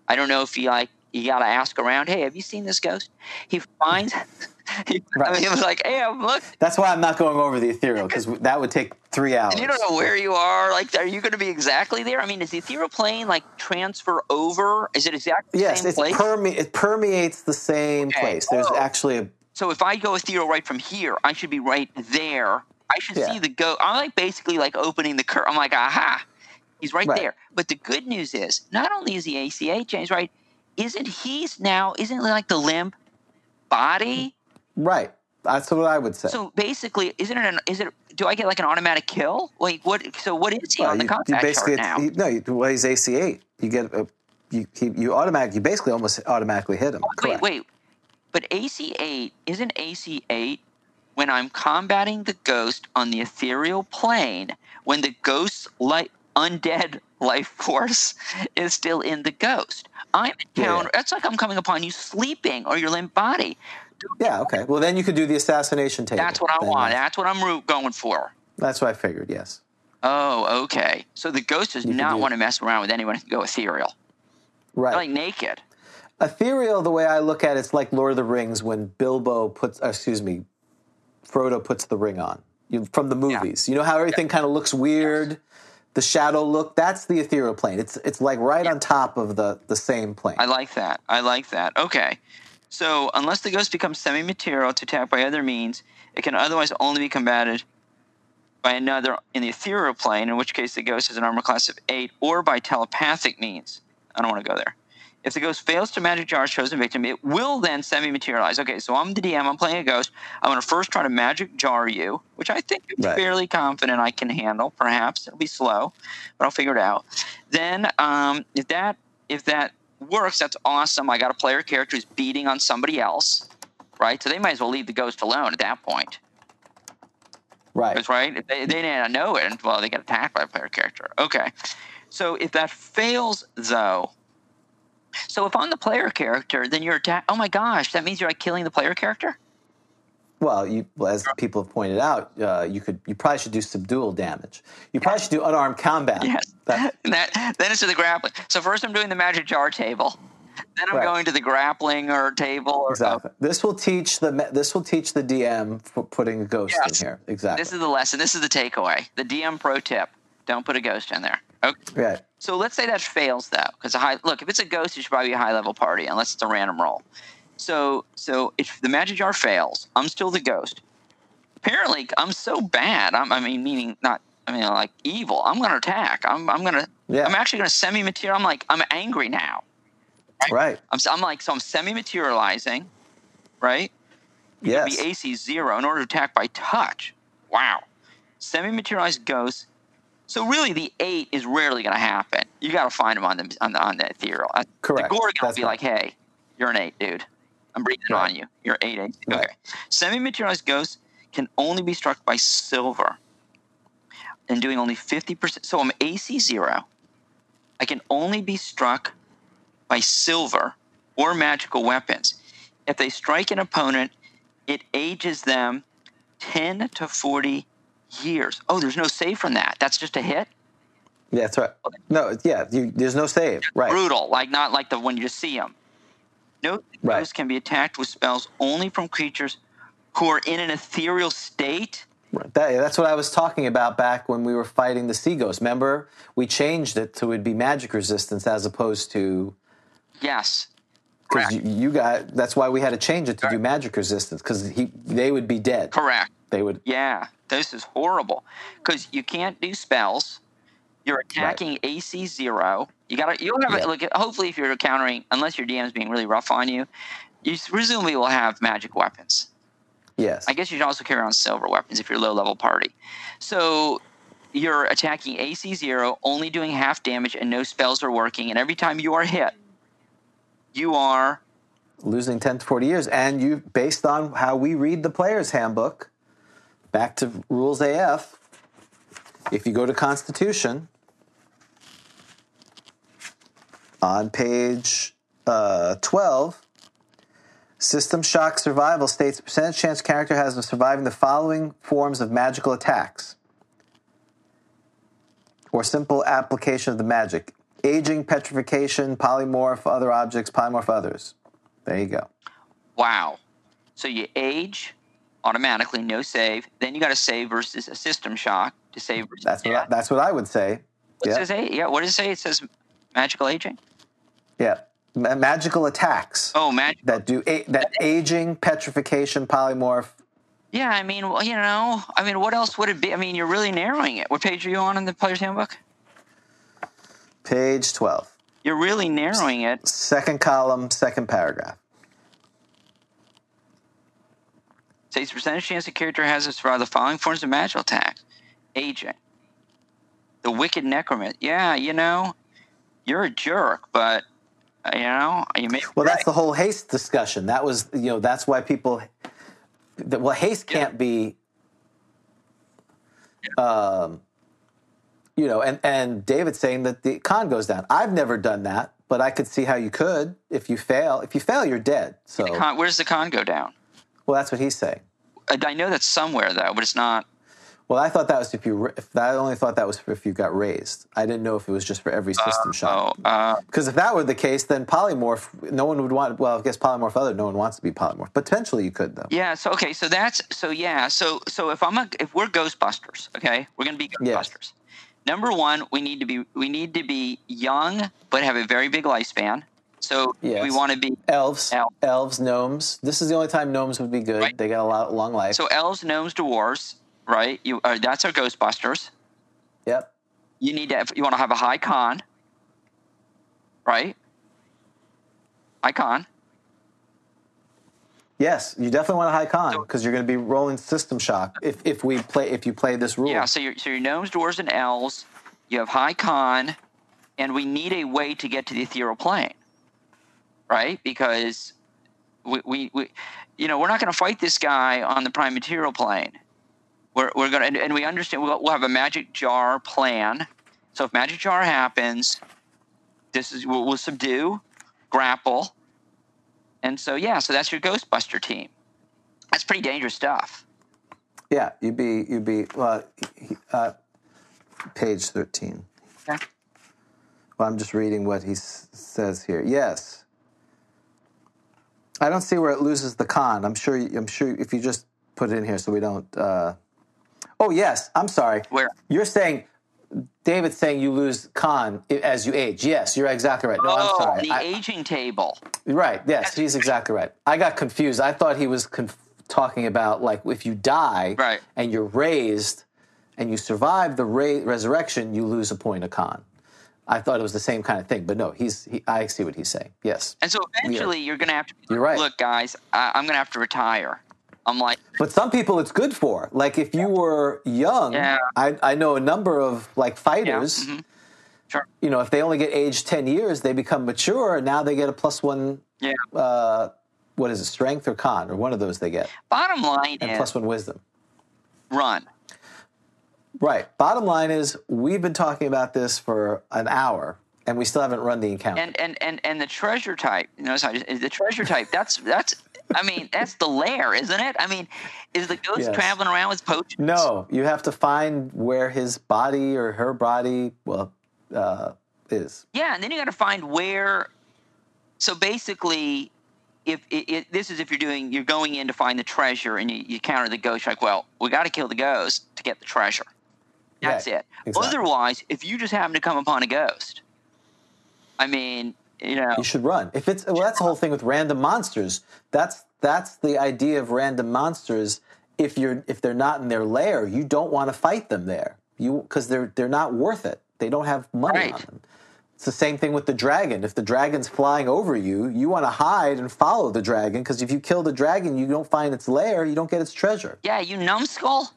Speaker 3: I don't know if he like you gotta ask around, hey, have you seen this ghost? He finds he, I
Speaker 2: Right.
Speaker 3: mean, he was like, Hey, I've looked
Speaker 2: That's why I'm not going over the ethereal because that would take three hours.
Speaker 3: and you don't know where you are. Like, are you going to be exactly there? I mean, is the ethereal plane like transfer over? Is it exactly
Speaker 2: Yes,
Speaker 3: the same
Speaker 2: it's
Speaker 3: place?
Speaker 2: perme- it permeates the same
Speaker 3: Okay.
Speaker 2: place. There's
Speaker 3: Oh.
Speaker 2: actually a
Speaker 3: so if I go ethereal right from here, I should be right there. I should
Speaker 2: Yeah.
Speaker 3: see the go. I'm like basically like opening the curtain. I'm like, aha, he's right,
Speaker 2: Right.
Speaker 3: there. But the good news is, not only is the ACA James right, isn't he's now isn't like the limp body?
Speaker 2: right. That's what I would say.
Speaker 3: So basically, isn't it? An, is it? Do I get like an automatic kill? Like what? So what is he
Speaker 2: Well,
Speaker 3: on the
Speaker 2: you- you
Speaker 3: contact
Speaker 2: basically-
Speaker 3: chart now?
Speaker 2: you- no, you, well, he's AC eight. You get a, you he, you automatic. You basically almost automatically hit him. Correct.
Speaker 3: Wait, wait. But AC8 isn't AC8 when I'm combating the ghost on the ethereal plane when the ghost's light undead life force is still in the ghost. I'm
Speaker 2: Yeah,
Speaker 3: encounter.
Speaker 2: yeah.
Speaker 3: That's like I'm coming upon you sleeping or your limp body.
Speaker 2: Yeah. Okay. Well, then you could do the assassination table.
Speaker 3: That's what I
Speaker 2: Then
Speaker 3: want.
Speaker 2: That's,
Speaker 3: That's what I'm roo- going for.
Speaker 2: that's what I figured. Yes.
Speaker 3: Oh, okay. So the ghost does
Speaker 2: can
Speaker 3: not
Speaker 2: do-
Speaker 3: want to mess around with anyone who can go ethereal.
Speaker 2: Right.
Speaker 3: Like naked.
Speaker 2: Ethereal. The way I look at it, it's like Lord of the Rings when Bilbo puts. uh, excuse me, Frodo puts the ring on you, from the movies. You know how everything kind of looks weird. The shadow look. That's the ethereal plane. It's it's like right on top of the the same plane.
Speaker 3: I like that. I like that. Okay. So, unless the ghost becomes semi material to attack by other means, it can otherwise only be combated by another in the ethereal plane, in which case the ghost is an armor class of 8, or by telepathic means. I don't want to go there. If the ghost fails to magic jar its chosen victim, it will then semi materialize. Okay, so I'm the DM, I'm playing a ghost. I'm going to first try to magic jar you, which I think I'm
Speaker 2: Right.
Speaker 3: fairly confident I can handle. Perhaps it'll be slow, but I'll figure it out. Then, um, if that if that works, that's awesome. I got a player character who's beating on somebody else, right? So they might as well leave the ghost alone at that point.
Speaker 2: right.
Speaker 3: That's right. If They, they didn't know it. and Well, they got attacked by a player character. Okay. So if that fails, though, so if I'm the player character, then you're attack. Oh my gosh, that means you're like killing the player character.
Speaker 2: Well, you, well, as people have pointed out, uh, you could you probably should do subdual damage. You probably should do unarmed combat.
Speaker 3: Yes.
Speaker 2: That-
Speaker 3: And that then it's to the grappling. So first I'm doing the magic jar table. Then I'm
Speaker 2: Right.
Speaker 3: going to the grappling or table or
Speaker 2: exactly. This will teach the me- this will teach the DM for putting a ghost
Speaker 3: Yes.
Speaker 2: in here. Exactly.
Speaker 3: This is the lesson. This is the takeaway. The DM pro tip: don't put a ghost in there. Okay.
Speaker 2: right.
Speaker 3: So let's say that fails though, because a high look. If it's a ghost, it should probably be a high level party, unless it's a random roll. So, so if the magic jar fails, I'm still the ghost. Apparently, I'm so bad. I'm, I mean, meaning not. I mean, like evil. I'm gonna attack. I'm, I'm gonna.
Speaker 2: Yeah.
Speaker 3: I'm actually gonna semi material. I'm like, I'm angry now.
Speaker 2: Right.
Speaker 3: I'm, s- I'm like, so I'm semi materializing, right?
Speaker 2: Yes.
Speaker 3: the AC zero in order to attack by touch. Wow. Semi materialized ghosts. So really, the eight is rarely going to happen. You got to find them on the on the on the ethereal. Uh,
Speaker 2: Correct.
Speaker 3: The Gorgon will
Speaker 2: That's
Speaker 3: be
Speaker 2: right.
Speaker 3: like, "Hey, you're an eight, dude. I'm breathing on you. You're eight, eight. Okay.
Speaker 2: Right.
Speaker 3: Semi materialized ghosts can only be struck by silver, and doing only fifty percent. So I'm AC zero. I can only be struck by silver or magical weapons. If they strike an opponent, it ages them 10 to 40 years. Oh, there's no save from that. That's just a hit.
Speaker 2: Yeah, that's right. No. Yeah. You, there's no save. Right.
Speaker 3: Brutal, like not like the one you just see them. Note that
Speaker 2: Right.
Speaker 3: ghosts can be attacked with spells only from creatures who are in an ethereal state.
Speaker 2: Right. That, that's what I was talking about back when we were fighting the sea ghost. Remember, we changed it to it'd be magic resistance as opposed to
Speaker 3: Yes.
Speaker 2: because
Speaker 3: Correct.
Speaker 2: you, you got that's why we had to change it to do magic resistance because he they would be dead.
Speaker 3: Correct.
Speaker 2: They would.
Speaker 3: Yeah. This is horrible because you can't do spells. You're attacking AC zero. You gotta. You'll have
Speaker 2: Yeah.
Speaker 3: a look. At, hopefully, if you're countering, unless your DM's being really rough on you, you presumably will have magic weapons.
Speaker 2: Yes.
Speaker 3: I guess you should also carry around silver weapons if you're a low level party. So you're attacking AC zero, only doing half damage, and no spells are working. And every time you are hit, you are
Speaker 2: losing 10 to 40 years and you based on how we read the player's handbook back to rules af If you go to Constitution, on page uh, 12, System Shock Survival states percentage chance character has of surviving the following forms of magical attacks or simple application of the magic aging, petrification, polymorph, other objects, polymorph others. There you go.
Speaker 3: Wow. So you age automatically, no save. Then you got to save versus a system shock to save. Versus
Speaker 2: That's what, I,
Speaker 3: death.
Speaker 2: that's what I would say.
Speaker 3: What
Speaker 2: Yeah.
Speaker 3: says eight? Yeah. What does it say? It says magical aging.
Speaker 2: Yeah. Ma- magical attacks
Speaker 3: Oh, magic.
Speaker 2: that do a- that aging, petrification, polymorph.
Speaker 3: Yeah. I mean, well, you know, I mean, what else would it be? I mean, you're really narrowing it. What page are you on in the player's handbook?
Speaker 2: Page 12.
Speaker 3: You're really narrowing it.
Speaker 2: Second column, second paragraph.
Speaker 3: States percentage chance the character has of survive the following forms of magical attack. Agent. The Wicked Necromant. Yeah, you know, you're a jerk, but, uh, you know, you may.
Speaker 2: Well, that's the whole haste discussion. That was, you know, that's why people. That, well, haste can't be. Um, you know, and and David's saying that the con goes down. I've never done that, but I could see how you could if you fail. If you fail, you're dead. So,
Speaker 3: the con, where's the con go down?
Speaker 2: well, that's what he's saying.
Speaker 3: I, I know that's somewhere, though, but it's not.
Speaker 2: Well, I thought that was if you. ra- If, I only thought that was if you got raised. I didn't know if it was just for every system
Speaker 3: Oh,
Speaker 2: shot.
Speaker 3: uh,
Speaker 2: Because if that were the case, then polymorph. No one would want. Well, I guess polymorph other. No one wants to be polymorph. Potentially, you could though.
Speaker 3: yeah. So okay. So that's so yeah. So so if I'm a if we're Ghostbusters, okay, we're gonna be
Speaker 2: Yes.
Speaker 3: Ghostbusters. Number one, we need to be we need to be young but have a very big lifespan. So we
Speaker 2: Yes.
Speaker 3: want to be
Speaker 2: Elves,
Speaker 3: Elf.
Speaker 2: elves, gnomes. This is the only time gnomes would be good.
Speaker 3: Right.
Speaker 2: They got a lot, long life.
Speaker 3: so elves, gnomes, dwarves, right? You uh, that's our Ghostbusters.
Speaker 2: yep.
Speaker 3: You need to have, you want to have a high con, right? High con.
Speaker 2: Yes, you definitely want a high con because you're going to be rolling system shock if, if we play if you play this rule.
Speaker 3: Yeah, so your so your gnomes, dwarves, and elves. You have high con, and we need a way to get to the ethereal plane, right? Because we, we, we you know, we're not going to fight this guy on the prime material plane. We're we're going to, and we understand we'll, we'll have a magic jar plan. So if magic jar happens, this is we'll, we'll subdue, grapple, and so yeah, so that's your Ghostbuster team. That's pretty dangerous stuff.
Speaker 2: Yeah, you'd be you'd be well, he- uh, page thirteen.
Speaker 3: Okay.
Speaker 2: Well, I'm just reading what he s- says here. Yes, I don't see where it loses the con. I'm sure. I'm sure if you just put it in here so we don't. Uh... Oh yes, I'm sorry.
Speaker 3: Where?
Speaker 2: You're saying David's saying you lose con i- as you age. Yes, you're exactly right. No,
Speaker 3: oh,
Speaker 2: I'm sorry.
Speaker 3: the
Speaker 2: I-
Speaker 3: aging table.
Speaker 2: right. Yes, he's exactly right. I got confused. I thought he was conf- talking about like if you die
Speaker 3: Right.
Speaker 2: and you're raised and you survive the ra- resurrection, you lose a point of con. I thought it was the same kind of thing, but no, he's. He, I see what he's saying. Yes,
Speaker 3: And so eventually you're going to have to
Speaker 2: You're right.
Speaker 3: look, guys, I, I'm going to have to retire. I'm like,
Speaker 2: but some people it's good for. Like if you were young,
Speaker 3: Yeah.
Speaker 2: I, I know a number of like fighters.
Speaker 3: mhm. Sure.
Speaker 2: You know, if they only get aged ten years, they become mature, and now they get a plus one
Speaker 3: yeah.
Speaker 2: uh, what is it, strength or con, or one of those they get,
Speaker 3: Bottom line
Speaker 2: and
Speaker 3: is
Speaker 2: plus one wisdom.
Speaker 3: run.
Speaker 2: Right. Bottom line is, we've been talking about this for an hour, and we still haven't run the encounter.
Speaker 3: And, and, and, and the treasure type, you know, it's not just- the treasure type, that's, that's, I mean, that's the lair, isn't it? I mean, is the ghost
Speaker 2: Yes.
Speaker 3: traveling around with potions?
Speaker 2: no, you have to find where his body or her body, well, uh, is.
Speaker 3: Yeah. And then you got to find where. So basically, if it, it, this is if you're doing, you're going in to find the treasure and you, you counter the ghost, you're like, well, we got to kill the ghost to get the treasure. That's
Speaker 2: Right.
Speaker 3: it.
Speaker 2: Exactly.
Speaker 3: Otherwise, if you just happen to come upon a ghost, I mean, you know,
Speaker 2: You should run. If it's well, that's the whole thing with random monsters. That's that's the idea of random monsters. If you're if they're not in their lair, you don't want to fight them there. You because they're they're not worth it. They don't have money on
Speaker 3: Right.
Speaker 2: them. It's the same thing with the dragon. If the dragon's flying over you, you want to hide and follow the dragon because if you kill the dragon, you don't find its lair, you don't get its treasure.
Speaker 3: yeah, you numbskull,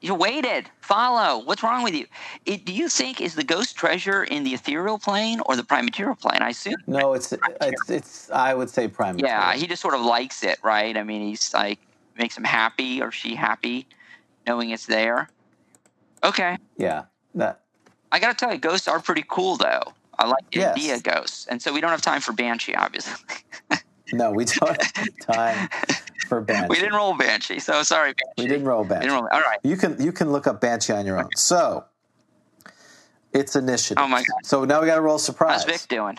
Speaker 3: you waited. Follow. What's wrong with you? It, do you think is the ghost treasure in the ethereal plane or the primaterial plane? I assume.
Speaker 2: No, it's it's it's I would say prime.
Speaker 3: Yeah, he just sort of likes it, right? I mean, he's like makes him happy or she happy, knowing it's there. Okay.
Speaker 2: Yeah. That.
Speaker 3: I gotta tell you, ghosts are pretty cool though. I like the
Speaker 2: Yes.
Speaker 3: idea of ghosts, and so we don't have time for banshee. Obviously,
Speaker 2: No, we don't have time for Banshee.
Speaker 3: we didn't roll banshee, so sorry, banshee.
Speaker 2: We didn't roll
Speaker 3: We
Speaker 2: Banshee.
Speaker 3: didn't roll. All right.
Speaker 2: You can you can look up Banshee on your own. So it's initiative.
Speaker 3: Oh my God.
Speaker 2: So now we got to roll
Speaker 3: How's
Speaker 2: surprise.
Speaker 3: Vic doing?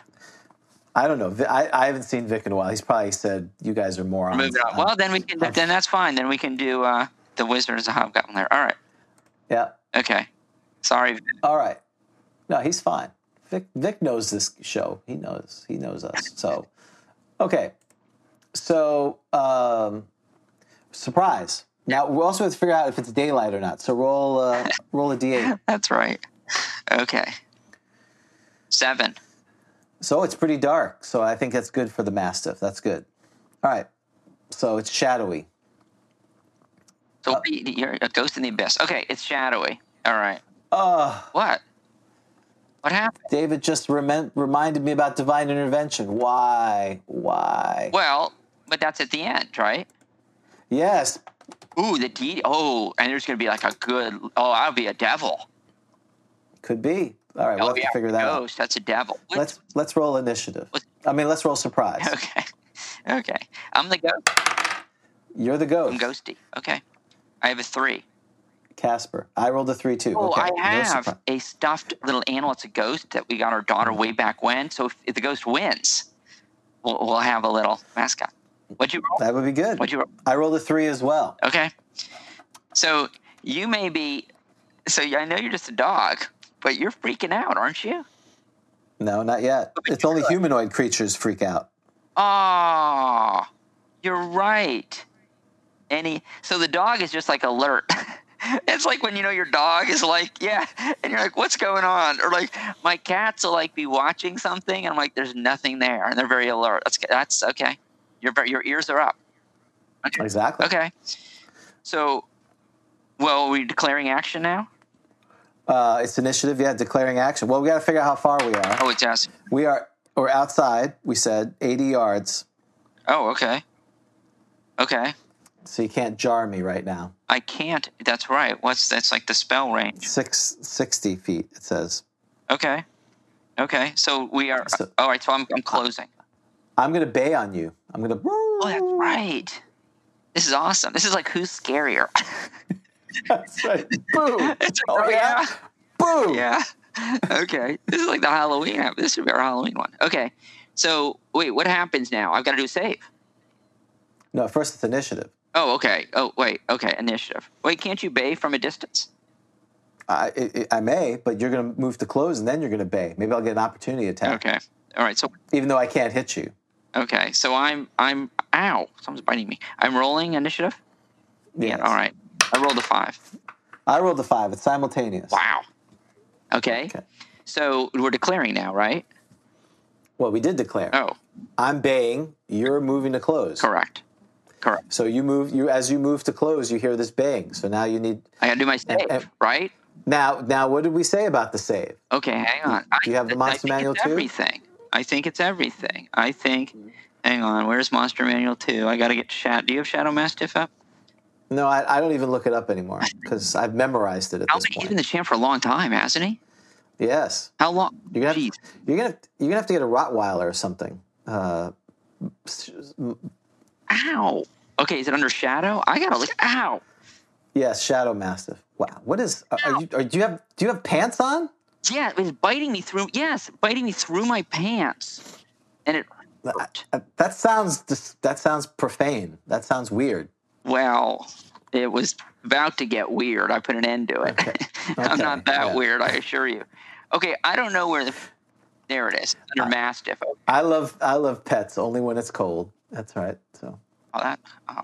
Speaker 2: I don't know. Vi- I, I haven't seen Vic in a while. He's probably said you guys are morons.
Speaker 3: Moving on.
Speaker 2: Um,
Speaker 3: Well, then we can. Then that's fine. Then we can do uh, the wizard as a hobgoblin there. All right.
Speaker 2: yeah.
Speaker 3: Okay. Sorry. Vic.
Speaker 2: All right. No, he's fine. Vic Vic knows this show. He knows. He knows us. So okay. So um, surprise. Now we also have to figure out if it's daylight or not. So roll uh, roll a d8.
Speaker 3: That's right. Okay. Seven.
Speaker 2: So it's pretty dark. So I think that's good for the mastiff. That's good. All right. So it's shadowy.
Speaker 3: So
Speaker 2: Uh,
Speaker 3: what do you, you're a ghost in the abyss. Okay, it's shadowy. All right.
Speaker 2: Uh,
Speaker 3: What? What happened?
Speaker 2: David just remen- reminded me about divine intervention. Why? Why?
Speaker 3: Well, but that's at the end, right?
Speaker 2: Yes.
Speaker 3: Ooh, the D. Oh, and there's gonna be like a good. Oh, I'll be a devil.
Speaker 2: Could be. All right. We'll
Speaker 3: oh
Speaker 2: have to figure that out.
Speaker 3: ghost. That's a devil. What-
Speaker 2: Let's let's roll initiative.
Speaker 3: Let's-
Speaker 2: I mean, let's roll surprise.
Speaker 3: Okay. Okay. I'm the ghost.
Speaker 2: You're the ghost,
Speaker 3: I'm ghosty. Okay. I have a three.
Speaker 2: Casper. I rolled a three too.
Speaker 3: Oh,
Speaker 2: okay. no
Speaker 3: I have
Speaker 2: surpri-
Speaker 3: a stuffed little animal. It's a ghost that we got our daughter way back when. So if, if the ghost wins, we'll, we'll have a little mascot. What'd you roll?
Speaker 2: that would be good.
Speaker 3: What'd you roll?
Speaker 2: I rolled a three as well.
Speaker 3: Okay. So you may be. So I know you're just a dog, but you're freaking out, aren't you?
Speaker 2: No, not yet.
Speaker 3: But
Speaker 2: It's
Speaker 3: you're
Speaker 2: only
Speaker 3: good.
Speaker 2: humanoid creatures freak out.
Speaker 3: Oh, you're right. Any so the dog is just like alert. it's like when you know your dog is like yeah, and you're like what's going on, or like my cats will like be watching something, and I'm like there's nothing there, and they're very alert. That's that's okay. Your your ears are up.
Speaker 2: Exactly.
Speaker 3: Okay. So, well, are we declaring action now?
Speaker 2: Uh, it's initiative. Yeah, declaring action. Well, we got to figure out how far we are.
Speaker 3: Oh, it's us.
Speaker 2: We are we're outside. We said eighty yards,
Speaker 3: Oh, okay. Okay.
Speaker 2: so you can't jar me right now.
Speaker 3: I can't. That's right. What's that's like the spell range.
Speaker 2: Six sixty feet. It says.
Speaker 3: Okay. Okay. So we are.
Speaker 2: So-
Speaker 3: all right. So I'm, I'm closing.
Speaker 2: I'm gonna bay on you. I'm gonna.
Speaker 3: Oh, that's right. This is awesome. This is like who's scarier?
Speaker 2: That's right. Boom.
Speaker 3: It's like,
Speaker 2: Oh, yeah. Boom.
Speaker 3: Yeah. Okay. this is like the Halloween. app. This should be our Halloween one. Okay. So wait, what happens now? I've got to do a save.
Speaker 2: No, first it's initiative.
Speaker 3: Oh, okay. Oh, wait. Okay. Initiative. Wait, can't you bay from a distance?
Speaker 2: I, I, I may, but you're gonna move to close, and then you're gonna bay. Maybe I'll get an opportunity attack,
Speaker 3: Okay. All right. So
Speaker 2: even though I can't hit you.
Speaker 3: okay. So I'm I'm ow. Someone's biting me. I'm rolling initiative.
Speaker 2: Yes.
Speaker 3: All right. I rolled a five.
Speaker 2: I rolled a five. It's simultaneous.
Speaker 3: Wow. Okay.
Speaker 2: Okay.
Speaker 3: So we're declaring now, right?
Speaker 2: Well, we did declare.
Speaker 3: Oh,
Speaker 2: I'm baying. You're moving to close.
Speaker 3: correct. Correct.
Speaker 2: So you move. You as you move to close, you hear this bang. So now you need.
Speaker 3: I got to do my save,
Speaker 2: and-
Speaker 3: right?
Speaker 2: Now, now, what did we say about the save?
Speaker 3: Okay, hang on. I,
Speaker 2: Do you have the
Speaker 3: I
Speaker 2: Monster
Speaker 3: think
Speaker 2: Manual Mm-hmm.
Speaker 3: it's
Speaker 2: 2?
Speaker 3: Everything. I think it's everything. I think. Hang on. Where's Monster Manual Two? I got to get Shadow. Do you have Shadow Mastiff up?
Speaker 2: No, I, I don't even look it up anymore because I've memorized it at this
Speaker 3: Albert, he's
Speaker 2: point.
Speaker 3: been the champ for a long time, hasn't he?
Speaker 2: Yes,
Speaker 3: How long?
Speaker 2: you're gonna
Speaker 3: Jeez.
Speaker 2: have, you're gonna you're gonna have to get a Rottweiler or something. Uh,
Speaker 3: Ow. Okay, is it under Shadow? I gotta look. Ow.
Speaker 2: yes, Shadow Mastiff. Wow, what is? Are, are you? Are, do you have do you have pants on?
Speaker 3: Yeah, it was biting me through. Yes, biting me through my pants, and it hurt.
Speaker 2: Uh, That sounds dis- that sounds profane. That sounds weird.
Speaker 3: Well, it was about to get weird. I put an end to it. I'm
Speaker 2: Okay,
Speaker 3: not that
Speaker 2: yeah.
Speaker 3: weird, I assure you. Okay, I don't know where the. There it is. Under
Speaker 2: Uh,
Speaker 3: Mastiff. Oh,
Speaker 2: I love I love pets only when it's cold. That's right. So
Speaker 3: that. Oh.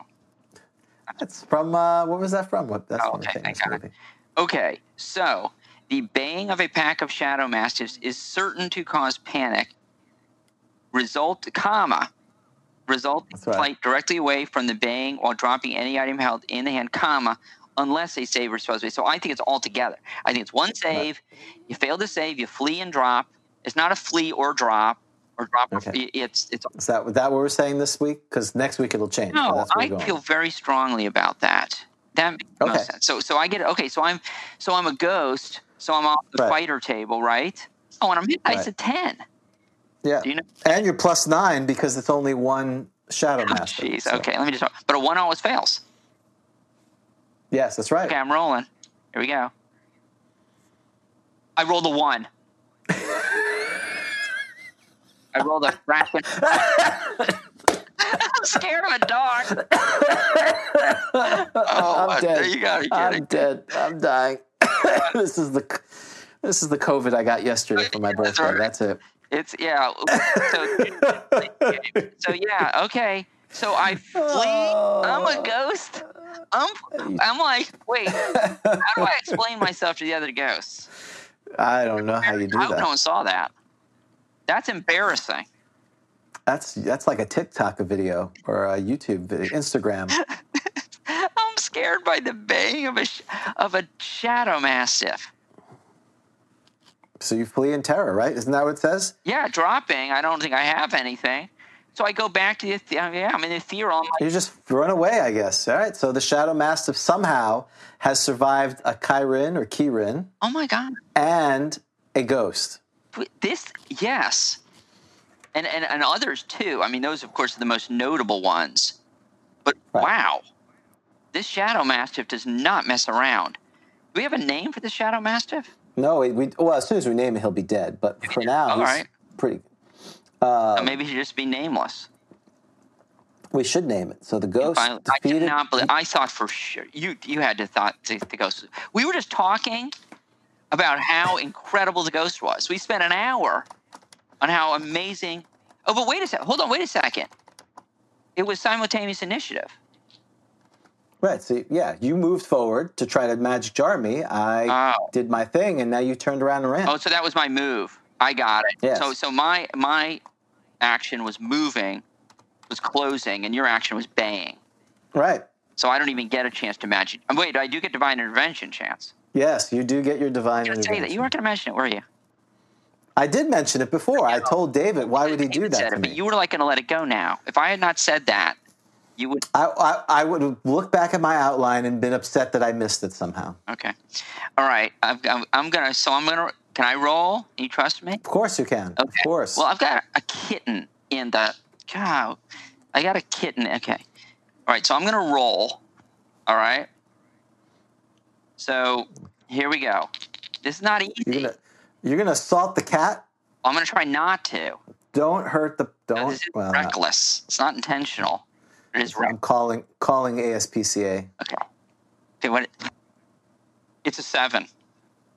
Speaker 2: that's from uh, what was that from? What that's
Speaker 3: Oh,
Speaker 2: from a
Speaker 3: okay,
Speaker 2: famous
Speaker 3: thank God.
Speaker 2: movie.
Speaker 3: Okay, so the baying of a pack of shadow mastiffs is certain to cause panic. Result, comma, result in
Speaker 2: That's right.
Speaker 3: flight directly away from the baying while dropping any item held in the hand, comma, unless a save or spell save. So I think it's all together. I think it's one save. You fail to save, you flee and drop. It's not a flee or drop or drop. or
Speaker 2: Okay.
Speaker 3: flee. It's it's
Speaker 2: Is that that what we're saying this week? Because next week it'll change.
Speaker 3: no.
Speaker 2: that's where
Speaker 3: I
Speaker 2: we're going.
Speaker 3: feel very strongly about that. that makes the most
Speaker 4: Okay.
Speaker 3: sense. So so I get it. Okay, so I'm so I'm a ghost. So I'm off the
Speaker 2: Right.
Speaker 3: fighter table, right? Oh, and I'm hit dice
Speaker 2: Right.
Speaker 3: of ten.
Speaker 2: Yeah.
Speaker 3: Do you know?
Speaker 2: And you're plus nine because it's only one Shadow
Speaker 3: Oh,
Speaker 2: Master.
Speaker 3: Jeez.
Speaker 2: so-
Speaker 3: Okay, let me just. But a one always fails.
Speaker 2: Yes, that's right.
Speaker 3: Okay, I'm rolling. Here we go. I rolled a one. I rolled a fraction. I'm scared of a dog. oh,
Speaker 2: I'm
Speaker 3: there
Speaker 2: dead.
Speaker 3: you go. You get
Speaker 2: I'm
Speaker 3: it.
Speaker 2: dead. I'm dying. this is the this is the COVID I got yesterday for my
Speaker 3: That's
Speaker 2: birthday.
Speaker 3: right.
Speaker 2: That's it.
Speaker 3: It's yeah. So, so yeah. Okay. So I flee.
Speaker 2: Oh.
Speaker 3: I'm a ghost. I'm. I'm like, wait. How do I explain myself to the other ghosts?
Speaker 2: I don't know how you do
Speaker 3: I hope no
Speaker 2: that.
Speaker 3: one saw that. That's embarrassing.
Speaker 2: That's that's like a TikTok video or a YouTube video, Instagram.
Speaker 3: I'm scared by the baying of a sh- of a shadow mastiff.
Speaker 2: So you flee in terror, right? Isn't that what it says?
Speaker 3: Yeah, dropping. I don't think I have anything. So I go back to the yeah. I'm in the ethereal. I'm like,
Speaker 2: You just run away, I guess. All right. So the Shadow Mastiff somehow has survived a Kyrin or Kirin
Speaker 3: oh my god.
Speaker 2: and a ghost.
Speaker 3: this yes and, and and others too i mean those of course are the most notable ones but
Speaker 2: Right.
Speaker 3: wow this shadow mastiff does not mess around do we have a name for the shadow mastiff
Speaker 2: No, we, we well, as soon as we name him, he'll be dead. But for now,
Speaker 3: All
Speaker 2: he's
Speaker 3: right.
Speaker 2: pretty.
Speaker 3: or
Speaker 2: Um,
Speaker 3: maybe he should just be nameless
Speaker 2: We should name it. So the ghost
Speaker 3: Finally, i did
Speaker 2: defeated.
Speaker 3: not believe i thought for sure you you had to thought to, the ghost we were just talking about how incredible the ghost was we spent an hour on how amazing oh but wait a second hold on wait a second it was simultaneous initiative
Speaker 2: Right. So yeah, you moved forward to try to magic jar me. I
Speaker 3: Oh.
Speaker 2: did my thing, and now you turned around and ran.
Speaker 3: Oh, so that was my move. I got it.
Speaker 2: Yes.
Speaker 3: So so my my action was moving, was closing, and your action was baying.
Speaker 2: Right.
Speaker 3: So I don't even get a chance to magic. and Wait, I do get divine intervention chance.
Speaker 2: Yes, you do get your divine.
Speaker 3: I was gonna say that
Speaker 2: intervention.
Speaker 3: you weren't gonna mention it, were you?
Speaker 2: I did mention it before. I told David, why would he do
Speaker 3: David
Speaker 2: that
Speaker 3: said
Speaker 2: to
Speaker 3: it,
Speaker 2: me?
Speaker 3: But you were like gonna let it go now. If I had not said that, you would.
Speaker 2: I, I, I would have looked back at my outline and been upset that I missed it somehow.
Speaker 3: Okay. All right. I've, I'm, I'm gonna. So I'm gonna. Can I roll? You trust me?
Speaker 2: Of course you can. Of
Speaker 3: Okay.
Speaker 2: course.
Speaker 3: Well, I've got a kitten in the. God, I got a kitten. Okay. All right, so I'm gonna roll. All right. So here we go. This is not easy.
Speaker 2: you're gonna you're gonna assault the cat.
Speaker 3: I'm gonna try not to.
Speaker 2: Don't hurt the don't.
Speaker 3: This is
Speaker 2: Oh, well,
Speaker 3: reckless. It's not intentional. It is
Speaker 2: I'm
Speaker 3: reckless.
Speaker 2: calling calling ASPCA.
Speaker 3: Okay. Okay. What? It's a seven.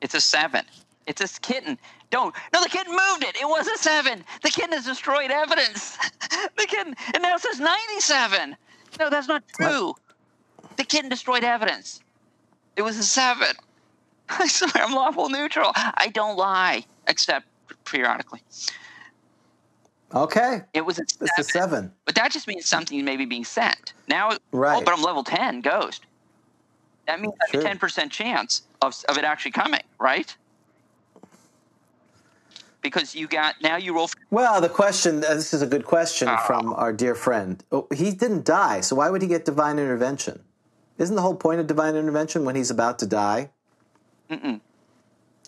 Speaker 3: It's a seven. It's a kitten. Don't. No, the kitten moved it. It was a seven. The kitten has destroyed evidence. the kitten. And now it says 97. No, that's not true. The kitten destroyed evidence. It was a seven. I swear I'm lawful neutral. I don't lie, except periodically.
Speaker 2: Okay,
Speaker 3: It was a seven.
Speaker 2: it's a seven.
Speaker 3: But that just means something maybe being sent. Now, oh,
Speaker 2: Right.
Speaker 3: but I'm level 10 ghost. That means I
Speaker 2: Sure.
Speaker 3: have a 10% chance of, of it actually coming, right? Because you got, now you roll. For,
Speaker 2: Well, the question. uh, This is a good question from our dear friend. Oh, he didn't die, so why would he get divine intervention? Isn't the whole point of divine intervention when he's about to die?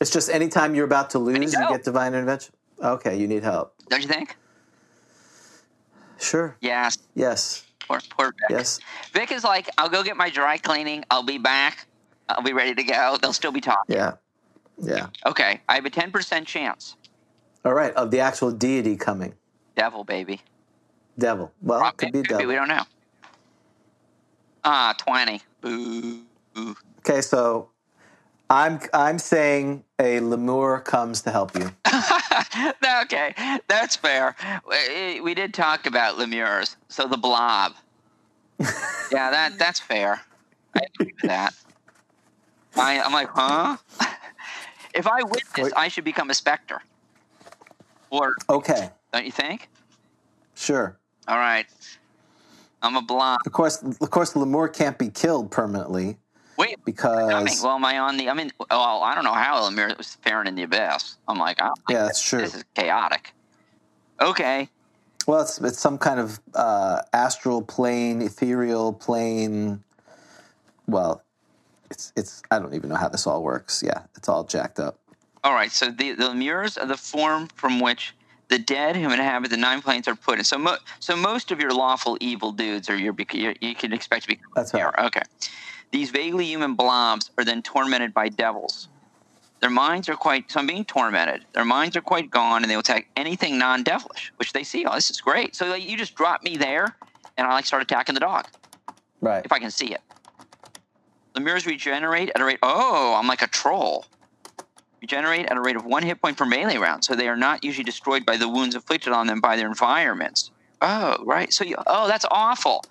Speaker 2: It's just anytime you're about to lose, you
Speaker 3: help.
Speaker 2: get divine intervention. Okay, you need help.
Speaker 3: don't you think?
Speaker 2: Sure.
Speaker 3: Yes.
Speaker 2: Yes.
Speaker 3: Poor, poor Vic.
Speaker 2: Yes.
Speaker 3: Vic is like, I'll go get my dry cleaning. I'll be back. I'll be ready to go. They'll still be talking.
Speaker 2: Yeah. Yeah.
Speaker 3: Okay. I have a 10% chance.
Speaker 2: All right. Of the actual deity coming,
Speaker 3: Devil, baby.
Speaker 2: devil. Well, it could be
Speaker 3: Could We
Speaker 2: devil.
Speaker 3: don't know. Ah, 20. Boo. Boo.
Speaker 2: Okay, so I'm I'm saying a Lemur comes to help you.
Speaker 3: No, okay, that's fair. We, we did talk about Lemures, so the blob. yeah, that that's fair. I agree with that. I, I'm like, huh? if I win this,
Speaker 2: Wait.
Speaker 3: I should become a specter. Or
Speaker 2: Okay,
Speaker 3: don't you think?
Speaker 2: sure.
Speaker 3: All right, I'm a blob.
Speaker 2: Of course, of course, Lemur can't be killed permanently
Speaker 3: Wait, I mean,
Speaker 2: because
Speaker 3: well, am I on the? I mean, well, I don't know how Lemure was faring in the abyss. I'm like, I don't like
Speaker 2: yeah, that's true.
Speaker 3: this is chaotic. Okay,
Speaker 2: Well, it's it's some kind of uh, astral plane, ethereal plane well, it's it's I don't even know how this all works. Yeah, it's all jacked up.
Speaker 3: All right, so the, the mirrors are the form from which the dead who inhabit the nine planes are put in. So, mo- so most of your lawful evil dudes are your, bec- you you can expect to be.
Speaker 2: That's right.
Speaker 3: Yeah, Okay. These vaguely human blobs are then tormented by devils. Their minds are quite. So I'm being tormented. Their minds are quite gone, and they will attack anything non-devilish, which they see. Oh, this is great. So like, you just drop me there, and I like start attacking the dog
Speaker 2: Right.
Speaker 3: if I can see it. The mirrors regenerate at a rate. Oh, I'm like a troll. Regenerate at a rate of one hit point per melee round, so they are not usually destroyed by the wounds inflicted on them by their environments. Oh, right. So you. Oh, that's awful.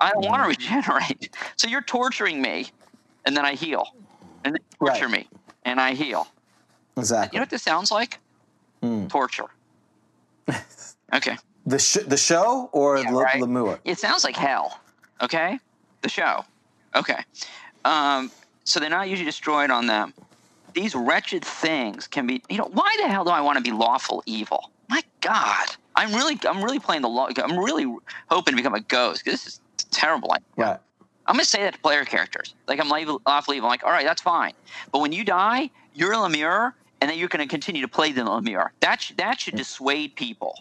Speaker 3: I don't want to regenerate. So you're torturing me, and then I heal, and then you torture
Speaker 2: Right.
Speaker 3: me, and I heal. You
Speaker 2: exactly.
Speaker 3: know what this sounds like? Torture. Okay.
Speaker 2: the sh- the show or
Speaker 3: Yeah,
Speaker 2: Le-
Speaker 3: right.
Speaker 2: Lemur.
Speaker 3: It sounds like hell. Okay, the show. Okay, um, so they're not usually destroyed on them. These wretched things can be. You know, why the hell do I want to be lawful evil? My God, I'm really, I'm really playing the law. I'm really hoping to become a ghost. 'cause This is terrible. idea.
Speaker 2: Right.
Speaker 3: I'm gonna say that to player characters. Like I'm leave- off leave. I'm like, all right, that's fine. But when you die, you're a Lemur, and then you're gonna continue to play the Lemur. That sh- that should dissuade people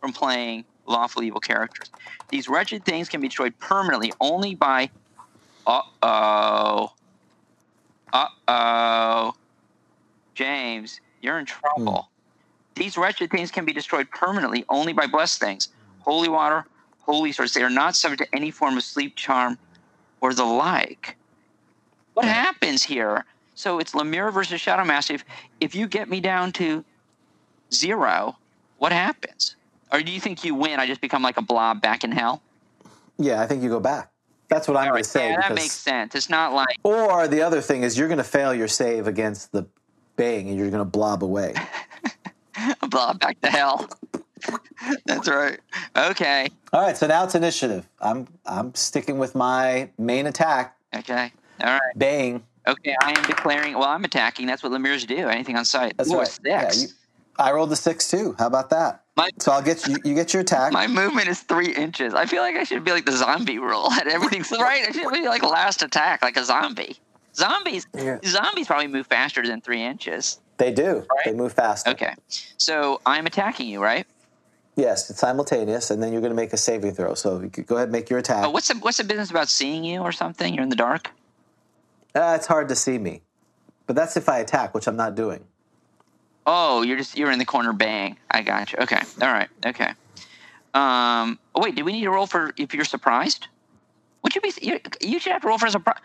Speaker 3: from playing lawful evil characters. These wretched things can be destroyed permanently only by, uh oh, uh oh, James, you're in trouble. These wretched things can be destroyed permanently only by blessed things, holy water, holy source. They are not subject to any form of sleep charm or the like. What happens here? So it's Lemire versus Shadow Massive. If you get me down to zero, what happens? Or do you think you win? I just become like a blob back in hell.
Speaker 2: Yeah, I think you go back. That's what I'm going to say.
Speaker 3: yeah, that
Speaker 2: because-
Speaker 3: makes sense. It's not like
Speaker 2: Or the other thing is you're going to fail your save against the bang and you're going to blob away.
Speaker 3: a blob back to hell. That's right. Okay.
Speaker 2: All right, so now it's initiative. I'm I'm sticking with my main attack,
Speaker 3: Okay. All right.
Speaker 2: bang.
Speaker 3: Okay, I am declaring. Well, I'm attacking. That's what Lemires do. Anything on site.
Speaker 2: That's
Speaker 3: Ooh, a
Speaker 2: right. Yeah,
Speaker 3: Six.
Speaker 2: you- I rolled a six too. How about that?
Speaker 3: My-
Speaker 2: so I'll get you. You get your attack.
Speaker 3: My movement is three inches. I feel like I should be like the zombie rule at everything's right. I should be like last attack, like a zombie. Zombies,
Speaker 2: Yeah.
Speaker 3: zombies probably move faster than three inches.
Speaker 2: they do. They move fast.
Speaker 3: Okay, so I'm attacking you, right?
Speaker 2: Yes, it's simultaneous, and then you're going to make a saving throw. So you could go ahead, and make your attack.
Speaker 3: Uh, what's the what's the business about seeing you or something? You're in the dark.
Speaker 2: Uh, it's hard to see me, but that's if I attack, which I'm not doing.
Speaker 3: Oh, you're just you're in the corner. Bang! I got you. Okay, all right, okay. Um, oh, wait, do we need to roll for if you're surprised? Would you be? You, you should have to roll for a surprise.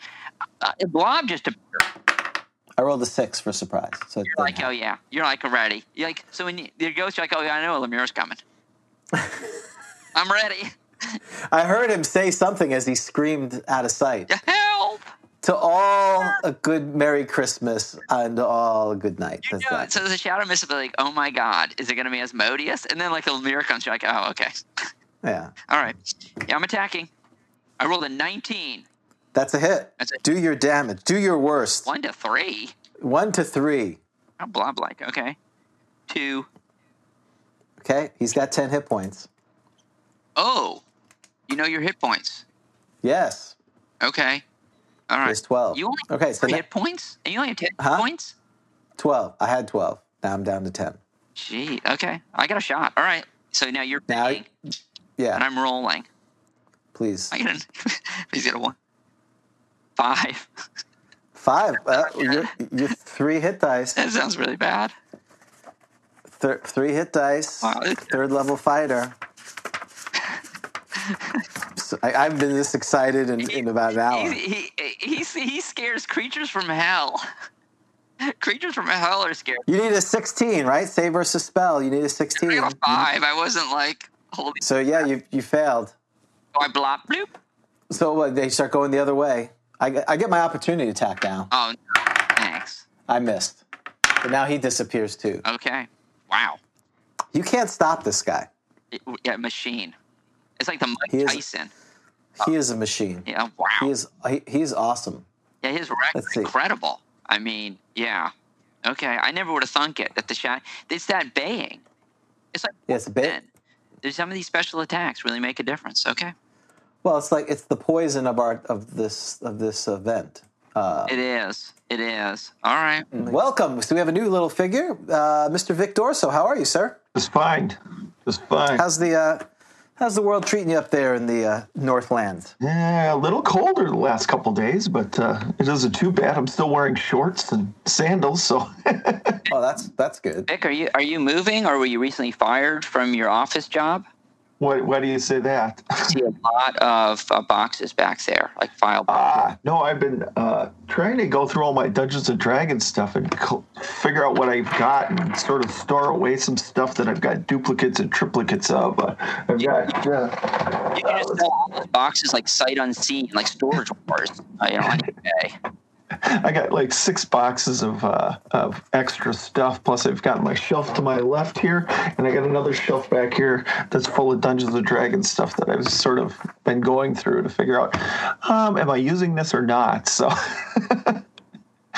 Speaker 3: Uh, blob just appeared.
Speaker 2: I rolled a six for surprise. So
Speaker 3: You're like, oh yeah, you're like ready. You're like, so when you, your ghost, you're like, oh yeah, I know Lemur's coming. I'm ready.
Speaker 2: I heard him say something as he screamed out of sight.
Speaker 3: Help!
Speaker 2: To all a good Merry Christmas and all a good night.
Speaker 3: You
Speaker 2: That's
Speaker 3: know,
Speaker 2: that.
Speaker 3: so there's a shadow miss it, but like, oh my god, is it gonna be Asmodeus? And then like the Lemur comes, you're like, oh okay,
Speaker 2: yeah,
Speaker 3: all right. Yeah, I'm attacking. I rolled a 19,
Speaker 2: that's a hit.
Speaker 3: That's it.
Speaker 2: Do your damage. Do your worst.
Speaker 3: one to three.
Speaker 2: One to three.
Speaker 3: How blob like? Okay, two.
Speaker 2: Okay, he's got ten hit points.
Speaker 3: Oh, you know your hit points.
Speaker 2: Yes,
Speaker 3: Okay, all right.
Speaker 2: there's twelve.
Speaker 3: You only
Speaker 2: okay, so
Speaker 3: have
Speaker 2: na-
Speaker 3: hit points? And you only have ten
Speaker 2: Huh?
Speaker 3: points?
Speaker 2: twelve. I had twelve. Now I'm down to ten.
Speaker 3: Gee, okay. I got a shot. All right. So now you're
Speaker 2: Now-
Speaker 3: banging, and
Speaker 2: Yeah,
Speaker 3: I'm rolling.
Speaker 2: please.
Speaker 3: I get an, he's got a one. Five.
Speaker 2: Five. Uh, you're, you're three hit dice.
Speaker 3: That sounds really bad.
Speaker 2: Thir- three hit dice.
Speaker 3: Wow.
Speaker 2: Third level fighter. So I, I've been this excited in, in about an hour.
Speaker 3: He, he, he, he scares creatures from hell. Creatures from hell are scared.
Speaker 2: You need a 16, right? Save versus spell. You need a
Speaker 3: I
Speaker 2: 16.
Speaker 3: got a five. I wasn't like, holy.
Speaker 2: Hmm. So yeah, you you failed.
Speaker 3: I blop bloop.
Speaker 2: So what, they start going the other way. I, get- I get my opportunity attack now.
Speaker 3: Oh, no. thanks.
Speaker 2: I missed. But now he disappears too.
Speaker 3: Okay. Wow.
Speaker 2: You can't stop this guy.
Speaker 3: It- yeah, machine. It's like the Mike
Speaker 2: He is-
Speaker 3: Tyson.
Speaker 2: He is a machine.
Speaker 3: Yeah, wow.
Speaker 2: He is he, he's awesome.
Speaker 3: Yeah, his record's
Speaker 2: Let's see.
Speaker 3: incredible. I mean, yeah. Okay, I never would have thunk it that the shot. It's that baying. It's like
Speaker 2: Yes, a bit.
Speaker 3: then. There's some of these special attacks really make a difference. Okay.
Speaker 2: Well, it's like it's the poison of our of this of this event. Oh.
Speaker 3: it is. It is. All right.
Speaker 2: Mm-hmm. Welcome. So we have a new little figure, uh, Mr. Vic Dorso. How are you, sir?
Speaker 5: Just fine. Just fine.
Speaker 2: How's the uh, how's the world treating you up there in the uh, Northland?
Speaker 5: yeah, a little colder the last couple days, but uh, it isn't too bad. I'm still wearing shorts and sandals, so
Speaker 2: Oh, that's that's good.
Speaker 3: Vic, are you are you moving, or were you recently fired from your office job?
Speaker 5: why, why do you say that?
Speaker 3: see a lot of uh, boxes back there, like file boxes.
Speaker 5: Ah, no, I've been uh, trying to go through all my Dungeons and Dragons stuff and co- figure out what I've got and sort of store away some stuff that I've got duplicates and triplicates of. Uh, I've got uh, yeah,
Speaker 3: you can just sell all those boxes like sight unseen, like storage wars. Uh, you know, like, okay.
Speaker 5: I got like six boxes of uh, of extra stuff. Plus, I've got my shelf to my left here, and I got another shelf back here that's full of Dungeons and Dragons stuff that I've sort of been going through to figure out, um, am I using this or not? So,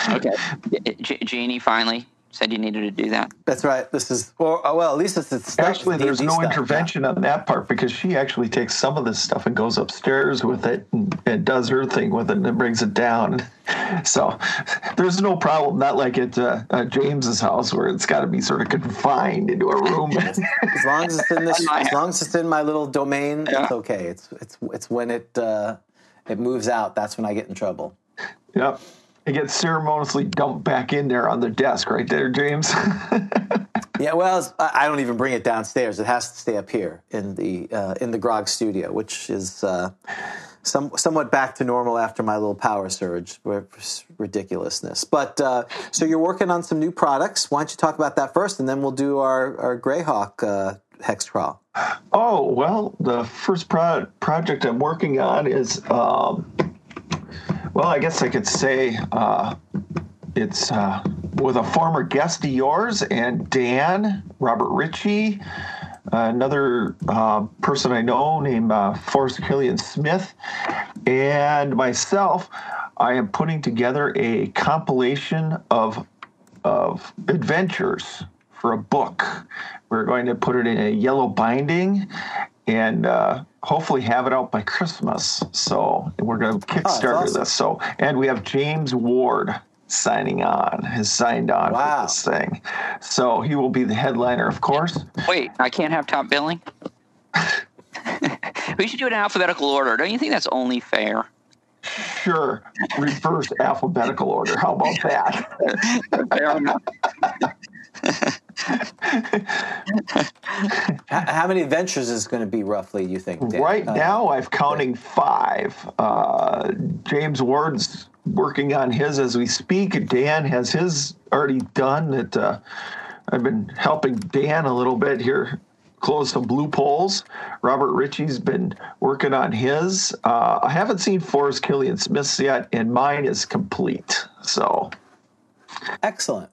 Speaker 3: okay. J- Janie finally said you needed to do that.
Speaker 2: That's right. This is or oh, well, at least it's, it's not
Speaker 5: actually,
Speaker 2: D&D
Speaker 5: there's no
Speaker 2: stuff.
Speaker 5: intervention on that part because she actually takes some of this stuff and goes upstairs with it and, and does her thing with it and brings it down. So there's no problem. Not like at uh, uh, James's house where it's got to be sort of confined into a room.
Speaker 2: As long as it's in this,
Speaker 3: my
Speaker 2: as long as it's in my little domain,
Speaker 3: Yeah.
Speaker 2: it's okay. It's it's it's when it uh, it moves out that's when I get in trouble.
Speaker 5: yep. It gets ceremoniously dumped back in there on the desk right there, James.
Speaker 2: Yeah, well, it's- I I don't even bring it downstairs. It has to stay up here in the uh, in the Grog studio, which is uh, some somewhat back to normal after my little power surge where- ridiculousness. But uh, so you're working on some new products. Why don't you talk about that first, and then we'll do our our Greyhawk uh, hex crawl.
Speaker 5: Oh well, the first pro- project I'm working on is, um, well, I guess I could say uh, it's uh, with a former guest of yours and Dan Robert Ritchie, another uh, person I know named uh, Forrest Killian Smith, and myself. I am putting together a compilation of of adventures for a book. We're going to put it in a yellow binding and uh, hopefully have it out by Christmas. So we're going to Kickstarter
Speaker 2: awesome.
Speaker 5: this. So, and we have James Ward signing on, has signed on
Speaker 2: Wow.
Speaker 5: for this thing. So he will be the headliner, of course.
Speaker 3: Wait, I can't have top billing. we should do it in alphabetical order. Don't you think that's only fair?
Speaker 5: Sure, reverse alphabetical order. How about that?
Speaker 3: Fair enough.
Speaker 2: How, how many adventures is going to be roughly? You think Dan?
Speaker 5: Right
Speaker 2: Uh,
Speaker 5: now, I've counting five. Uh, James Ward's working on his as we speak. Dan has his already done. That uh, I've been helping Dan a little bit here, close some blue poles. Robert Ritchie's been working on his. Uh, I haven't seen Forrest Killian Smith's yet, and mine is complete. So,
Speaker 2: excellent.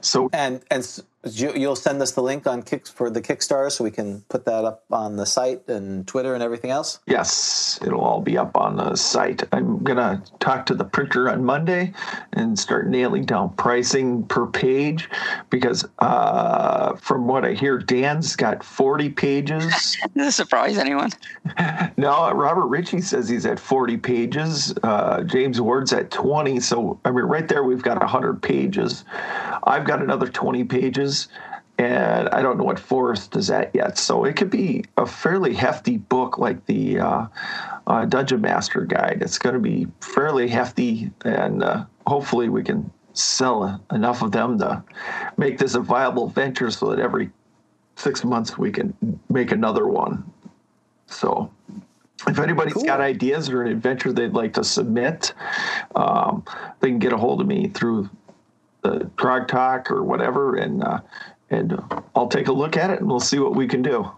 Speaker 5: so
Speaker 2: And and s- you, you'll send us the link on kick for the Kickstarter, so we can put that up on the site and Twitter and everything else.
Speaker 5: Yes, it'll all be up on the site. I'm going to talk to the printer on Monday and start nailing down pricing per page because, uh, from what I hear, Dan's got 40 pages.
Speaker 3: Does this surprise anyone?
Speaker 5: no, Robert Ritchie says he's at 40 pages. Uh, James Ward's at 20. So, I mean, right there, we've got 100 pages. I've got another 20 pages. And I don't know what Forrest is at yet. So it could be a fairly hefty book like the uh, uh, Dungeon Master Guide. It's going to be fairly hefty. And uh, hopefully, we can sell enough of them to make this a viable venture so that every six months we can make another one. So if anybody's got ideas or an adventure they'd like to submit, um, they can get a hold of me through the Grog Talk or whatever, and uh, and I'll take a look at it and we'll see what we can do.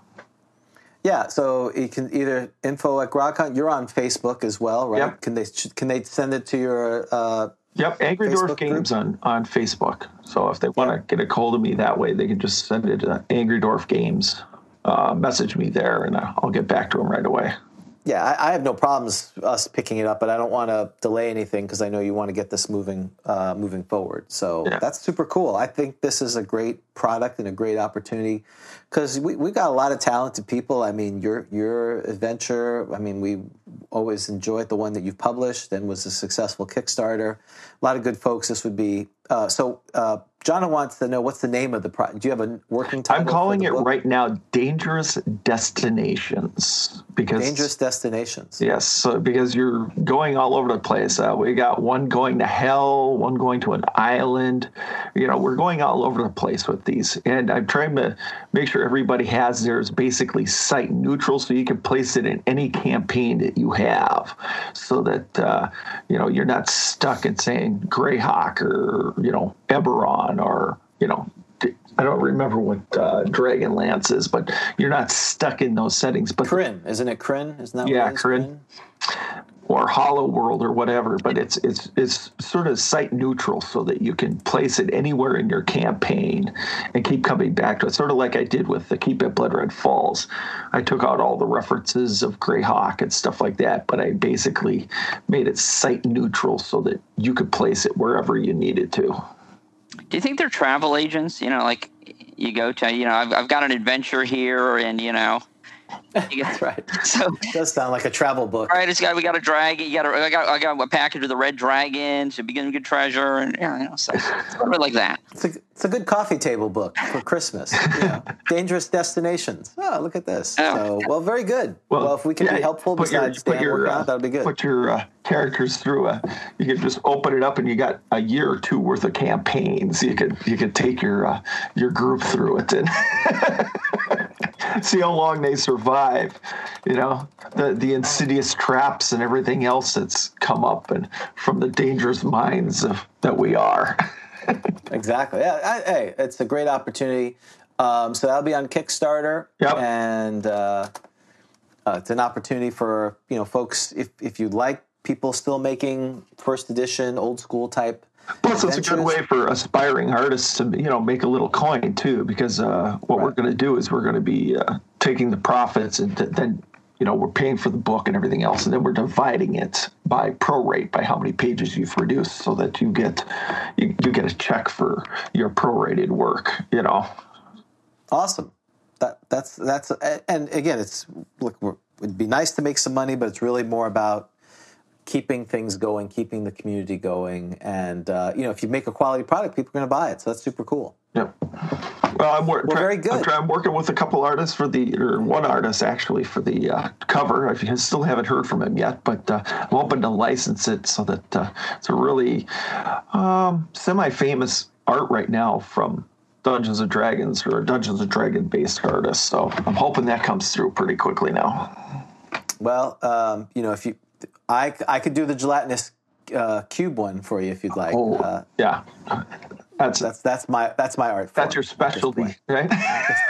Speaker 2: Yeah, so you can either info at Grogcon. You're on Facebook as well, right?
Speaker 5: Yep.
Speaker 2: Can they can they send it to your? Uh,
Speaker 5: Yep, Angry
Speaker 2: Facebook
Speaker 5: Dwarf Games on, on Facebook. So if they want to get a hold of me that way, they can just send uh, it to Angry Dwarf Games, uh, message me there, and I'll get back to them right away.
Speaker 2: yeah, I, I have no problems us picking it up, but I don't want to delay anything because I know you want to get this moving uh, moving forward. So
Speaker 5: Yeah.
Speaker 2: that's super cool. I think this is a great product and a great opportunity because we we got a lot of talented people. I mean, your your adventure. I mean, we always enjoyed the one that you've published and was a successful Kickstarter. A lot of good folks. This would be uh, so. Uh, Jonna wants to know what's the name of the product. Do you have a working title?
Speaker 5: I'm
Speaker 2: for
Speaker 5: calling
Speaker 2: the
Speaker 5: it
Speaker 2: book?
Speaker 5: right now Dangerous Destinations because
Speaker 2: Dangerous Destinations.
Speaker 5: Yes, so because you're going all over the place. Uh, we got one going to hell, one going to an island. You know, we're going all over the place with these, and I'm trying to make sure everybody has theirs basically site neutral, so you can place it in any campaign that you have, so that uh, you know you're not stuck in saying Greyhawk or you know Eberron or you know I don't remember what uh, Dragonlance is, but you're not stuck in those settings. But
Speaker 2: Kryn, isn't it Kryn? Isn't that
Speaker 5: Yeah,
Speaker 2: what it is?
Speaker 5: Kryn. or Hollow World or whatever, but it's it's it's sort of site neutral so that you can place it anywhere in your campaign and keep coming back to it. Sort of like I did with the Keep It Blood Red Falls. I took out all the references of Greyhawk and stuff like that, but I basically made it site neutral so that you could place it wherever you needed to.
Speaker 3: Do you think they're travel agents? You know, like you go to, you know, I've, I've got an adventure here, and you know, you got,
Speaker 2: Right.
Speaker 3: so
Speaker 2: does sound like a travel book.
Speaker 3: all right, it's got we got a dragon. You got a, I got I got a package of the red dragon to begin good treasure, and you know, so sort of like that.
Speaker 2: It's a, it's a good coffee table book for Christmas. you know. Dangerous destinations. Oh, look at this.
Speaker 3: Oh.
Speaker 2: So, well, very good. Well, if we can
Speaker 5: yeah,
Speaker 2: be helpful
Speaker 5: put your-
Speaker 2: besides
Speaker 5: put
Speaker 2: Dan
Speaker 5: your,
Speaker 2: working
Speaker 5: uh,
Speaker 2: out, that'd be good.
Speaker 5: Put your uh, characters through a. You could just open it up, and you got a year or two worth of campaigns. You could you could take your uh, your group through it and see how long they survive. You know the the insidious traps and everything else that's come up and from the dangerous minds of that we are.
Speaker 2: Exactly. Yeah. I, hey, it's a great opportunity. Um, so that'll be on Kickstarter,
Speaker 5: Yep.
Speaker 2: and uh, uh, it's an opportunity for you know folks if if you like people still making first edition old school type.
Speaker 5: Plus, it's a good
Speaker 2: adventures.
Speaker 5: way for aspiring artists to you know make a little coin too, because uh, what we're
Speaker 2: Right.
Speaker 5: going to do is we're going to be uh, taking the profits and th- then you know we're paying for the book and everything else, and then we're dividing it by prorate by how many pages you've produced, so that you get you, you get a check for your prorated work. You know,
Speaker 2: Awesome. That that's that's and again, it's look. We're, it'd be nice to make some money, but it's really more about keeping things going, keeping the community going, and uh, you know, if you make a quality product, people are going to buy it. So that's super cool.
Speaker 5: Yeah. Well, I'm, wor- try-
Speaker 2: very
Speaker 5: I'm,
Speaker 2: good.
Speaker 5: try- I'm working with a couple artists for the, or one artist actually for the uh, cover. I f- still haven't heard from him yet, but uh, I'm hoping to license it so that uh, it's a really um, semi-famous art right now from Dungeons and Dragons or a Dungeons and Dragon based artist. So I'm hoping that comes through pretty quickly now.
Speaker 2: Well, um, you know, if you, I I could do the gelatinous uh, cube one for you if you'd like.
Speaker 5: Oh,
Speaker 2: Uh,
Speaker 5: yeah. That's
Speaker 2: that's that's my that's my art. form
Speaker 5: that's your
Speaker 2: at this
Speaker 5: specialty,
Speaker 2: point.
Speaker 5: right?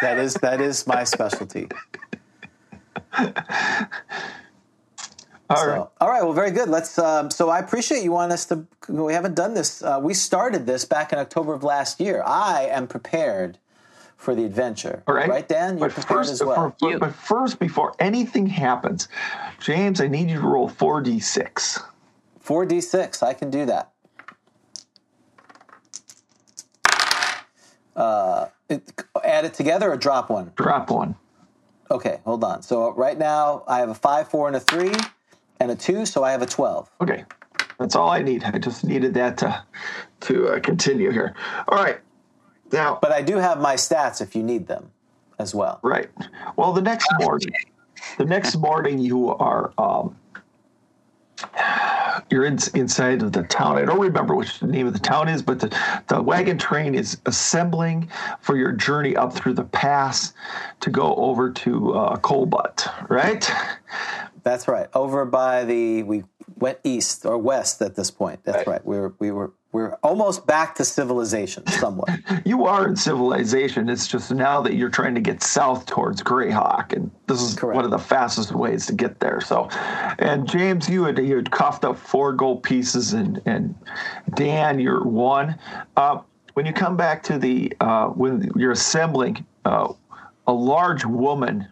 Speaker 2: That is that is my specialty.
Speaker 5: All
Speaker 2: So,
Speaker 5: right.
Speaker 2: all right. Well, very good. Let's. Um, so I appreciate you want us to. We haven't done this. Uh, we started this back in October of last year. I am prepared for the adventure.
Speaker 5: All right.
Speaker 2: right, Dan. You're
Speaker 5: But
Speaker 2: prepared
Speaker 5: first,
Speaker 2: as well.
Speaker 5: for-
Speaker 3: You-
Speaker 5: but first, before anything happens, James, I need you to roll 4d6.
Speaker 2: Four d six. I can do that. Uh, it, add it together or drop one.
Speaker 5: Drop one.
Speaker 2: Okay, hold on. So right now I have a five, four, and a three, and a two. So I have a twelve.
Speaker 5: Okay. That's all I need. I just needed that to, to uh, continue here. All right. Now,
Speaker 2: But I do have my stats if you need them, as well.
Speaker 5: right. Well, the next morning, the next morning you are um, you're in, inside of the town. I don't remember which the name of the town is, but the, the wagon train is assembling for your journey up through the pass to go over to uh, Colbutt, right?
Speaker 2: That's right. Over by the we went east or west at this point. That's right. We were we were we're almost back to civilization somewhat.
Speaker 5: You are in civilization. It's just now that you're trying to get south towards Greyhawk, and this is
Speaker 2: Correct.
Speaker 5: one of the fastest ways to get there. So, and James, you had you had coughed up four gold pieces, and and Dan, you're one. Uh, when you come back to the uh, when you're assembling, uh, a large woman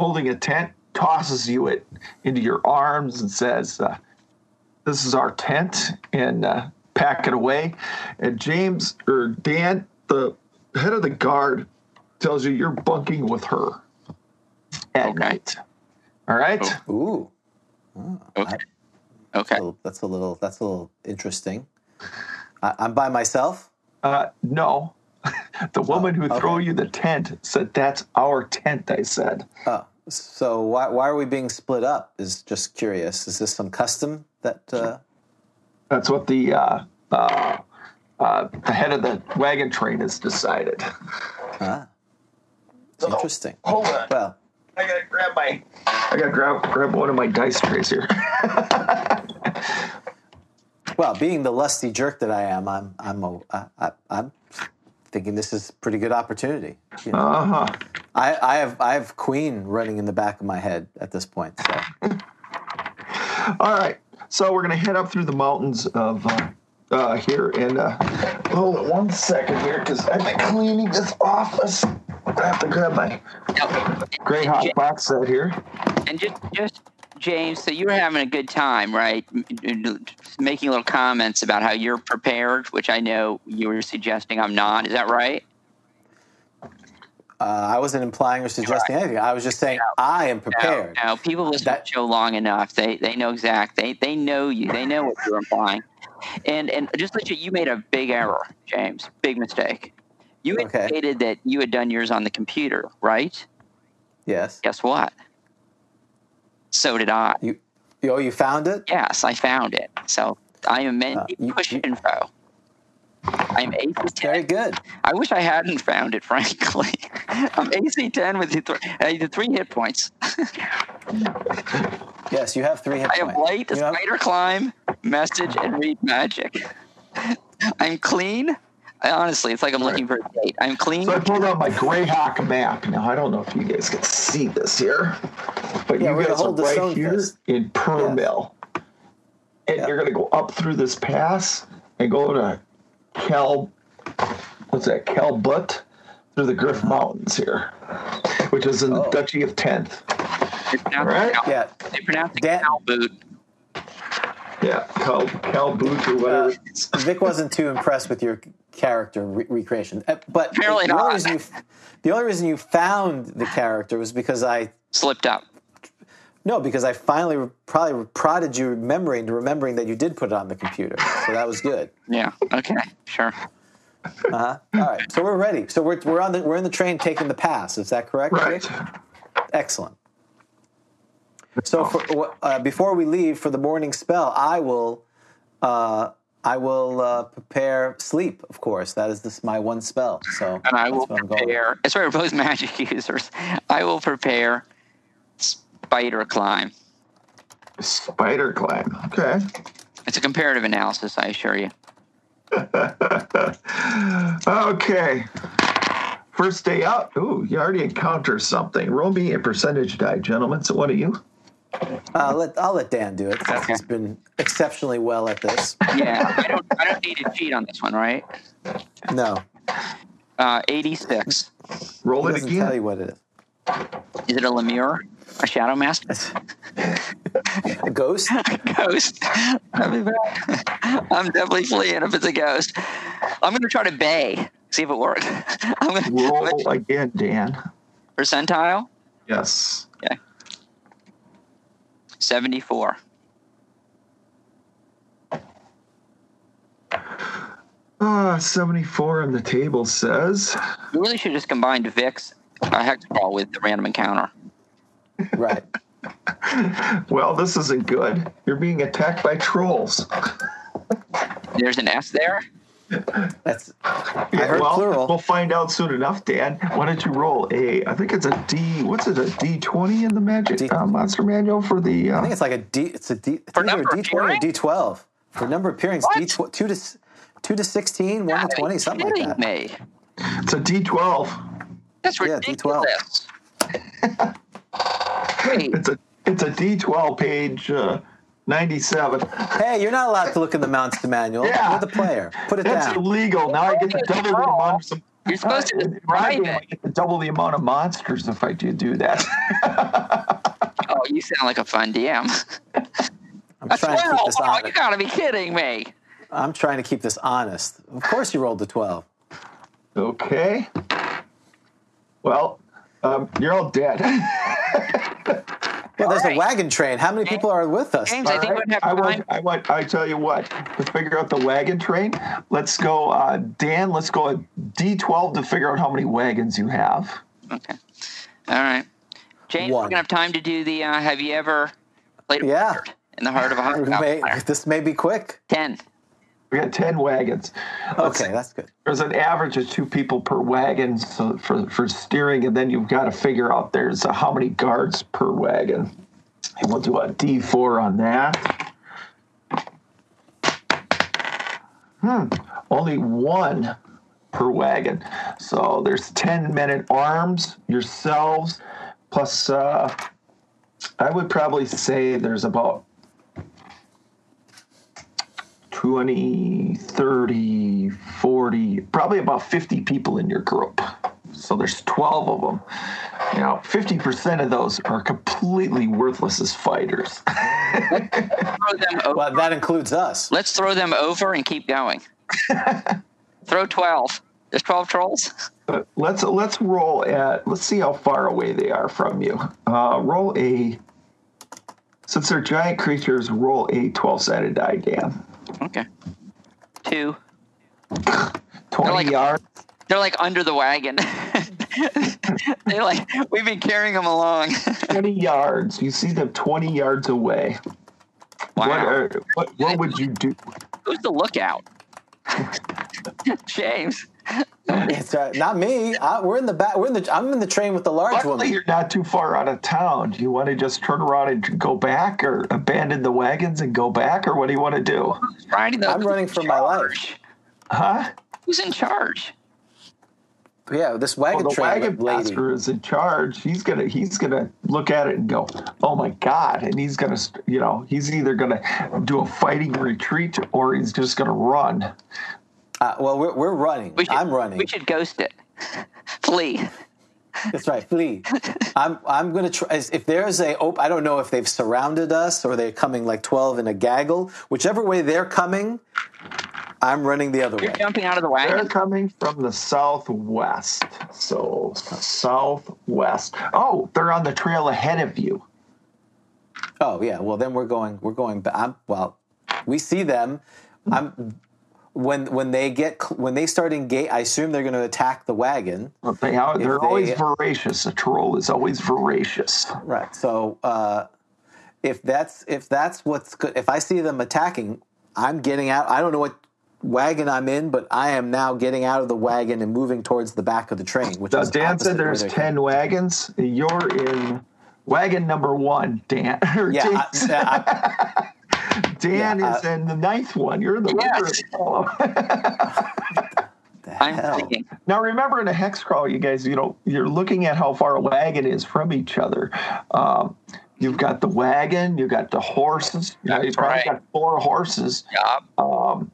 Speaker 5: holding a tent tosses you it into your arms and says, uh, "This is our tent," and uh, pack it away. And James or Dan, the head of the guard, tells you you're bunking with her at
Speaker 3: Okay.
Speaker 5: night. All right.
Speaker 2: Ooh,
Speaker 3: Okay. Okay.
Speaker 2: so that's a little that's a little interesting. I, I'm by myself.
Speaker 5: Uh, no. the woman who threw you the tent said, That's our tent, I said.
Speaker 2: Oh, so why why are we being split up? Is just curious. Is this some custom that? Uh,
Speaker 5: That's what the uh, uh, uh, the head of the wagon train has decided.
Speaker 2: it's interesting.
Speaker 5: Hold on.
Speaker 2: Well,
Speaker 5: I gotta grab my. I gotta grab grab one of my dice trays here.
Speaker 2: well, being the lusty jerk that I am, I'm I'm a, I, I, I'm thinking this is a pretty good opportunity. you know.
Speaker 5: Uh huh.
Speaker 2: I, I have I have Queen running in the back of my head at this point. So uh,
Speaker 5: All right. So we're gonna head up through the mountains of uh, uh, here and uh, hold on one second here because I've been cleaning this office. I have to grab my
Speaker 3: Now,
Speaker 5: gray hot box set here.
Speaker 3: And just, just James, so you were having a good time, right? M- m- Making little comments about how you're prepared, which I know you were suggesting I'm not. Is that right?
Speaker 2: uh, I wasn't implying or suggesting anything. I was just saying I am prepared.
Speaker 3: No, no, people listen
Speaker 2: That-
Speaker 3: to the show long enough. They they know exact. They they know you. They know what you're implying. And and just let you, you made a big error, James. Big mistake. You
Speaker 2: Okay.
Speaker 3: indicated that you had done yours on the computer, right?
Speaker 2: Yes.
Speaker 3: Guess what? So did I.
Speaker 2: You, you oh you found it.
Speaker 3: Yes, I found it. So I am
Speaker 2: Uh,
Speaker 3: mending
Speaker 2: you-
Speaker 3: push
Speaker 2: you-
Speaker 3: info. I'm AC
Speaker 2: Very
Speaker 3: ten.
Speaker 2: good.
Speaker 3: I wish I hadn't found it, frankly. I'm AC ten with the three, uh, the three hit points.
Speaker 2: Yes, you have three hit
Speaker 3: I have
Speaker 2: points.
Speaker 3: light,
Speaker 2: You know-
Speaker 3: spider climb, message, and read magic. I'm clean. I, honestly, it's like I'm looking for a date. I'm clean.
Speaker 5: So I pulled out my Greyhawk map. Now I don't know if you guys can see this here, but
Speaker 2: Yeah,
Speaker 5: you
Speaker 2: we're gonna
Speaker 5: guys are
Speaker 2: hold the
Speaker 5: right
Speaker 2: stone
Speaker 5: here
Speaker 2: first.
Speaker 5: in Permel, and
Speaker 2: Yep.
Speaker 5: you're gonna go up through this pass and go to Cal. What's that? Calbutt through the Griff Mountains here, which is in the
Speaker 2: Oh.
Speaker 5: Duchy of Tenth.
Speaker 3: They pronounce
Speaker 5: Right?
Speaker 3: it cow-
Speaker 2: Yeah.
Speaker 3: They pronounce it
Speaker 2: Dan-
Speaker 3: cow boot.
Speaker 5: Yeah, Cal Calboot or whatever.
Speaker 2: Uh,
Speaker 5: it is.
Speaker 2: Vic wasn't too impressed with your character re- recreation, Uh, but
Speaker 3: Apparently
Speaker 2: the only
Speaker 3: not.
Speaker 2: reason you f- the only reason you found the character was because I
Speaker 3: Slipped up.
Speaker 2: no because I finally re- probably prodded you remembering to remembering that you did put it on the computer, so that was good.
Speaker 3: Yeah. Okay. Sure.
Speaker 2: All right, so we're ready. So we're we're on the we're in the train taking the pass. Is that correct?
Speaker 5: Right.
Speaker 2: Vic? Excellent. So for, uh, before we leave for the morning spell, I will uh, I will uh, prepare sleep. Of course, that is this my one spell. So
Speaker 3: and
Speaker 2: that's
Speaker 3: I will
Speaker 2: what I'm going with.
Speaker 3: prepare. As for both magic users, I will prepare spider climb.
Speaker 5: Spider climb. Okay.
Speaker 3: It's a comparative analysis, I assure you.
Speaker 5: Okay. First day out. Ooh, you already encounter something. Roll me a percentage die, gentlemen. So what are you?
Speaker 2: Uh, let, I'll let Dan do it. since He's been exceptionally well at this.
Speaker 3: Yeah, I don't. I don't need to cheat on this one, right?
Speaker 2: No,
Speaker 3: Uh, Eighty-six.
Speaker 5: Roll
Speaker 2: he
Speaker 5: it
Speaker 2: doesn't tell
Speaker 5: again.
Speaker 2: you what it is.
Speaker 3: Is it a Lemure? A shadow mask?
Speaker 2: A ghost?
Speaker 3: ghost. I'll be back. I'm definitely fleeing if it's a ghost. I'm going to try to bay. See if it works. I'm going
Speaker 5: Roll again, Dan.
Speaker 3: percentile
Speaker 5: Yes.
Speaker 3: seventy-four.
Speaker 5: Ah, 74 on the table says.
Speaker 3: We really should just combine Vic's uh, hex crawl with the random encounter.
Speaker 2: right.
Speaker 5: Well, this isn't good. You're being attacked by trolls.
Speaker 3: There's an S there.
Speaker 2: That's
Speaker 5: Yeah,
Speaker 2: heard
Speaker 5: well,
Speaker 2: plural.
Speaker 5: We'll find out soon enough, Dan. Why don't you roll a? I think it's a D. What's it? A D twenty in the magic
Speaker 2: D-
Speaker 5: uh, monster manual for the.
Speaker 2: I think
Speaker 5: Uh,
Speaker 2: it's like a D. It's a D. It's
Speaker 3: For
Speaker 2: either a
Speaker 3: number
Speaker 2: D twenty or
Speaker 3: appearing?
Speaker 2: D twelve for number appearance. D tw- two to s- two to 16, 1 to
Speaker 3: Gotta be
Speaker 2: twenty, something like
Speaker 3: kidding
Speaker 2: that.
Speaker 3: Me.
Speaker 5: it's a D twelve.
Speaker 3: That's
Speaker 2: Yeah, D12.
Speaker 3: ridiculous. Wait,
Speaker 5: It's a it's a D twelve page uh, ninety seven.
Speaker 2: Hey, you're not allowed to look in the monster manual.
Speaker 5: Yeah.
Speaker 2: You're the player. Put it
Speaker 5: That's
Speaker 2: down.
Speaker 5: illegal. Now I get to double the amount. Of some,
Speaker 3: You're supposed to
Speaker 5: In my game,
Speaker 3: describe
Speaker 5: I
Speaker 3: it.
Speaker 5: get to double the amount of monsters if I do do that.
Speaker 3: Oh, you sound like a fun DM.
Speaker 2: I'm
Speaker 3: A
Speaker 2: trying to keep
Speaker 3: 12?
Speaker 2: this
Speaker 3: Oh, you
Speaker 2: honest.
Speaker 3: gotta be kidding me.
Speaker 2: I'm trying to keep this honest. Of course, you rolled the twelve.
Speaker 5: Okay. Well, um, you're all dead.
Speaker 2: Well, there's
Speaker 3: All right.
Speaker 2: a wagon train. How many people are with us?
Speaker 3: James,
Speaker 5: All
Speaker 3: I think
Speaker 5: right,
Speaker 3: we'd have
Speaker 5: I
Speaker 3: time.
Speaker 5: want, I want, I tell you what, to figure out the wagon train, let's go, uh, Dan, let's go at D12 to figure out how many wagons you have.
Speaker 3: Okay. All right. James, we're
Speaker 2: One.
Speaker 3: gonna have time to do the. Uh, have you ever played a
Speaker 2: Yeah.
Speaker 3: wizard in the heart of a
Speaker 2: We
Speaker 3: hot
Speaker 2: may-
Speaker 3: fire?
Speaker 2: this may be quick.
Speaker 3: Ten.
Speaker 5: We got 10 wagons. Let's-
Speaker 2: Okay, that's good.
Speaker 5: There's an average of two people per wagon so for, for steering, and then you've got to figure out there's uh, how many guards per wagon. And we'll do a D4 on that. Hmm, only one per wagon. So there's 10 men at arms, yourselves, plus uh, I would probably say there's about 20, 30, 40, probably about 50 people in your group. So there's 12 of them. Now, 50% of those are completely worthless as fighters.
Speaker 3: Throw them over.
Speaker 2: Well, that includes us.
Speaker 3: Let's throw them over and keep going. throw twelve. There's twelve trolls.
Speaker 5: But let's let's roll at let's see how far away they are from you. Uh, roll a since they're giant creatures, roll a 12-sided die, Dan.
Speaker 3: Okay. Two.
Speaker 5: 20
Speaker 3: like-
Speaker 5: yards.
Speaker 3: They're like under the wagon. they like we've been carrying them along.
Speaker 5: 20 yards. You see them 20 yards away.
Speaker 3: wow.
Speaker 5: What, are, what what would you do?
Speaker 3: Who's the lookout? James.
Speaker 2: It's, uh, not me. I, we're in the back. We're in the. I'm in the train with the large
Speaker 5: Luckily,
Speaker 2: woman.
Speaker 5: you're not too far out of town. Do you want to just turn around and go back, or abandon the wagons and go back, or what do you want to do?
Speaker 3: Riding the,
Speaker 2: I'm running for my life.
Speaker 3: Charge.
Speaker 5: Huh?
Speaker 3: Who's in charge?
Speaker 2: Yeah, this
Speaker 5: Well,
Speaker 3: Oh,
Speaker 2: wagon
Speaker 5: the
Speaker 2: train
Speaker 5: wagon
Speaker 2: lady.
Speaker 5: master is in charge. He's gonna he's gonna look at it and go, "Oh my god!" And he's gonna st- you know he's either gonna do a fighting retreat or he's just gonna run.
Speaker 2: Uh, well, we're, we're running.
Speaker 3: We should-
Speaker 2: I'm running.
Speaker 3: We should ghost it. Flee.
Speaker 2: That's right. Flee. I'm I'm gonna try. If there's a, op- I don't know if they've surrounded us or they're coming like twelve in a gaggle. Whichever way they're coming, I'm running the other
Speaker 3: You're
Speaker 2: way.
Speaker 3: jumping out of the
Speaker 5: They're
Speaker 3: wagon.
Speaker 5: coming from the southwest, so southwest. Oh, they're on the trail ahead of you.
Speaker 2: Oh yeah. Well, then we're going. We're going. ba- I'm, well, we see them. I'm when when they get cl- when they start engage. I assume they're going to attack the wagon.
Speaker 5: But they are, they're
Speaker 2: they-
Speaker 5: always voracious. A troll is always voracious.
Speaker 2: Right. So uh, if that's if that's what's good, if I see them attacking, I'm getting out. I don't know what wagon I'm in, but I am now getting out of the wagon and moving towards the back of the train. Which
Speaker 5: Now,
Speaker 2: is
Speaker 5: Uh, Dan
Speaker 2: opposite
Speaker 5: said
Speaker 2: where
Speaker 5: there's
Speaker 2: they're
Speaker 5: 10 wagons. You're in wagon number one, Dan. Or
Speaker 2: coming. Yeah,
Speaker 5: James.
Speaker 2: I, I,
Speaker 5: Dan
Speaker 2: yeah, uh,
Speaker 5: is in the ninth one. You're in the
Speaker 3: Yes.
Speaker 5: river.
Speaker 2: the
Speaker 3: I'm
Speaker 2: hell?
Speaker 3: thinking.
Speaker 5: now, remember in a hex crawl, you guys, you know, you're looking at how far a wagon is from each other. Um, you've got the wagon, you've got the horses. You know, you've
Speaker 3: That's
Speaker 5: probably
Speaker 3: right.
Speaker 5: got four horses.
Speaker 3: Job.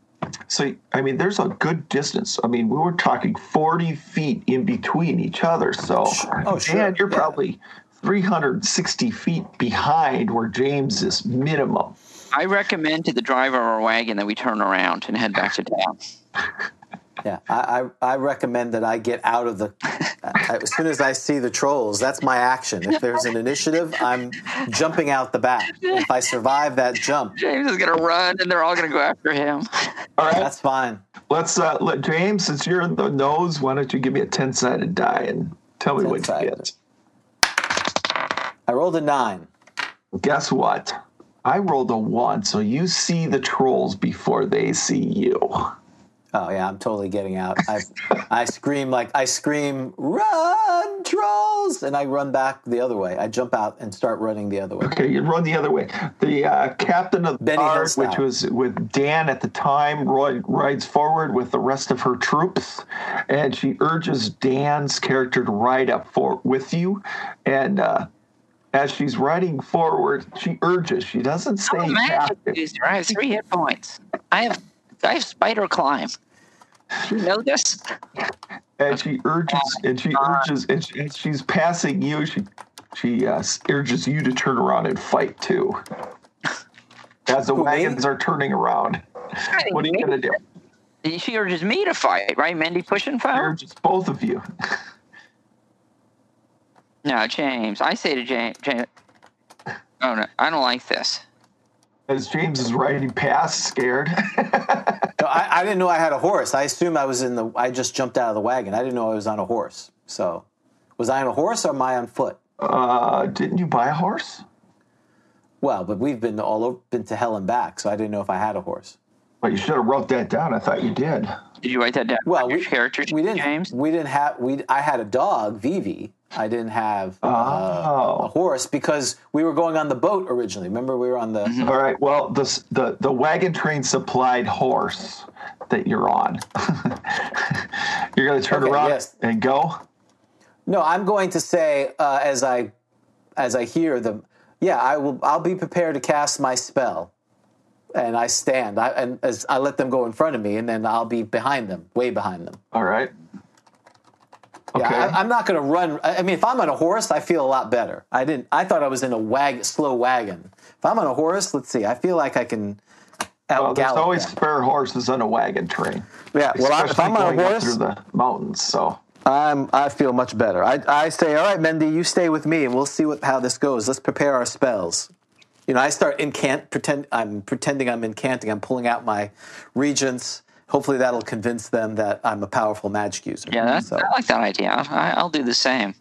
Speaker 5: So, I mean, there's a good distance. I mean, we were talking 40 feet in between each other. So,
Speaker 2: Oh, sure.
Speaker 5: Dan, you're
Speaker 2: Yeah.
Speaker 5: probably 360 feet behind where James is minimum.
Speaker 3: I recommend to the driver of our wagon that we turn around and head back to town.
Speaker 2: Yeah, I, I, I recommend that I get out of the. I, as soon as I see the trolls, that's my action. If there's an initiative, I'm jumping out the back. If I survive that jump,
Speaker 3: James is gonna run, and they're all gonna go after him.
Speaker 5: All right,
Speaker 2: that's fine.
Speaker 5: let's uh, let James, since you're in the nose, why don't you give me a 10 sided die and tell me what you
Speaker 2: 10-sided.
Speaker 5: get?
Speaker 2: I rolled a nine.
Speaker 5: Guess what? I rolled a one, so you see the trolls before they see you.
Speaker 2: Oh yeah, I'm totally getting out. I, I scream like I scream, run trolls, and I run back the other way. I jump out and start running the other way.
Speaker 5: Okay, you run the other way. The uh, captain of the
Speaker 2: Benny Hill
Speaker 5: guard,
Speaker 2: style.
Speaker 5: which was with Dan at the time, Roy rides forward with the rest of her troops, and she urges Dan's character to ride up for with you. And uh, as she's riding forward, she urges. She doesn't say
Speaker 3: I'm a magic
Speaker 5: captain.
Speaker 3: user. I have three hit points. I have I have spider climb. Do you know this?
Speaker 5: and she urges and she urges and, she, and she's passing you she She uh, urges you to turn around and fight too. As the
Speaker 6: Who, me?
Speaker 5: wagons are turning around, what are you going to do?
Speaker 3: She urges me to fight, right? Mindy pushing
Speaker 5: You're
Speaker 3: for?
Speaker 5: just both of you.
Speaker 3: No, James. I say to James, James Oh no, I don't like this.
Speaker 5: As James is riding past, scared.
Speaker 2: No, I, I didn't know I had a horse. I assumed I was in the. I just jumped out of the wagon. I didn't know I was on a horse. So, was I on a horse or am I on foot?
Speaker 5: uh, didn't you buy a horse?
Speaker 2: Well, but we've been all over, been to hell and back, so I didn't know if I had a horse.
Speaker 5: Well, you should have wrote that down. I thought you did.
Speaker 3: Did you write that down?
Speaker 2: Well,
Speaker 3: Your
Speaker 2: we,
Speaker 3: character
Speaker 2: we didn't.
Speaker 3: James.
Speaker 2: We didn't have. We I had a dog, Vivi. I didn't have uh,
Speaker 5: Oh.
Speaker 2: a horse because we were going on the boat originally. Remember, we were on the.
Speaker 3: Mm-hmm.
Speaker 5: All right. Well, the the the wagon train supplied horse that you're on. you're going to turn
Speaker 2: Okay,
Speaker 5: around
Speaker 2: yes.
Speaker 5: and go.
Speaker 2: No, I'm going to say uh, as I, as I hear them. Yeah, I will. I'll be prepared to cast my spell, and I stand. I, and as I let them go in front of me, and then I'll be behind them, way behind them.
Speaker 5: All right. Okay.
Speaker 2: Yeah, I, I'm not going to run. I I mean, if I'm on a horse, I feel a lot better. I didn't. I thought I was in a wag, slow wagon. If I'm on a horse, let's see. I feel like I can
Speaker 5: Well,
Speaker 2: out
Speaker 5: Uh, there's
Speaker 2: gallop.
Speaker 5: always spare horses on a wagon train.
Speaker 2: yeah. Well, I, if I'm
Speaker 5: especially
Speaker 2: on
Speaker 5: going
Speaker 2: a
Speaker 5: up
Speaker 2: horse,
Speaker 5: through the mountains. So
Speaker 2: I'm. I feel much better. I, I say, all right, Mendy, you stay with me, and we'll see what how this goes. Let's prepare our spells. You know, I start incant. Pretend I'm pretending I'm incanting. I'm pulling out my regents. Hopefully, that'll convince them that I'm a powerful magic user.
Speaker 3: Yeah, that,
Speaker 2: So,
Speaker 3: I like that idea. I, I'll do the same.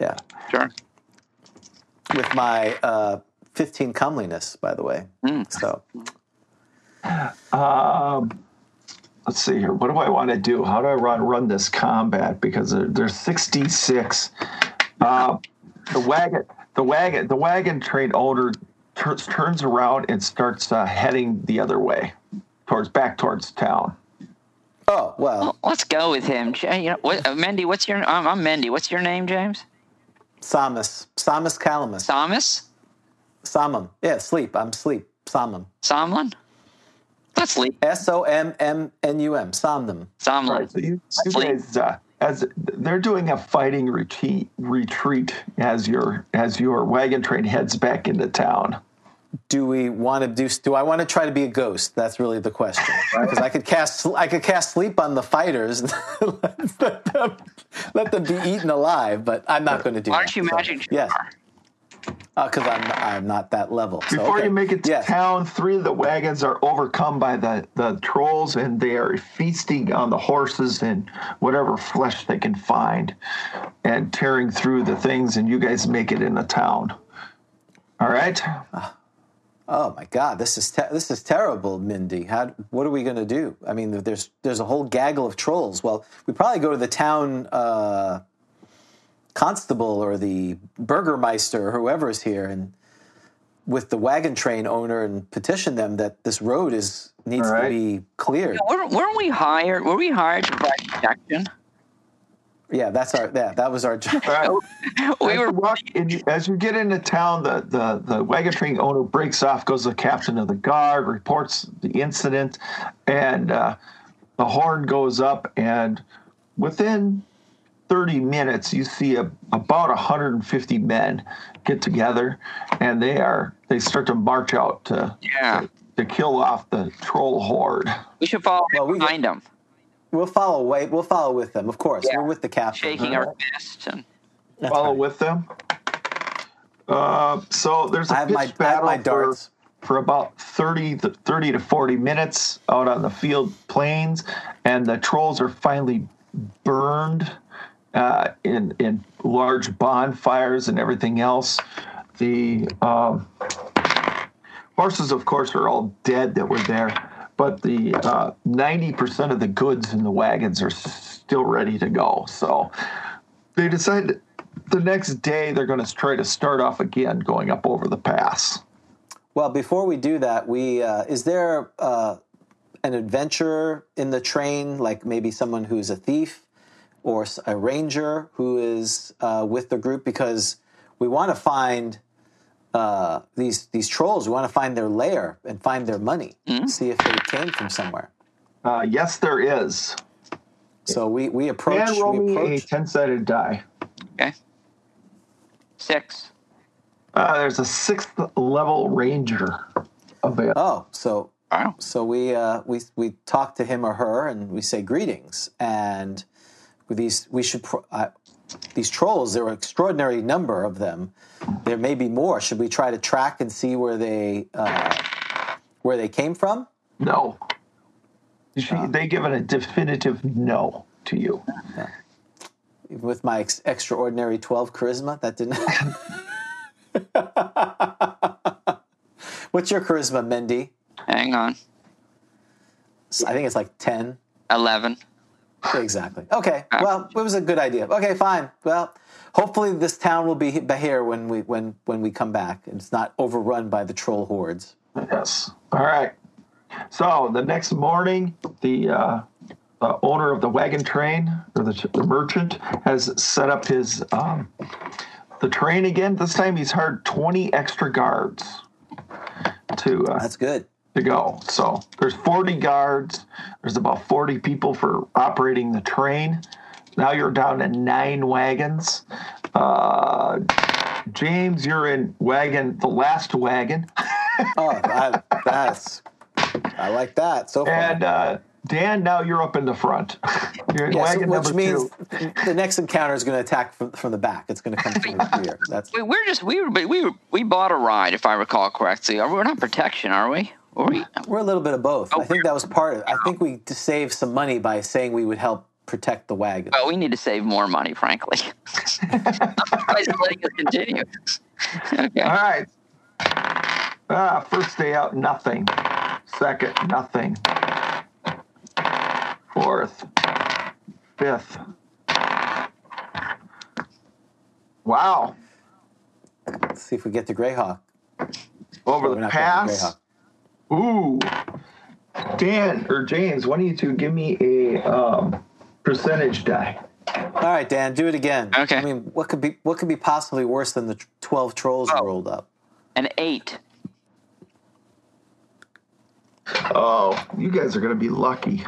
Speaker 2: yeah.
Speaker 3: Sure.
Speaker 2: with my uh, 15 comeliness, by the way. So
Speaker 5: let's see here. What do I want to do? How do I run run this combat? Because there, there's 66. Uh, the wagon, the wagon, the wagon train owner turns turns around and starts uh, heading the other way, towards back towards town.
Speaker 2: oh well,
Speaker 3: Well, let's go with him. Ja- You know, what, uh, Mendy, what's your? Um, I'm Mendy. What's your name, James?
Speaker 2: Samus, Samus Calamus,
Speaker 3: Thomas.
Speaker 2: Samum. Yeah, sleep. I'm sleep. Samum.
Speaker 3: Somlin. Let's leave.
Speaker 2: S O M M N U M. Somnum.
Speaker 5: All
Speaker 3: Somlin.
Speaker 5: right, so you, you
Speaker 3: Sleep.
Speaker 5: guys, uh, as they're doing a fighting retreat, retreat as your as your wagon train heads back into town.
Speaker 2: Do we want to do? Do I want to try to be a ghost? That's really the question. Because I could cast, I could cast sleep on the fighters, and let, them, let them be eaten alive. But I'm not going to do.
Speaker 3: Why don't
Speaker 2: that.
Speaker 3: you
Speaker 2: So,
Speaker 3: magic jar?
Speaker 2: Yes, because I'm I'm not that level. So,
Speaker 5: Before
Speaker 2: okay.
Speaker 5: you make it to
Speaker 2: Yes.
Speaker 5: town, three of the wagons are overcome by the, the trolls and they are feasting on the horses and whatever flesh they can find and tearing through the things, and you guys make it in the town. All right?
Speaker 2: Oh my God, this is te- this is terrible, Mindy. How, what are we going to do? I mean, there's there's a whole gaggle of trolls. Well, we probably go to the town uh, constable or the burgermeister or whoever is here, and with the wagon train owner and petition them that this road is needs
Speaker 5: All
Speaker 2: to
Speaker 5: right.
Speaker 2: be cleared.
Speaker 3: Were, weren't we hired? Were we hired to provide protection?
Speaker 2: Yeah, that's our yeah, that was our job.
Speaker 5: All right.
Speaker 3: We
Speaker 5: as, you
Speaker 3: were.
Speaker 5: walk in, as you get into town, the, the, the wagon train owner breaks off, goes to the captain of the guard, reports the incident, and uh, the horn goes up. And within 30 minutes, you see a, about 150 men get together, and they are they start to march out to,
Speaker 3: Yeah,
Speaker 5: to kill off the troll horde.
Speaker 3: we should follow
Speaker 2: Well, we-
Speaker 3: behind them,
Speaker 2: We'll follow away. We'll follow with them, of course.
Speaker 3: Yeah.
Speaker 2: We're with the captain.
Speaker 3: shaking our fists. And
Speaker 2: That's
Speaker 5: follow
Speaker 2: right.
Speaker 5: with them. Uh, so there's a
Speaker 2: I have
Speaker 5: pitched
Speaker 2: my- I have
Speaker 5: battle
Speaker 2: my
Speaker 5: for,
Speaker 2: darts.
Speaker 5: for about 30 to, 30 to 40 minutes out on the field plains, and the trolls are finally burned uh, in in large bonfires and everything else. The um, horses, of course, are all dead that were there, but the uh, 90% of the goods in the wagons are s- still ready to go. So they decide the next day they're going to try to start off again going up over the pass.
Speaker 2: Well, before we do that, we uh, is there uh, an adventurer in the train, like maybe someone who's a thief or s- a ranger who is uh, with the group because we want to find uh, these these trolls. We want to find their lair and find their money,
Speaker 5: Mm-hmm.
Speaker 2: see if they came from somewhere.
Speaker 5: Uh, yes, there is.
Speaker 2: So we we approach.
Speaker 5: Man, roll
Speaker 2: we
Speaker 5: me a
Speaker 2: approach.
Speaker 5: 10 sided die.
Speaker 3: okay, Six.
Speaker 5: Uh, there's a sixth level ranger available.
Speaker 2: Oh, so
Speaker 3: Wow.
Speaker 2: so we uh, we we talk to him or her and we say greetings and with these we should pro- uh, these trolls there are an extraordinary number of them there may be more should we try to track and see where they uh, where they came from
Speaker 5: No. She, they given a definitive no to you.
Speaker 2: with my ex- extraordinary 12 charisma that didn't what's your charisma mendy
Speaker 3: Hang on.
Speaker 2: i think it's like 10
Speaker 3: Eleven.
Speaker 2: Exactly. Okay.
Speaker 5: Ah.
Speaker 2: Well, it was a good idea. Okay, fine. Well, hopefully this town will be be here when we when when we come back. and It's not overrun by the troll hordes.
Speaker 5: Yes. All right. So the next morning, the uh, uh, owner of the wagon train or the, the merchant has set up his um, the train again. This time he's hired twenty extra guards to uh,
Speaker 2: That's good.
Speaker 5: to go. So there's 40 guards. There's about 40 people for operating the train. Now you're down to nine wagons. Uh, James, you're in wagon, the last wagon.
Speaker 2: Oh, I, that's I like that so far.
Speaker 5: And uh, Dan, now you're up in the front. You're in
Speaker 2: Yes,
Speaker 5: wagon
Speaker 2: which
Speaker 5: number
Speaker 2: means
Speaker 5: two.
Speaker 2: the next encounter is going to attack from, from the back. It's going to come from the rear. That's
Speaker 3: We, we're just we were but we were, we bought a ride if I recall correctly. Are we- We're not protection, are we? Were we?
Speaker 2: we're a little bit of both. I think that was part of. I think we saved some money by saying we would help protect the wagon.
Speaker 3: Well, we need to save more money, frankly. I'm surprised you're letting us continue. Okay.
Speaker 5: All right. Ah, first day out, nothing. Second, nothing. Fourth, fifth. Wow.
Speaker 2: Let's see if we get to Greyhawk.
Speaker 5: Over
Speaker 2: We're
Speaker 5: the
Speaker 2: not going to
Speaker 5: pass.
Speaker 2: Greyhawk.
Speaker 5: Ooh. Dan or James, why don't you two give me a um, percentage die?
Speaker 2: All right, Dan, do it again.
Speaker 3: Okay.
Speaker 2: I mean, what could be what could be possibly worse than the tr- twelve trolls you
Speaker 3: Oh.
Speaker 2: rolled up?
Speaker 3: An eight.
Speaker 5: Oh, you guys are going to be lucky.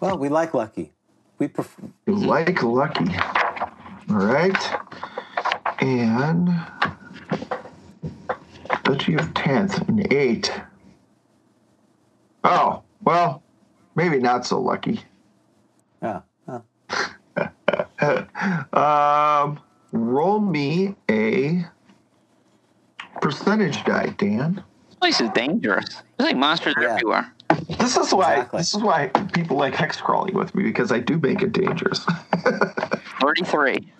Speaker 2: Well, we like lucky. We pref-
Speaker 5: You like lucky. All right. And bet you have 10th and 8. Oh, well, maybe not so lucky.
Speaker 2: yeah. yeah.
Speaker 5: Um, roll me a percentage die, Dan.
Speaker 3: This place is dangerous. There's like monsters
Speaker 2: Yeah.
Speaker 3: everywhere.
Speaker 5: This is why
Speaker 2: Exactly.
Speaker 5: this is why people like hex crawling with me because I do make it dangerous.
Speaker 3: Thirty-three.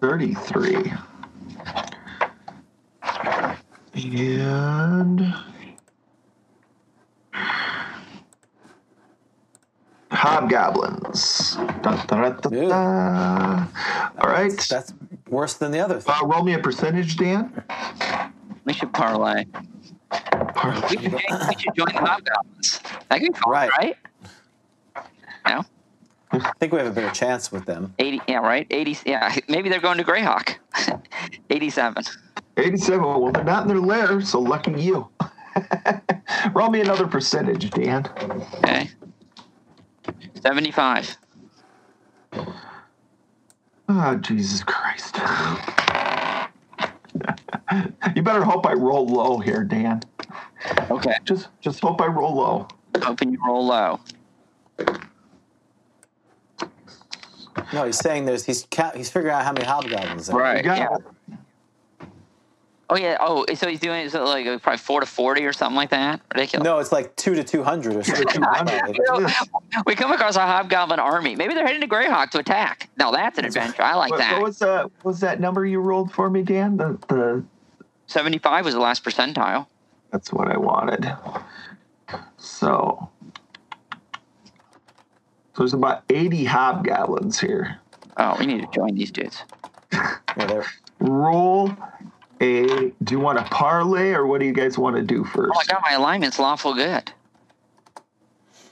Speaker 5: 33. And hobgoblins. Dun, dun, dun, dun,
Speaker 2: Ew.
Speaker 5: dun. All right.
Speaker 2: That's worse than the other thing.
Speaker 5: Uh, roll me a percentage, Dan.
Speaker 3: We should parlay. We should, we should join the hobgoblins. That could be fun,
Speaker 2: Right.
Speaker 3: right? No,
Speaker 2: I think we have a better chance with them.
Speaker 3: eighty. Yeah, right. Eighty. Yeah, maybe they're going to Greyhawk. Eighty-seven.
Speaker 5: 87. Well, they're not in their lair, so lucky you. roll me another percentage, Dan.
Speaker 3: Okay. Seventy-five.
Speaker 5: Oh, Jesus Christ. you better hope I roll low here, Dan.
Speaker 3: Okay.
Speaker 5: Just just hope I roll low.
Speaker 3: Hoping you roll low.
Speaker 2: No, he's saying there's he's ca- he's figuring out how many hobgoblins there. are.
Speaker 3: Right.
Speaker 5: You got
Speaker 3: yeah.
Speaker 5: it.
Speaker 3: Oh yeah. Oh, so he's doing so like uh, probably four to forty or something like that. Ridiculous.
Speaker 2: No, it's like two to two hundred or something.
Speaker 3: You know, we come across a hobgoblin army. Maybe they're heading to Greyhawk to attack. Now that's an adventure. I like
Speaker 5: What,
Speaker 3: that.
Speaker 5: what was uh, what was that number you rolled for me, Dan? The, the
Speaker 3: Seventy-five was the last percentile.
Speaker 5: that's what I wanted. So, so there's about 80 hobgoblins here.
Speaker 3: Oh, we need to join these dudes.
Speaker 2: Yeah, they're-
Speaker 5: Roll a. Do you want a parlay or what do you guys want to do first?
Speaker 3: Oh, I got my alignment's lawful good.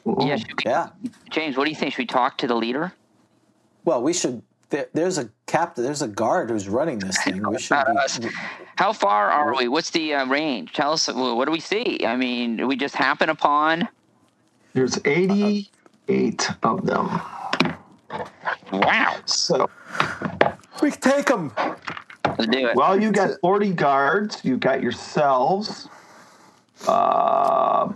Speaker 5: Oh,
Speaker 3: Yeah, should we-
Speaker 2: yeah.
Speaker 3: James, what do you think? Should we talk to the leader?
Speaker 2: Well, we should. There, there's a captain. There's a guard who's running this thing. We should.
Speaker 3: Not
Speaker 2: Be,
Speaker 3: us. How far are we? What's the uh, range? Tell us. wh- What do we see? I mean, do we just happen upon.
Speaker 5: There's 88 of them.
Speaker 3: Wow.
Speaker 5: So
Speaker 2: we can take them.
Speaker 3: to do it.
Speaker 5: Well, you got 40 guards. You got yourselves. Uh,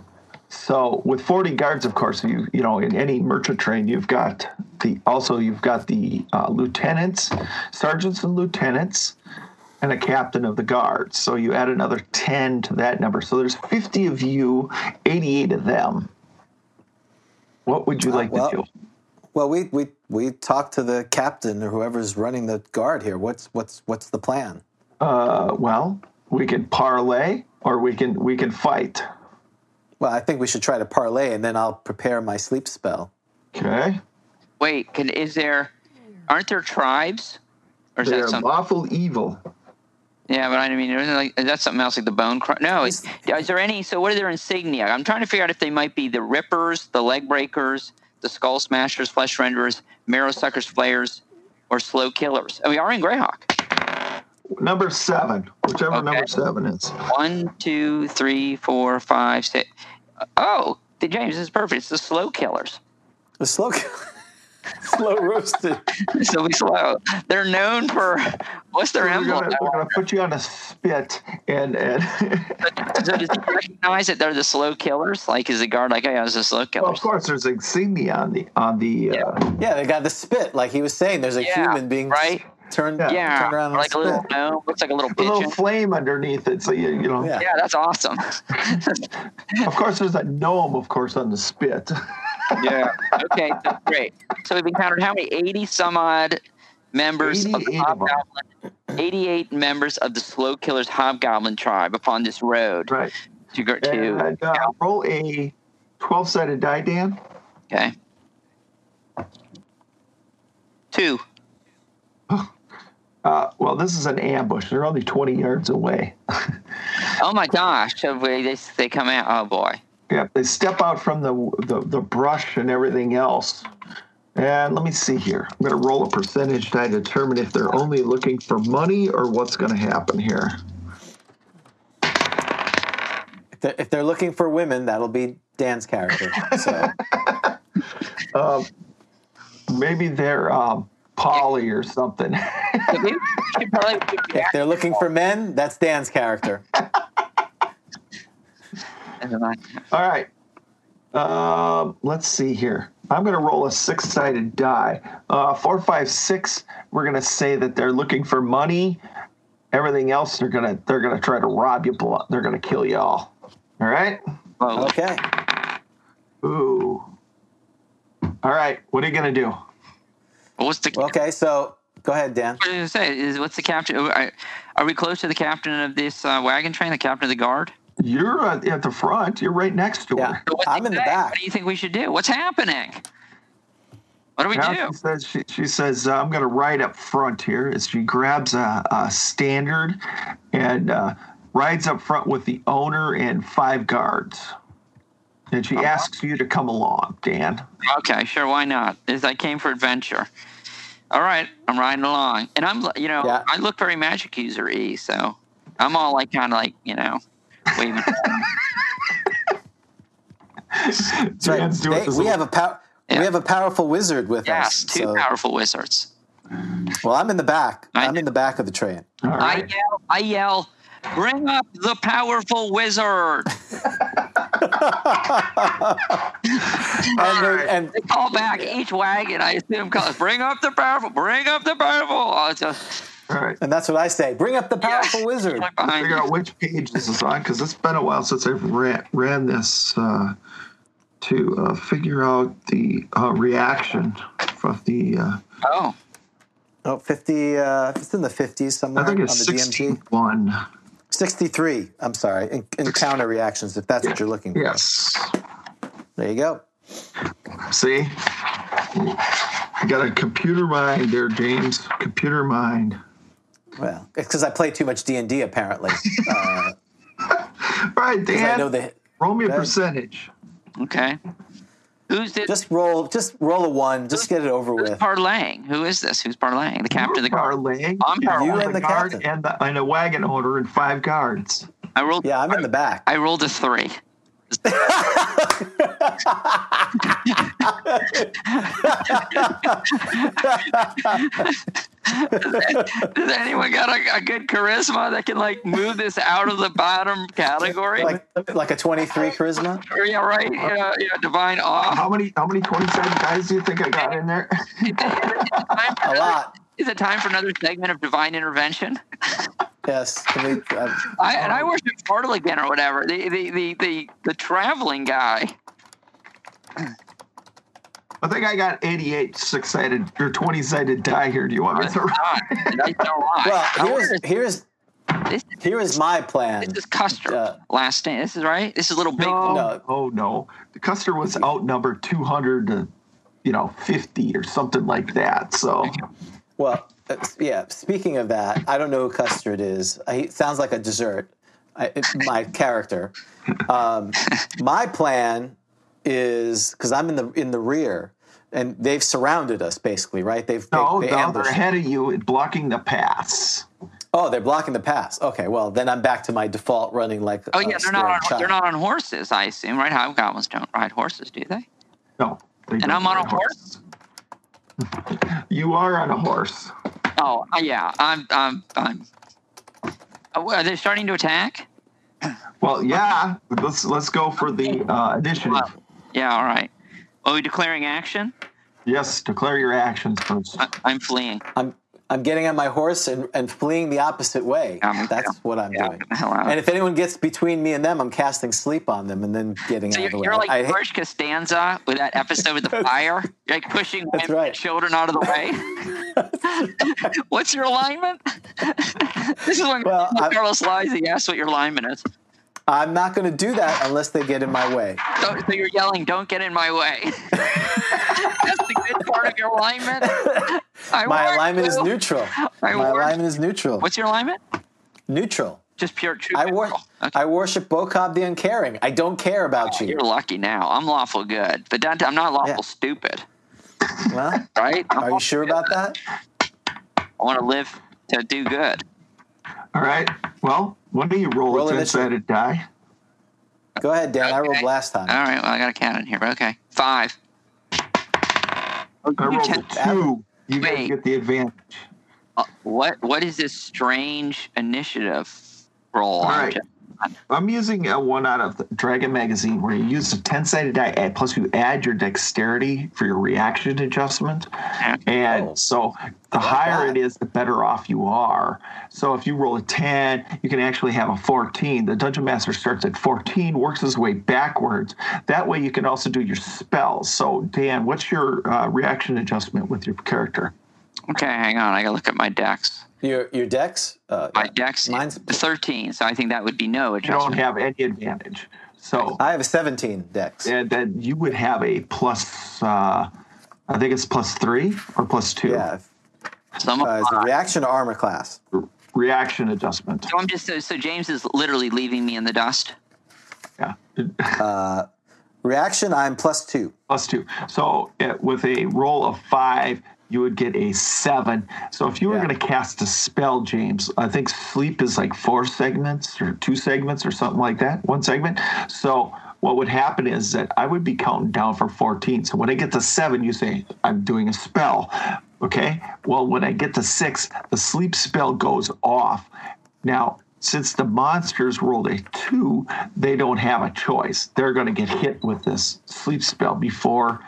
Speaker 5: so with 40 guards, of course, you you know in any merchant train, you've got the also you've got the uh, lieutenants, sergeants, and lieutenants, and a captain of the guards. So you add another 10 to that number. So there's 50 of you, 88 of them. What would you like
Speaker 2: well,
Speaker 5: to do?
Speaker 2: Well, we we we talked to the captain or whoever's running the guard here. What's what's what's the plan?
Speaker 5: Uh, well, we can parlay, or we can we can fight.
Speaker 2: Well, I think we should try to parlay, and then I'll prepare my sleep spell.
Speaker 5: Okay.
Speaker 3: Wait, can is there? Aren't there tribes? Or is
Speaker 5: They're
Speaker 3: that something?
Speaker 5: lawful evil.
Speaker 3: Yeah, but I mean, isn't like, is that something else like the bone? Cr- no, is, is there any? So, what are their insignia? I'm trying to figure out if they might be the rippers, the leg breakers, the skull smashers, flesh renderers, marrow suckers, flayers, or slow killers. And we are in Greyhawk.
Speaker 5: Number seven, whichever
Speaker 3: Okay.
Speaker 5: number seven is.
Speaker 3: One, two, three, four, five, six. Oh, the- James, this is perfect. It's the slow killers.
Speaker 2: The slow slow roasted.
Speaker 3: So we slow. They're known for what's their
Speaker 5: We're
Speaker 3: emblem?
Speaker 5: gonna, we're gonna put you on a spit and and
Speaker 3: So does he recognize that they're the slow killers? Like, is the guard like, "Hey, I was the slow
Speaker 5: well, of
Speaker 3: killers"?
Speaker 5: course there's insignia on the on the uh,
Speaker 2: Yeah, they got the spit. Like he was saying, there's a
Speaker 3: Yeah,
Speaker 2: human being
Speaker 3: right?
Speaker 2: turned
Speaker 5: Yeah.
Speaker 3: yeah,
Speaker 2: turned around and
Speaker 3: like a
Speaker 2: spit.
Speaker 3: little gnome. Looks like a little
Speaker 5: little
Speaker 3: pigeon.
Speaker 5: flame underneath it. So you you know
Speaker 2: Yeah.
Speaker 3: Yeah, that's awesome.
Speaker 5: of course there's a gnome of course on the spit.
Speaker 3: yeah. Okay, so great. So we've encountered how many? 80 some odd members of the
Speaker 5: 88 of 'em.
Speaker 3: Hobgoblin, 88 members of the Slow Killers Hobgoblin tribe upon this road
Speaker 5: right.
Speaker 3: to go to.
Speaker 5: And uh, roll a twelve sided die, Dan.
Speaker 3: Okay. Two.
Speaker 5: Uh, well this is an ambush. They're only twenty yards away.
Speaker 3: Oh my gosh. So we- they, they come out. Oh boy.
Speaker 5: Yeah, they step out from the, the the brush and everything else. And let me see here. I'm going to roll a percentage to determine if they're only looking for money or what's going to happen here.
Speaker 2: If they're, if they're looking for women, that'll be Dan's character. So
Speaker 5: Maybe they're um, poly or something.
Speaker 3: So we should probably put
Speaker 2: if
Speaker 3: Jack
Speaker 2: they're looking for men, that's Dan's character.
Speaker 3: in the line.
Speaker 5: All right. Um, let's see here. I'm going to roll a six sided die. Uh, four, five, six. We're going to say that they're looking for money. Everything else, they're going to they're going to try to rob you. blo- They're going to kill you all. All right.
Speaker 3: Well,
Speaker 2: Okay.
Speaker 5: Ooh. All right. What are you going to do?
Speaker 3: what's the
Speaker 2: Okay. So go ahead, Dan.
Speaker 3: I was gonna say is what's the captain? Are are we close to the captain of this uh, wagon train? The captain of the guard?
Speaker 5: You're uh, at at the front. You're right next to
Speaker 2: Yeah,
Speaker 5: her.
Speaker 3: But what
Speaker 2: I'm
Speaker 3: they
Speaker 2: in the
Speaker 3: say?
Speaker 2: back.
Speaker 3: What do you think we should do? What's happening? What do we
Speaker 5: Now she
Speaker 3: do?
Speaker 5: says, she, she says uh, I'm going to ride up front here as she grabs a, a standard and uh, rides up front with the owner and five guards. And
Speaker 2: Uh-huh.
Speaker 5: she asks you to come along, Dan.
Speaker 3: Okay, sure, why not? Is I came for adventure. All right, I'm riding along, and I'm you know
Speaker 2: Yeah.
Speaker 3: I look very magic user e, so I'm all like kind of like you know waving.
Speaker 2: That's right.
Speaker 5: Dan's doing
Speaker 2: They-
Speaker 5: this
Speaker 2: we
Speaker 5: little-
Speaker 2: have a pow-
Speaker 3: Yeah.
Speaker 2: we have a powerful wizard with
Speaker 3: yes,
Speaker 2: us.
Speaker 3: two
Speaker 2: so-
Speaker 3: powerful wizards.
Speaker 2: Well, I'm in the back.
Speaker 3: I
Speaker 2: I'm
Speaker 3: know.
Speaker 2: in the back of the train.
Speaker 5: All
Speaker 3: I
Speaker 5: right.
Speaker 3: yell, I yell, bring up the powerful wizard.
Speaker 2: And, they- and
Speaker 3: They call back each wagon. I assume calls, bring up the powerful, bring up the powerful. Oh, it's just
Speaker 5: All right.
Speaker 2: and that's what I say. Bring up the powerful
Speaker 3: Yeah.
Speaker 2: wizard.
Speaker 3: like behind
Speaker 5: Figure
Speaker 3: you.
Speaker 5: out which page this is on because it's been a while since I've ran, ran this uh, to uh, figure out the uh, reaction from the. Uh,
Speaker 3: Oh,
Speaker 2: Oh, 50 uh it's in the 50s somewhere
Speaker 5: I think it's
Speaker 2: on the DMT.
Speaker 5: 16 1.
Speaker 2: 63. I'm sorry. En- encounter reactions if that's what you're looking for.
Speaker 5: Yes.
Speaker 2: There you go.
Speaker 5: See? You got a computer mind there, James. Computer mind.
Speaker 2: Well, it's cuz I play too much D&D apparently. Uh,
Speaker 5: All right,
Speaker 2: I
Speaker 5: Dan.
Speaker 2: know the
Speaker 5: roll me a
Speaker 2: Okay.
Speaker 5: percentage.
Speaker 3: Oh, okay. Who's this?
Speaker 2: just roll just roll a 1, just get it over
Speaker 3: who's
Speaker 2: with.
Speaker 3: parlaying? Who is this? Who's parlaying? The captain of the guard.
Speaker 5: Parlaying.
Speaker 3: I'm parlaying.
Speaker 2: You and the
Speaker 5: guard
Speaker 2: captain.
Speaker 5: and, the, and a wagon owner and five guards.
Speaker 3: I rolled.
Speaker 2: Yeah, I'm in the back.
Speaker 3: I rolled a three. Does anyone got a, a good charisma that can like move this out of the bottom category?
Speaker 2: like like a 23 charisma.
Speaker 3: yeah, right. Yeah, yeah. Divine awe.
Speaker 5: How many how many twenty sided guys do you think I got in there?
Speaker 3: Time for
Speaker 2: A
Speaker 3: another-
Speaker 2: lot.
Speaker 3: Is it time for another segment of divine intervention?
Speaker 2: Yes. Can we, uh,
Speaker 3: I, and I worship Bartle again or whatever. The the, the, the the traveling guy.
Speaker 5: I think I got eighty eight six sided or twenty sided die here. Do you want me to?
Speaker 3: Ah, nice to watch.
Speaker 2: well,
Speaker 3: I wonder
Speaker 2: here's
Speaker 3: if
Speaker 2: here's
Speaker 3: this,
Speaker 2: here is my plan.
Speaker 3: this is Custer.
Speaker 2: Uh,
Speaker 3: last stand. This is right. This is little big.
Speaker 5: No,
Speaker 2: No.
Speaker 5: oh no, Custer was outnumbered two hundred to you know fifty or something like that. So
Speaker 2: Well, uh, yeah. Speaking of that, I don't know who custard is. I, it sounds like a dessert. I, it, my character. Um, my plan is because I'm in the in the rear, and they've surrounded us basically, right? They've
Speaker 3: Oh,
Speaker 5: no,
Speaker 2: they, they
Speaker 5: no, they're
Speaker 2: ambushed.
Speaker 5: ahead of you, and blocking the pass.
Speaker 2: Oh, they're blocking the pass. Okay, well then I'm back to my default running like.
Speaker 3: Oh
Speaker 2: a
Speaker 3: yeah, they're
Speaker 2: scared
Speaker 3: not on,
Speaker 2: child.
Speaker 3: they're not on horses. I assume right. Hobgoblins don't ride horses, do they?
Speaker 5: No, they
Speaker 3: And
Speaker 5: don't
Speaker 3: I'm on a
Speaker 5: ride
Speaker 3: horse.
Speaker 5: You are on a horse.
Speaker 3: Oh uh, yeah, I'm I'm I'm. Oh, are they starting to attack?
Speaker 5: Well, yeah. Let's let's go for the uh, initiative.
Speaker 3: Yeah, all right. Are we declaring action?
Speaker 5: Yes, declare your actions first.
Speaker 3: I, I'm fleeing.
Speaker 2: I'm I'm getting on my horse and, and fleeing the opposite way.
Speaker 3: Um,
Speaker 2: That's
Speaker 3: yeah.
Speaker 2: what I'm
Speaker 3: Yeah,
Speaker 2: doing.
Speaker 3: get the hell out.
Speaker 2: And if anyone gets between me and them, I'm casting sleep on them and then getting
Speaker 3: So
Speaker 2: out
Speaker 3: you're,
Speaker 2: of the way.
Speaker 3: you're like
Speaker 2: I-
Speaker 3: George Costanza with that episode with the fire. You're like pushing
Speaker 2: That's
Speaker 3: women and
Speaker 2: right.
Speaker 3: children out of the way. What's your alignment? this is when
Speaker 2: Well, I'm-
Speaker 3: Carlos lies. He asks what your alignment is.
Speaker 2: I'm not going to do that unless they get in my way.
Speaker 3: So, so you're yelling, "Don't get in my way." That's the good part of your alignment.
Speaker 2: My
Speaker 3: I warned
Speaker 2: alignment is
Speaker 3: you.
Speaker 2: neutral. My
Speaker 3: warned
Speaker 2: alignment is neutral.
Speaker 3: What's your alignment?
Speaker 2: neutral?
Speaker 3: Just pure true.
Speaker 2: I, wor-
Speaker 3: neutral. Okay. Oh,
Speaker 2: I worship Bokob the Uncaring. I don't care about you.
Speaker 3: You're lucky now. I'm lawful good, but don't- I'm not lawful
Speaker 2: Yeah.
Speaker 3: stupid.
Speaker 2: Well,
Speaker 3: Right? I'm
Speaker 2: are you
Speaker 3: lawful
Speaker 2: sure
Speaker 3: good.
Speaker 2: about that?
Speaker 3: I want to live to do good.
Speaker 5: All right. Well, when do you roll,
Speaker 2: Roll
Speaker 5: a ten
Speaker 2: initiative.
Speaker 5: sided die?
Speaker 2: Go ahead, Dan. I rolled
Speaker 3: Okay.
Speaker 2: last time.
Speaker 3: All right, well, I got to count in here. but Okay, five.
Speaker 5: I
Speaker 3: You
Speaker 5: rolled a
Speaker 3: ten-
Speaker 5: two. You guys
Speaker 3: Wait.
Speaker 5: get the advantage.
Speaker 3: uh, what What is this strange initiative roll?
Speaker 5: All
Speaker 3: I'm
Speaker 5: right.
Speaker 3: just-
Speaker 5: I'm using a one out of the Dragon Magazine where you use a 10 sided die, add, plus you add your dexterity for your reaction adjustment. And
Speaker 2: Oh.
Speaker 5: so the higher
Speaker 2: bad.
Speaker 5: it is, the better off you are. So if you roll a 10, you can actually have a 14. The Dungeon Master starts at 14, works his way backwards. That way you can also do your spells. So, Dan, what's your uh, reaction adjustment with your character?
Speaker 3: Okay, hang on. I got to look at my decks.
Speaker 2: Your your decks. Uh,
Speaker 3: My decks
Speaker 2: Mine's.
Speaker 3: thirteen, so I think that would be no
Speaker 5: You don't
Speaker 3: adjustment.
Speaker 5: have any advantage. So
Speaker 2: I have a 17 decks.
Speaker 5: and then you would have a plus uh i think it's plus three or plus two
Speaker 2: Yeah.
Speaker 3: so, I'm,
Speaker 2: Uh, it's a reaction to armor class.
Speaker 5: reaction adjustment
Speaker 3: so I'm just so, so James is literally leaving me in the dust.
Speaker 5: yeah
Speaker 2: Reaction. I'm plus two.
Speaker 5: plus two so uh, with a roll of five you would get a seven so if you were
Speaker 2: Yeah.
Speaker 5: going to cast a spell james i think sleep is like four segments or two segments or something like that one segment so what would happen is that i would be counting down from 14 so when i get to seven you say i'm doing a spell okay well when i get to six the sleep spell goes off Now, since the monsters rolled a two, they don't have a choice. They're going to get hit with this sleep spell before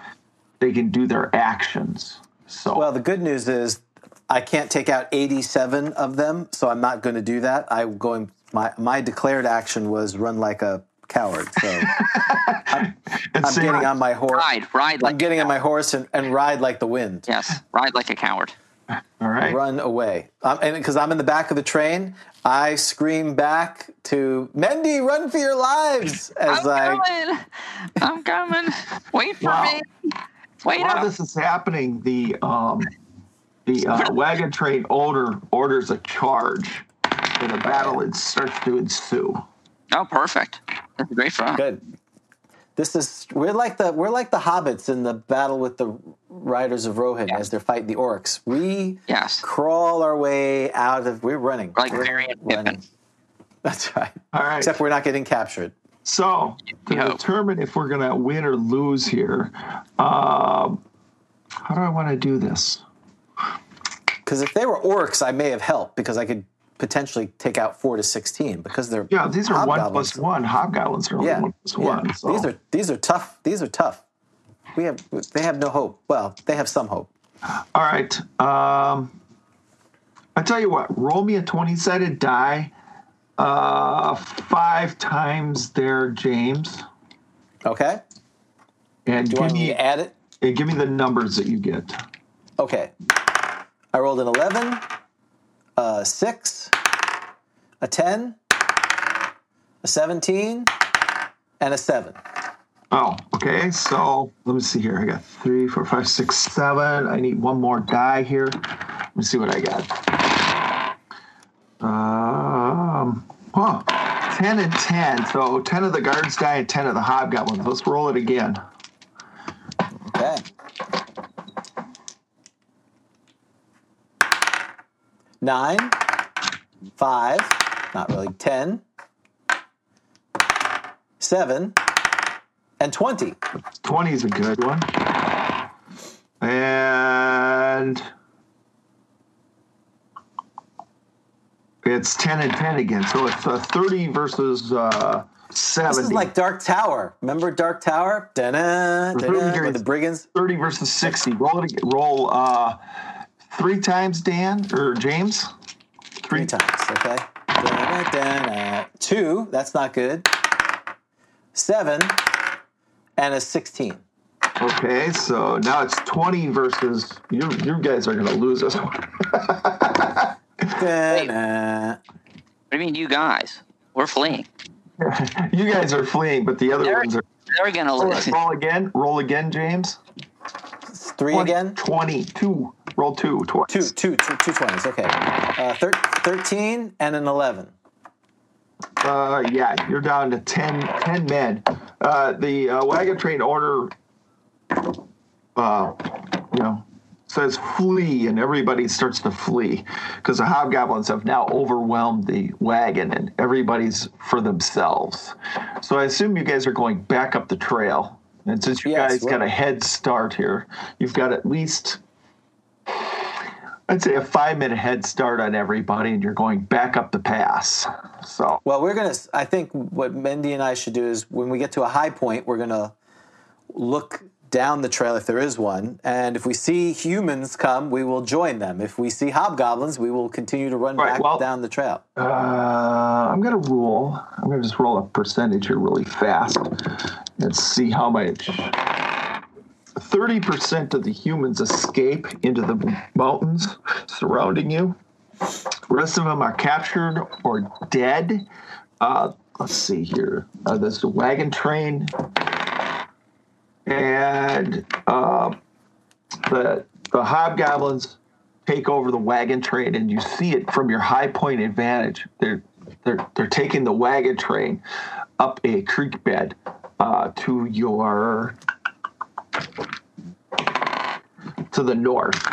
Speaker 5: they can do their actions. So,
Speaker 2: Well, the good news is I can't take out 87 of them, so I'm not going to do that. I'm going. My my declared action was run like a coward. So
Speaker 5: and
Speaker 2: I'm
Speaker 5: say-
Speaker 2: getting on my horse.
Speaker 3: Ride, ride
Speaker 2: I'm
Speaker 3: like
Speaker 2: getting on my horse and, and ride like the wind.
Speaker 3: yes, ride like a coward.
Speaker 5: all right.
Speaker 2: Run away. Um, and because I'm in the back of the train, I scream back to Mendy, run for your lives! As I
Speaker 3: I'm coming. I'm coming. Wait for
Speaker 5: Wow.
Speaker 3: me. Wait
Speaker 5: While
Speaker 3: up.
Speaker 5: this is happening, the um, the uh, wagon train order orders a charge, and a battle it starts to ensue.
Speaker 3: Oh, perfect. That's great for us.
Speaker 2: good. This is we're like the we're like the hobbits in the battle with the riders of Rohan as they're fighting the orcs. We
Speaker 3: Yes.
Speaker 2: crawl our way out of. We're running.
Speaker 3: Like
Speaker 2: We're
Speaker 3: Marion Pippin.
Speaker 2: running. That's right.
Speaker 5: All right.
Speaker 2: Except we're not getting captured.
Speaker 5: So to
Speaker 3: Yeah.
Speaker 5: determine if we're going to win or lose here, um, how do I want to do this?
Speaker 2: Because if they were orcs, I may have helped because I could potentially take out four to sixteen. Because they're
Speaker 5: Yeah, these are one
Speaker 2: hobgoblins.
Speaker 5: plus one. Hobgoblins are only
Speaker 2: Yeah,
Speaker 5: one plus
Speaker 2: yeah.
Speaker 5: one. So.
Speaker 2: These are these are tough. These are tough. We have they have no hope. Well, they have some hope.
Speaker 5: All right. Um, I tell you what, roll me a 20 sided die uh, five times there, James,
Speaker 2: Okay.
Speaker 5: and
Speaker 2: Do you
Speaker 5: give
Speaker 2: want me
Speaker 5: me,
Speaker 2: to add it?
Speaker 5: and give me the numbers that you get.
Speaker 2: Okay. I rolled an 11, a 6, a 10, a 17, and a 7.
Speaker 5: Oh, okay. So let me see here. I got three, four, five, six, seven. I need one more die here. Let me see what I got. Um, huh. 10 and 10. So 10 of the guards die and 10 of the hobgoblins. Let's roll it again.
Speaker 2: Okay. Nine, five, not really, ten, seven, and 20.
Speaker 5: 20 is a good one. And it's 10 and 10 again. So it's uh, 30 versus uh, 70.
Speaker 2: This is like Dark Tower. Remember Dark Tower? Da-na, da-na, with the brigands.
Speaker 5: 30 versus 60. Roll it again. Roll uh, three times, Dan or James.
Speaker 2: Three times, okay? Da-da-da-da. Two, that's not good. Seven, and a 16.
Speaker 5: Okay, so now it's 20 versus you. You guys are going to lose this one.
Speaker 2: Da-na.
Speaker 3: What do you mean, you guys? We're fleeing.
Speaker 5: You guys are fleeing, but the other
Speaker 3: They're,
Speaker 5: ones are.
Speaker 3: they're gonna
Speaker 5: Roll,
Speaker 3: lose.
Speaker 5: roll again. Roll again, James.
Speaker 2: It's Three
Speaker 5: 20,
Speaker 2: again?
Speaker 5: 20, two. Roll two twice.
Speaker 2: Two, two, two, two 20s, okay. Uh, thir- 13 and an 11.
Speaker 5: Uh, yeah, you're down to 10, 10 men. Uh, the uh, wagon train order, uh, you know, says flee, and everybody starts to flee because the hobgoblins have now overwhelmed the wagon, and everybody's for themselves. So I assume you guys are going back up the trail, and since you
Speaker 2: Yes,
Speaker 5: guys
Speaker 2: we're-
Speaker 5: got a head start here, you've got at least. I'd say a five minute head start on everybody, and you're going back up the pass. So,
Speaker 2: Well, we're going to, I think what Mendy and I should do is when we get to a high point, we're going to look down the trail if there is one. And if we see humans come, we will join them. If we see hobgoblins, we will continue to run
Speaker 5: Right,
Speaker 2: back
Speaker 5: well-
Speaker 2: down the trail.
Speaker 5: Uh, I'm gonna roll. I'm gonna just roll a percentage here really fast and see how much. Thirty percent of the humans escape into the mountains surrounding you. Rest of them are captured or dead. Uh, let's see here. Uh, there's the wagon train and uh, the the hobgoblins take over the wagon train and you see it from your high point advantage. They're they're they're taking the wagon train up a creek bed uh, to your to the north.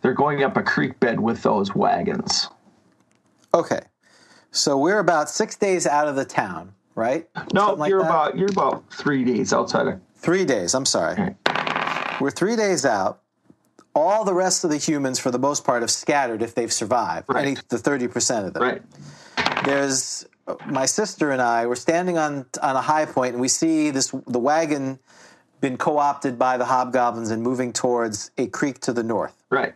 Speaker 5: They're going up a creek bed with those wagons.
Speaker 2: Okay. So we're about six days out of the town, right?
Speaker 5: No,
Speaker 2: Something like
Speaker 5: you're
Speaker 2: that?
Speaker 5: about you're about three days outside of
Speaker 2: three days. I'm sorry.
Speaker 5: Okay.
Speaker 2: We're three days out. All the rest of the humans, for the most part, have scattered if they've survived.
Speaker 5: Right.
Speaker 2: Any the thirty percent of them.
Speaker 5: right.
Speaker 2: There's my sister and I. We're standing on on a high point, and we see this the wagon been co-opted by the hobgoblins and moving towards a creek to the north.
Speaker 5: Right.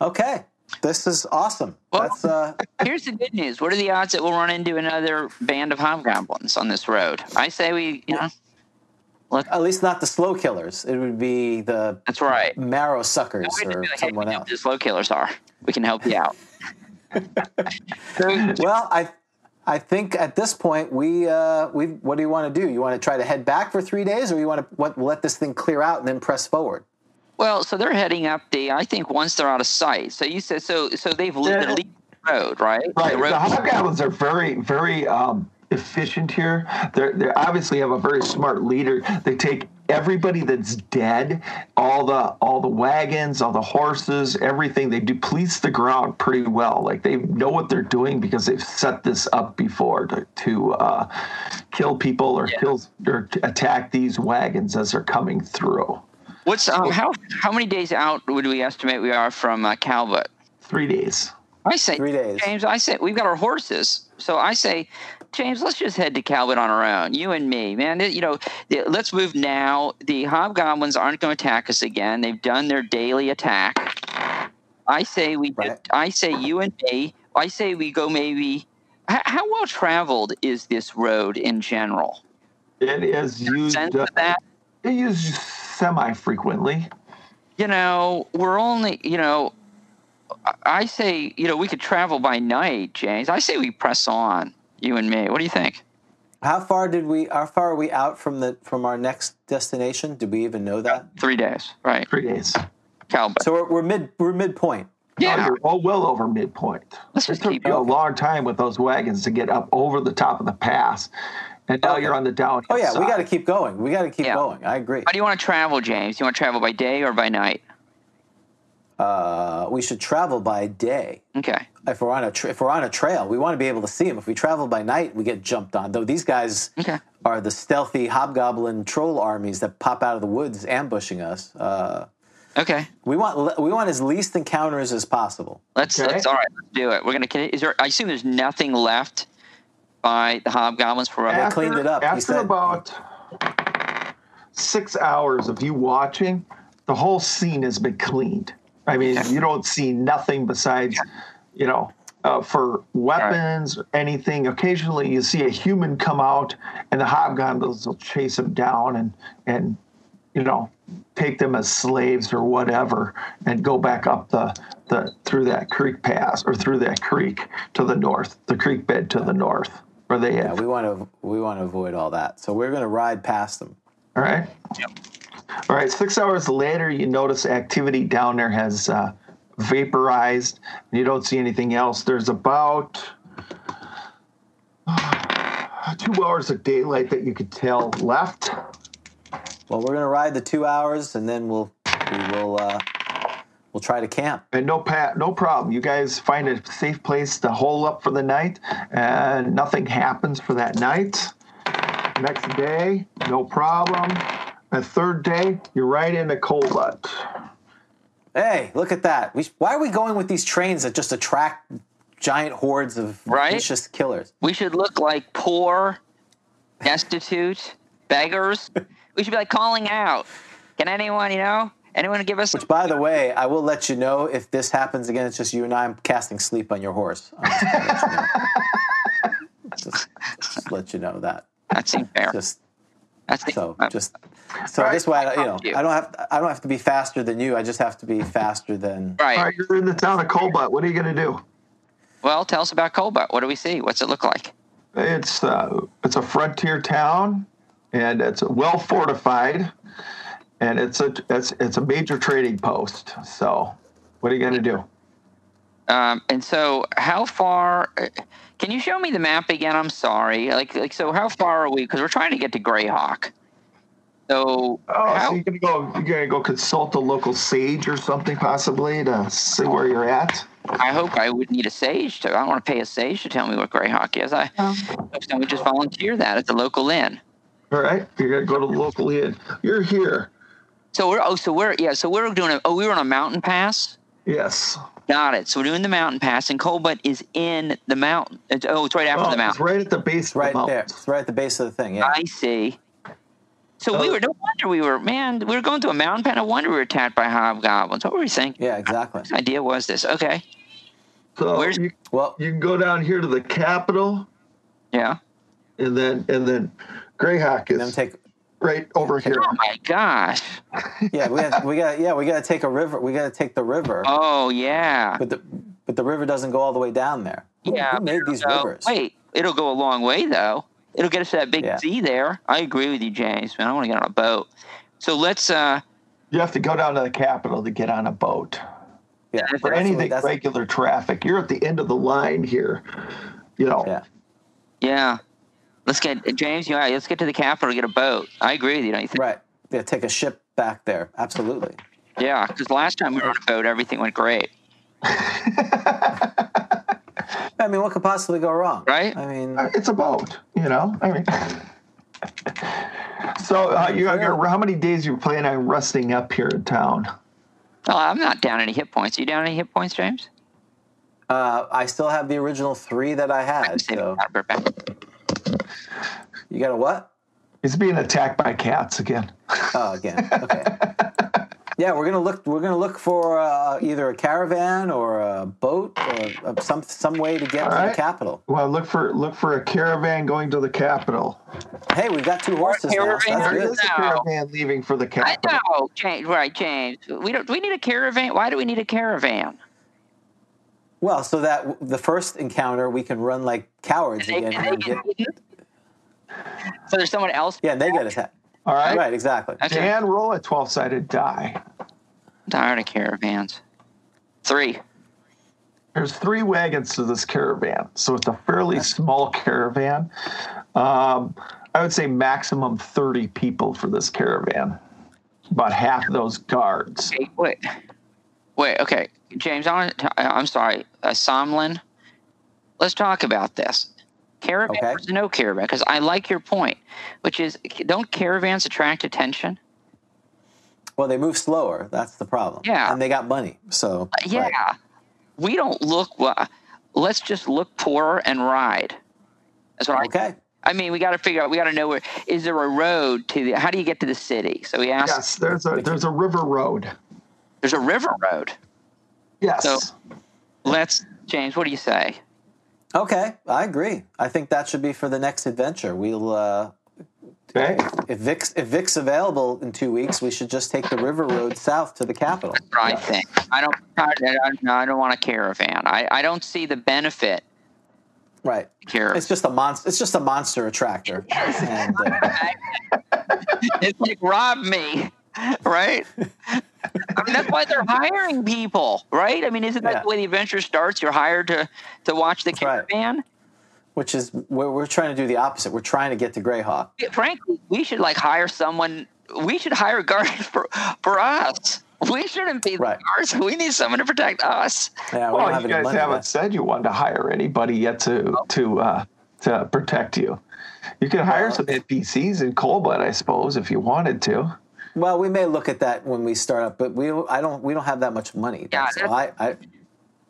Speaker 2: Okay, this is awesome.
Speaker 3: Well-
Speaker 2: That's uh,
Speaker 3: Here's the good news. What are the odds that we'll run into another band of hobgoblins on this road? I say we, you know,
Speaker 2: at least not the slow killers. It would be the
Speaker 3: that's right.
Speaker 2: marrow suckers
Speaker 3: We're gonna
Speaker 2: or
Speaker 3: be like, hey,
Speaker 2: Mm, someone
Speaker 3: we know who
Speaker 2: else.
Speaker 3: the slow killers are. We can help you out.
Speaker 2: Well, I I think at this point we uh, we what do you want to do? You want to try to head back for three days, or you want to what, let this thing clear out and then press forward?
Speaker 3: Well, so they're heading up the. I think once they're out of sight. So you said so. So they've le-
Speaker 5: Yeah.
Speaker 3: been leaving the road, right?
Speaker 5: Right.
Speaker 3: The road-
Speaker 5: The hobgoblins are very, very um, efficient here. They they obviously have a very smart leader. They take everybody that's dead, all the all the wagons, all the horses, everything. They deplete the ground pretty well. Like they know what they're doing because they've set this up before to, to uh, kill people or
Speaker 3: Yeah.
Speaker 5: kill or to attack these wagons as they're coming through.
Speaker 3: What's um, how how many days out would we estimate we are from uh, Calvert?
Speaker 5: Three days.
Speaker 3: I say
Speaker 2: Three days.
Speaker 3: James. I say we've got our horses, so I say, James, let's just head to Calvert on our own, you and me, man. You know, the- let's move now. The hobgoblins aren't going to attack us again. They've done their daily attack. I say we.
Speaker 2: Right.
Speaker 3: I say you and me. I say we go maybe. How, how well traveled is this road in general?
Speaker 5: It is used.
Speaker 3: Sense
Speaker 5: Uh,
Speaker 3: of that.
Speaker 5: it used semi-frequently.
Speaker 3: you know, we're only, you know, I- I say, you know, we could travel by night, James. I say we press on, you and me. What do you think?
Speaker 2: How far did we? How far are we out from the from our next destination? Do we even know that?
Speaker 3: Three days, right?
Speaker 5: Three days.
Speaker 3: Calvin.
Speaker 2: So we're, we're mid we're midpoint.
Speaker 3: yeah,
Speaker 5: You're all well over midpoint.
Speaker 3: Let's
Speaker 5: It
Speaker 3: just
Speaker 5: took
Speaker 3: keep
Speaker 5: you a
Speaker 3: going.
Speaker 5: long time with those wagons to get up over the top of the pass, and now
Speaker 2: Okay.
Speaker 5: you're on the downhill.
Speaker 2: Oh yeah, we
Speaker 5: side.
Speaker 2: got to keep going. We got to keep
Speaker 3: Yeah.
Speaker 2: going. I agree.
Speaker 3: how do you want to travel, James? You want to travel by day or by night?
Speaker 2: Uh, we should travel by day.
Speaker 3: Okay.
Speaker 2: If we're on a tra- if we're on a trail, we want to be able to see them. If we travel by night, we get jumped on. Though these guys
Speaker 3: Okay.
Speaker 2: are the stealthy hobgoblin troll armies that pop out of the woods ambushing us. Uh,
Speaker 3: Okay.
Speaker 2: we want le- we want as least encounters as possible.
Speaker 3: Let's
Speaker 5: Okay.
Speaker 3: let's all right. Let's do it. We're gonna. Is there? I assume there's nothing left by the hobgoblins for us.
Speaker 5: after,
Speaker 2: cleaned it up, he
Speaker 5: After
Speaker 2: said.
Speaker 5: about six hours of you watching, the whole scene has been cleaned. I mean, you don't see nothing besides, you know, uh, for weapons or anything. Occasionally, you see a human come out, and the hobgoblins will chase them down and and you know take them as slaves or whatever, and go back up the the through that creek pass or through that creek to the north, the creek bed to the north, where they have
Speaker 2: Yeah, we want to we want to avoid all that. So we're going to ride past them.
Speaker 5: All right. All right. Six hours later, you notice activity down there has uh, vaporized. And you don't see anything else. There's about two hours of daylight that you could tell left.
Speaker 2: Well, we're going to ride the two hours, and then we'll we will uh, we'll try to camp.
Speaker 5: And no pa- no problem. You guys find a safe place to hole up for the night, and nothing happens for that night. Next day, no problem. The third day, you're right in a cold butt.
Speaker 2: Hey, look at that! We, why are we going with these trains that just attract giant hordes of
Speaker 3: Right?
Speaker 2: vicious killers?
Speaker 3: We should look like poor, destitute beggars. We should be like calling out. Can anyone, you know, anyone give us?
Speaker 2: Which, by the way, I will let you know if this happens again. It's just you and I. I'm casting sleep on your horse. I'm just gonna let you know. Just- just let you know that.
Speaker 3: That seems fair.
Speaker 2: Just
Speaker 3: That seems,
Speaker 2: So
Speaker 3: uh,
Speaker 2: just so
Speaker 5: All right,
Speaker 2: this way, I, don't- you know,
Speaker 3: help you.
Speaker 2: I don't have I don't have to be faster than you. I just have to be faster than.
Speaker 3: right.
Speaker 5: All right, you're in the town of cold butt. What are you going to do?
Speaker 3: Well, tell us about Cobalt. What do we see? What's it look like?
Speaker 5: It's uh, it's a frontier town, and it's well fortified, and it's a it's it's a major trading post. So, what are you gonna do?
Speaker 3: Um, and so, how far? uh, Can you show me the map again? I'm sorry. Like, like so, how far are we? Because we're trying to get to Greyhawk. So,
Speaker 5: Oh,
Speaker 3: how,
Speaker 5: so you're gonna go you're gonna go consult the local sage or something possibly to see where you're at.
Speaker 3: I hope I would need a sage to. I don't want to pay a sage to tell me what Greyhawk is. I I would just volunteer that at the local inn.
Speaker 5: All right, you're gonna go to the local inn. You're here.
Speaker 3: So we're oh, so we're yeah, so we're doing a oh, we were on a mountain pass.
Speaker 5: Yes.
Speaker 3: Got it. So we're doing the mountain pass, and Colbutt is in the mountain. It's, oh, it's right after
Speaker 5: Oh,
Speaker 3: the
Speaker 5: it's
Speaker 3: mountain.
Speaker 5: right at the base. of the
Speaker 2: Right
Speaker 5: mountain.
Speaker 2: there, it's right at the base of the thing. Yeah,
Speaker 3: I see. So we
Speaker 5: Oh.
Speaker 3: were no wonder we were man, we were going to a mountain pass. No wonder we were attacked by hobgoblins. What were we thinking?
Speaker 2: yeah, exactly.
Speaker 3: What idea was this? Okay.
Speaker 5: So
Speaker 3: Where's-
Speaker 5: you,
Speaker 2: Well,
Speaker 5: you can go down here to the capital,
Speaker 3: Yeah.
Speaker 5: and then and then Greyhawk
Speaker 2: then
Speaker 5: is
Speaker 2: take
Speaker 5: right over here.
Speaker 3: Oh my gosh.
Speaker 2: yeah we got we got yeah we got to take a river. We got to take the river,
Speaker 3: Oh yeah.
Speaker 2: but the but the river doesn't go all the way down there. Who,
Speaker 3: Yeah.
Speaker 2: who made these
Speaker 3: so-
Speaker 2: rivers?
Speaker 3: Wait, it'll go a long way though. It'll get us to that big
Speaker 2: Yeah.
Speaker 3: Z there. I agree with you, James. Man, I want to get on a boat. So let's uh
Speaker 5: You have to go down to the capital to get on a boat.
Speaker 2: yeah,
Speaker 5: For
Speaker 2: that's-
Speaker 5: anything
Speaker 2: that's-
Speaker 5: regular traffic, you're at the end of the line here. You know,
Speaker 2: yeah,
Speaker 3: yeah. Let's get James, you know, let's get to the capital to get a boat. I agree with you, don't you think?
Speaker 2: right. yeah, take a ship back there. Absolutely.
Speaker 3: Yeah, because last time we were on a boat, everything went great,
Speaker 2: I mean, what could possibly go wrong?
Speaker 3: right?
Speaker 2: I mean,
Speaker 5: It's a boat, you know. I mean, so uh, you how many days you plan on resting up here in town?
Speaker 3: Oh, I'm not down any hit points. you down any hit points, James?
Speaker 2: uh, I still have the original three that I had.
Speaker 3: Save
Speaker 2: So
Speaker 3: that right back.
Speaker 2: you got a what?
Speaker 5: He's being attacked by cats again.
Speaker 2: Oh, again. Okay. yeah, we're gonna look. We're gonna look for uh, either a caravan or a boat or uh, some some way to get to the
Speaker 5: right.
Speaker 2: capital.
Speaker 5: Well, look for look for a caravan going to the capital.
Speaker 2: Hey, we've got two horses now. so
Speaker 3: caravan
Speaker 2: that's
Speaker 5: There
Speaker 2: good.
Speaker 5: is a
Speaker 3: No.
Speaker 5: caravan leaving for
Speaker 3: I
Speaker 5: the capital.
Speaker 3: know, James. Right, James. We don't. Do we need a caravan? Why do we need a caravan?
Speaker 2: Well, so that w- the first encounter we can run like cowards
Speaker 3: They-
Speaker 2: again.
Speaker 3: they
Speaker 2: And
Speaker 3: get
Speaker 2: get,
Speaker 3: eaten? so there's someone else.
Speaker 2: yeah, and they get attacked.
Speaker 5: All right,
Speaker 2: Right, exactly.
Speaker 3: That's right.
Speaker 5: Dan, roll a twelve sided die.
Speaker 3: I'm tired of caravans. Three.
Speaker 5: There's three wagons to this caravan, so it's a fairly small caravan. Um, I would say maximum thirty people for this caravan. About half those guards.
Speaker 3: Okay, wait, wait. Okay, James. I want to, I'm sorry, uh, Somlin. Let's talk about this. Caravan
Speaker 2: Okay.
Speaker 3: versus no caravan, because I like your point, which is don't caravans attract attention?
Speaker 2: Well, they move slower. That's the problem.
Speaker 3: Yeah. Uh,
Speaker 2: and they got money. So
Speaker 3: Yeah,
Speaker 2: right.
Speaker 3: we don't look. wa- Let's just look poorer and ride. That's what I
Speaker 2: Okay.
Speaker 3: I mean, we got to figure out. We got to know where is there a road to the? How do you get to the city? So we asked.
Speaker 5: Yes, there's a there's a river road.
Speaker 3: There's a river road.
Speaker 5: Yes.
Speaker 3: So- Let's, James. What do you say?
Speaker 2: Okay, I agree. I think that should be for the next adventure. We'll uh,
Speaker 5: okay.
Speaker 2: if Vic's if Vic's available in two weeks, we should just take the river road south to the capital.
Speaker 3: Right thing. I don't. I don't, I don't want a caravan. I, I don't see the benefit
Speaker 2: Right.
Speaker 3: here.
Speaker 2: It's just a monster. It's just a monster attractor. And, uh,
Speaker 3: It's like rob me, right? I mean, that's why they're hiring people, right? I mean, isn't that
Speaker 2: Yeah.
Speaker 3: the way the adventure starts? You're hired to to watch the
Speaker 2: right.
Speaker 3: caravan.
Speaker 2: which is we're, we're trying to do the opposite. We're trying to get to Greyhawk.
Speaker 3: Yeah, frankly, we should like hire someone. We should hire guards for for us. We shouldn't be
Speaker 2: Right.
Speaker 3: the guards. We need someone to protect us.
Speaker 2: Yeah, we don't
Speaker 5: Well,
Speaker 2: have
Speaker 5: you
Speaker 2: any
Speaker 5: guys
Speaker 2: money.
Speaker 5: haven't
Speaker 2: yet.
Speaker 5: said you wanted to hire anybody yet to to uh, to protect you. You could hire some NPCs in Colbot, I suppose, if you wanted to.
Speaker 2: Well, we may look at that when we start up, but we I don't we don't have that much money.
Speaker 3: Yeah,
Speaker 2: That's all. I, I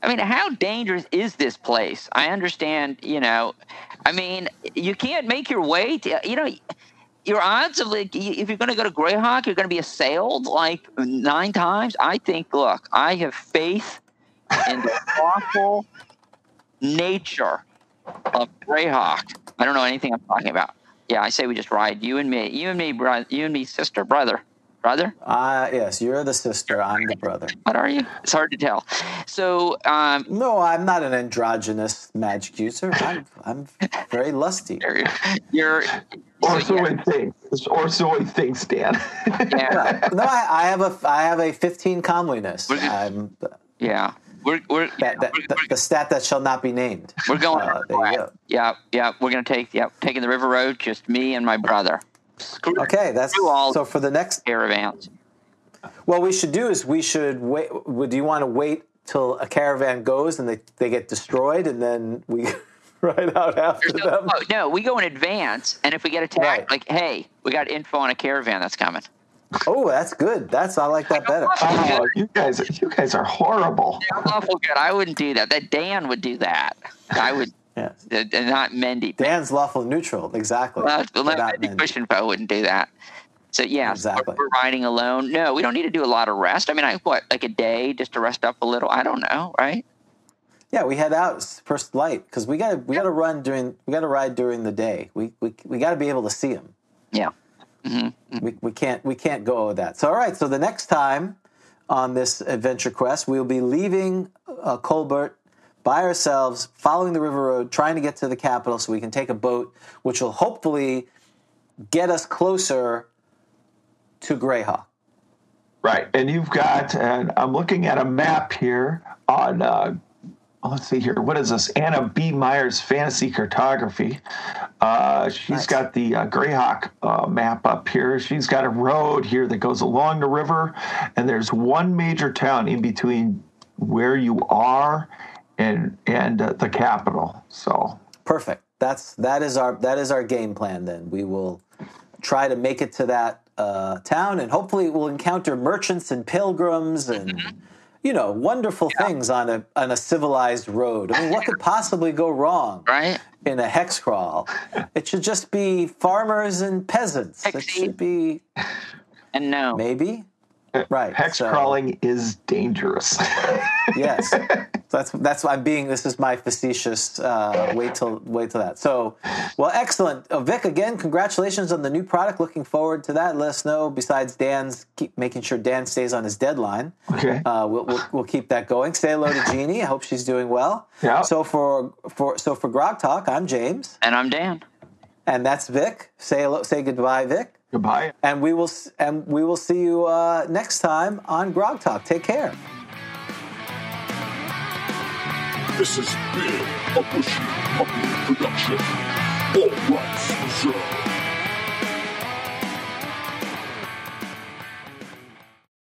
Speaker 3: I mean, how dangerous is this place? I understand, you know. I mean, you can't make your way to, you know, your odds of like, y- if you're going to go to Greyhawk, you're going to be assailed like nine times. I think, look, I have faith in the awful nature of Greyhawk. I don't know anything I'm talking about. Yeah, I say we just ride you and me, you and me, brother, you and me, sister, brother, brother.
Speaker 2: I yes, you're the sister. I'm the brother.
Speaker 3: What are you? It's hard to tell. So, um,
Speaker 2: No, I'm not an androgynous magic user. I'm I'm very lusty.
Speaker 3: you're, you're
Speaker 2: Oh,
Speaker 5: Or
Speaker 3: so,
Speaker 5: so
Speaker 3: yeah.
Speaker 5: it thinks. Or so it thinks, Dan.
Speaker 3: Yeah,
Speaker 2: Well, no, I, I have a I have a 15 comeliness.
Speaker 3: We're good.
Speaker 2: I'm
Speaker 3: yeah. We're we're
Speaker 2: that, that,
Speaker 3: we're,
Speaker 2: the, the stat that shall not be named.
Speaker 3: we're going.
Speaker 2: Uh, there you go.
Speaker 3: Yeah, yeah. We're gonna take yeah taking the river road. Just me and my brother. Screw
Speaker 2: Okay, that's
Speaker 3: You all-
Speaker 2: so for the next.
Speaker 3: caravans.
Speaker 2: What we should do is we should wait. Would you want to wait till a caravan goes and they, they get destroyed and then we ride out after
Speaker 3: There's no,
Speaker 2: them?
Speaker 3: oh, no, we go in advance, and if we get attacked,
Speaker 2: Right.
Speaker 3: like hey, we got info on a caravan that's coming.
Speaker 2: Oh, that's good. That's I like that better.
Speaker 5: Oh, you guys, you guys are horrible.
Speaker 3: That's awful good. I wouldn't do that. That Dan would do that. I would
Speaker 2: Yes.
Speaker 3: uh, not Mendy.
Speaker 2: Dan's lawful neutral, exactly.
Speaker 3: Well,
Speaker 2: Without
Speaker 3: well,
Speaker 2: men.
Speaker 3: Cushionpo wouldn't do that. So yeah,
Speaker 2: Exactly.
Speaker 3: we're riding alone. No, we don't need to do a lot of rest. I mean, I what like a day just to rest up a little. I don't know, right?
Speaker 2: Yeah, we head out s- first light because we got to we got to run during we got to ride during the day. We we, we got to be able to see him.
Speaker 3: Yeah.
Speaker 2: We, we can't we can't go with that. So all right. So the next time on this adventure quest, we'll be leaving uh, Colbert by ourselves, following the river road, trying to get to the capital so we can take a boat, which will hopefully get us closer to Greyhawk.
Speaker 5: Right, and you've got, and I'm looking at a map here on uh, let's see here. What is this? Anna B. Myers Fantasy Cartography. Uh, she's
Speaker 7: Nice.
Speaker 5: got the uh, Greyhawk uh, map up here. She's got a road here that goes along the river, and there's one major town in between where you are and and uh, the capital. So
Speaker 2: Perfect. That's that is our that is our game plan. Then we will try to make it to that uh, town, and hopefully we'll encounter merchants and pilgrims and you know wonderful things on a on a civilized road. I mean, what could possibly go wrong
Speaker 3: right?
Speaker 2: in a hex crawl? It should just be farmers and peasants. It
Speaker 3: Hexy.
Speaker 2: should be
Speaker 3: And no,
Speaker 2: maybe right
Speaker 5: hex
Speaker 2: so-
Speaker 5: crawling is dangerous.
Speaker 2: Yes, that's that's why I'm being. This is my facetious. Uh, wait till wait till that. So, well, excellent, uh, Vic. Again, congratulations on the new product. Looking forward to that. Let us know. Besides Dan's, keep making sure Dan stays on his deadline.
Speaker 5: okay.
Speaker 2: Uh, we'll, we'll, we'll keep that going. Say hello to Jeannie. I hope she's doing well.
Speaker 5: Yeah.
Speaker 2: So for for so for Grog Talk, I'm James,
Speaker 3: and I'm Dan.
Speaker 2: and that's Vic. Say hello. Say goodbye, Vic.
Speaker 5: Goodbye.
Speaker 2: And we will s- and we will see you uh, next time on Grog Talk. Take care.
Speaker 1: This has been a Bushy Puppy production. All rights reserved.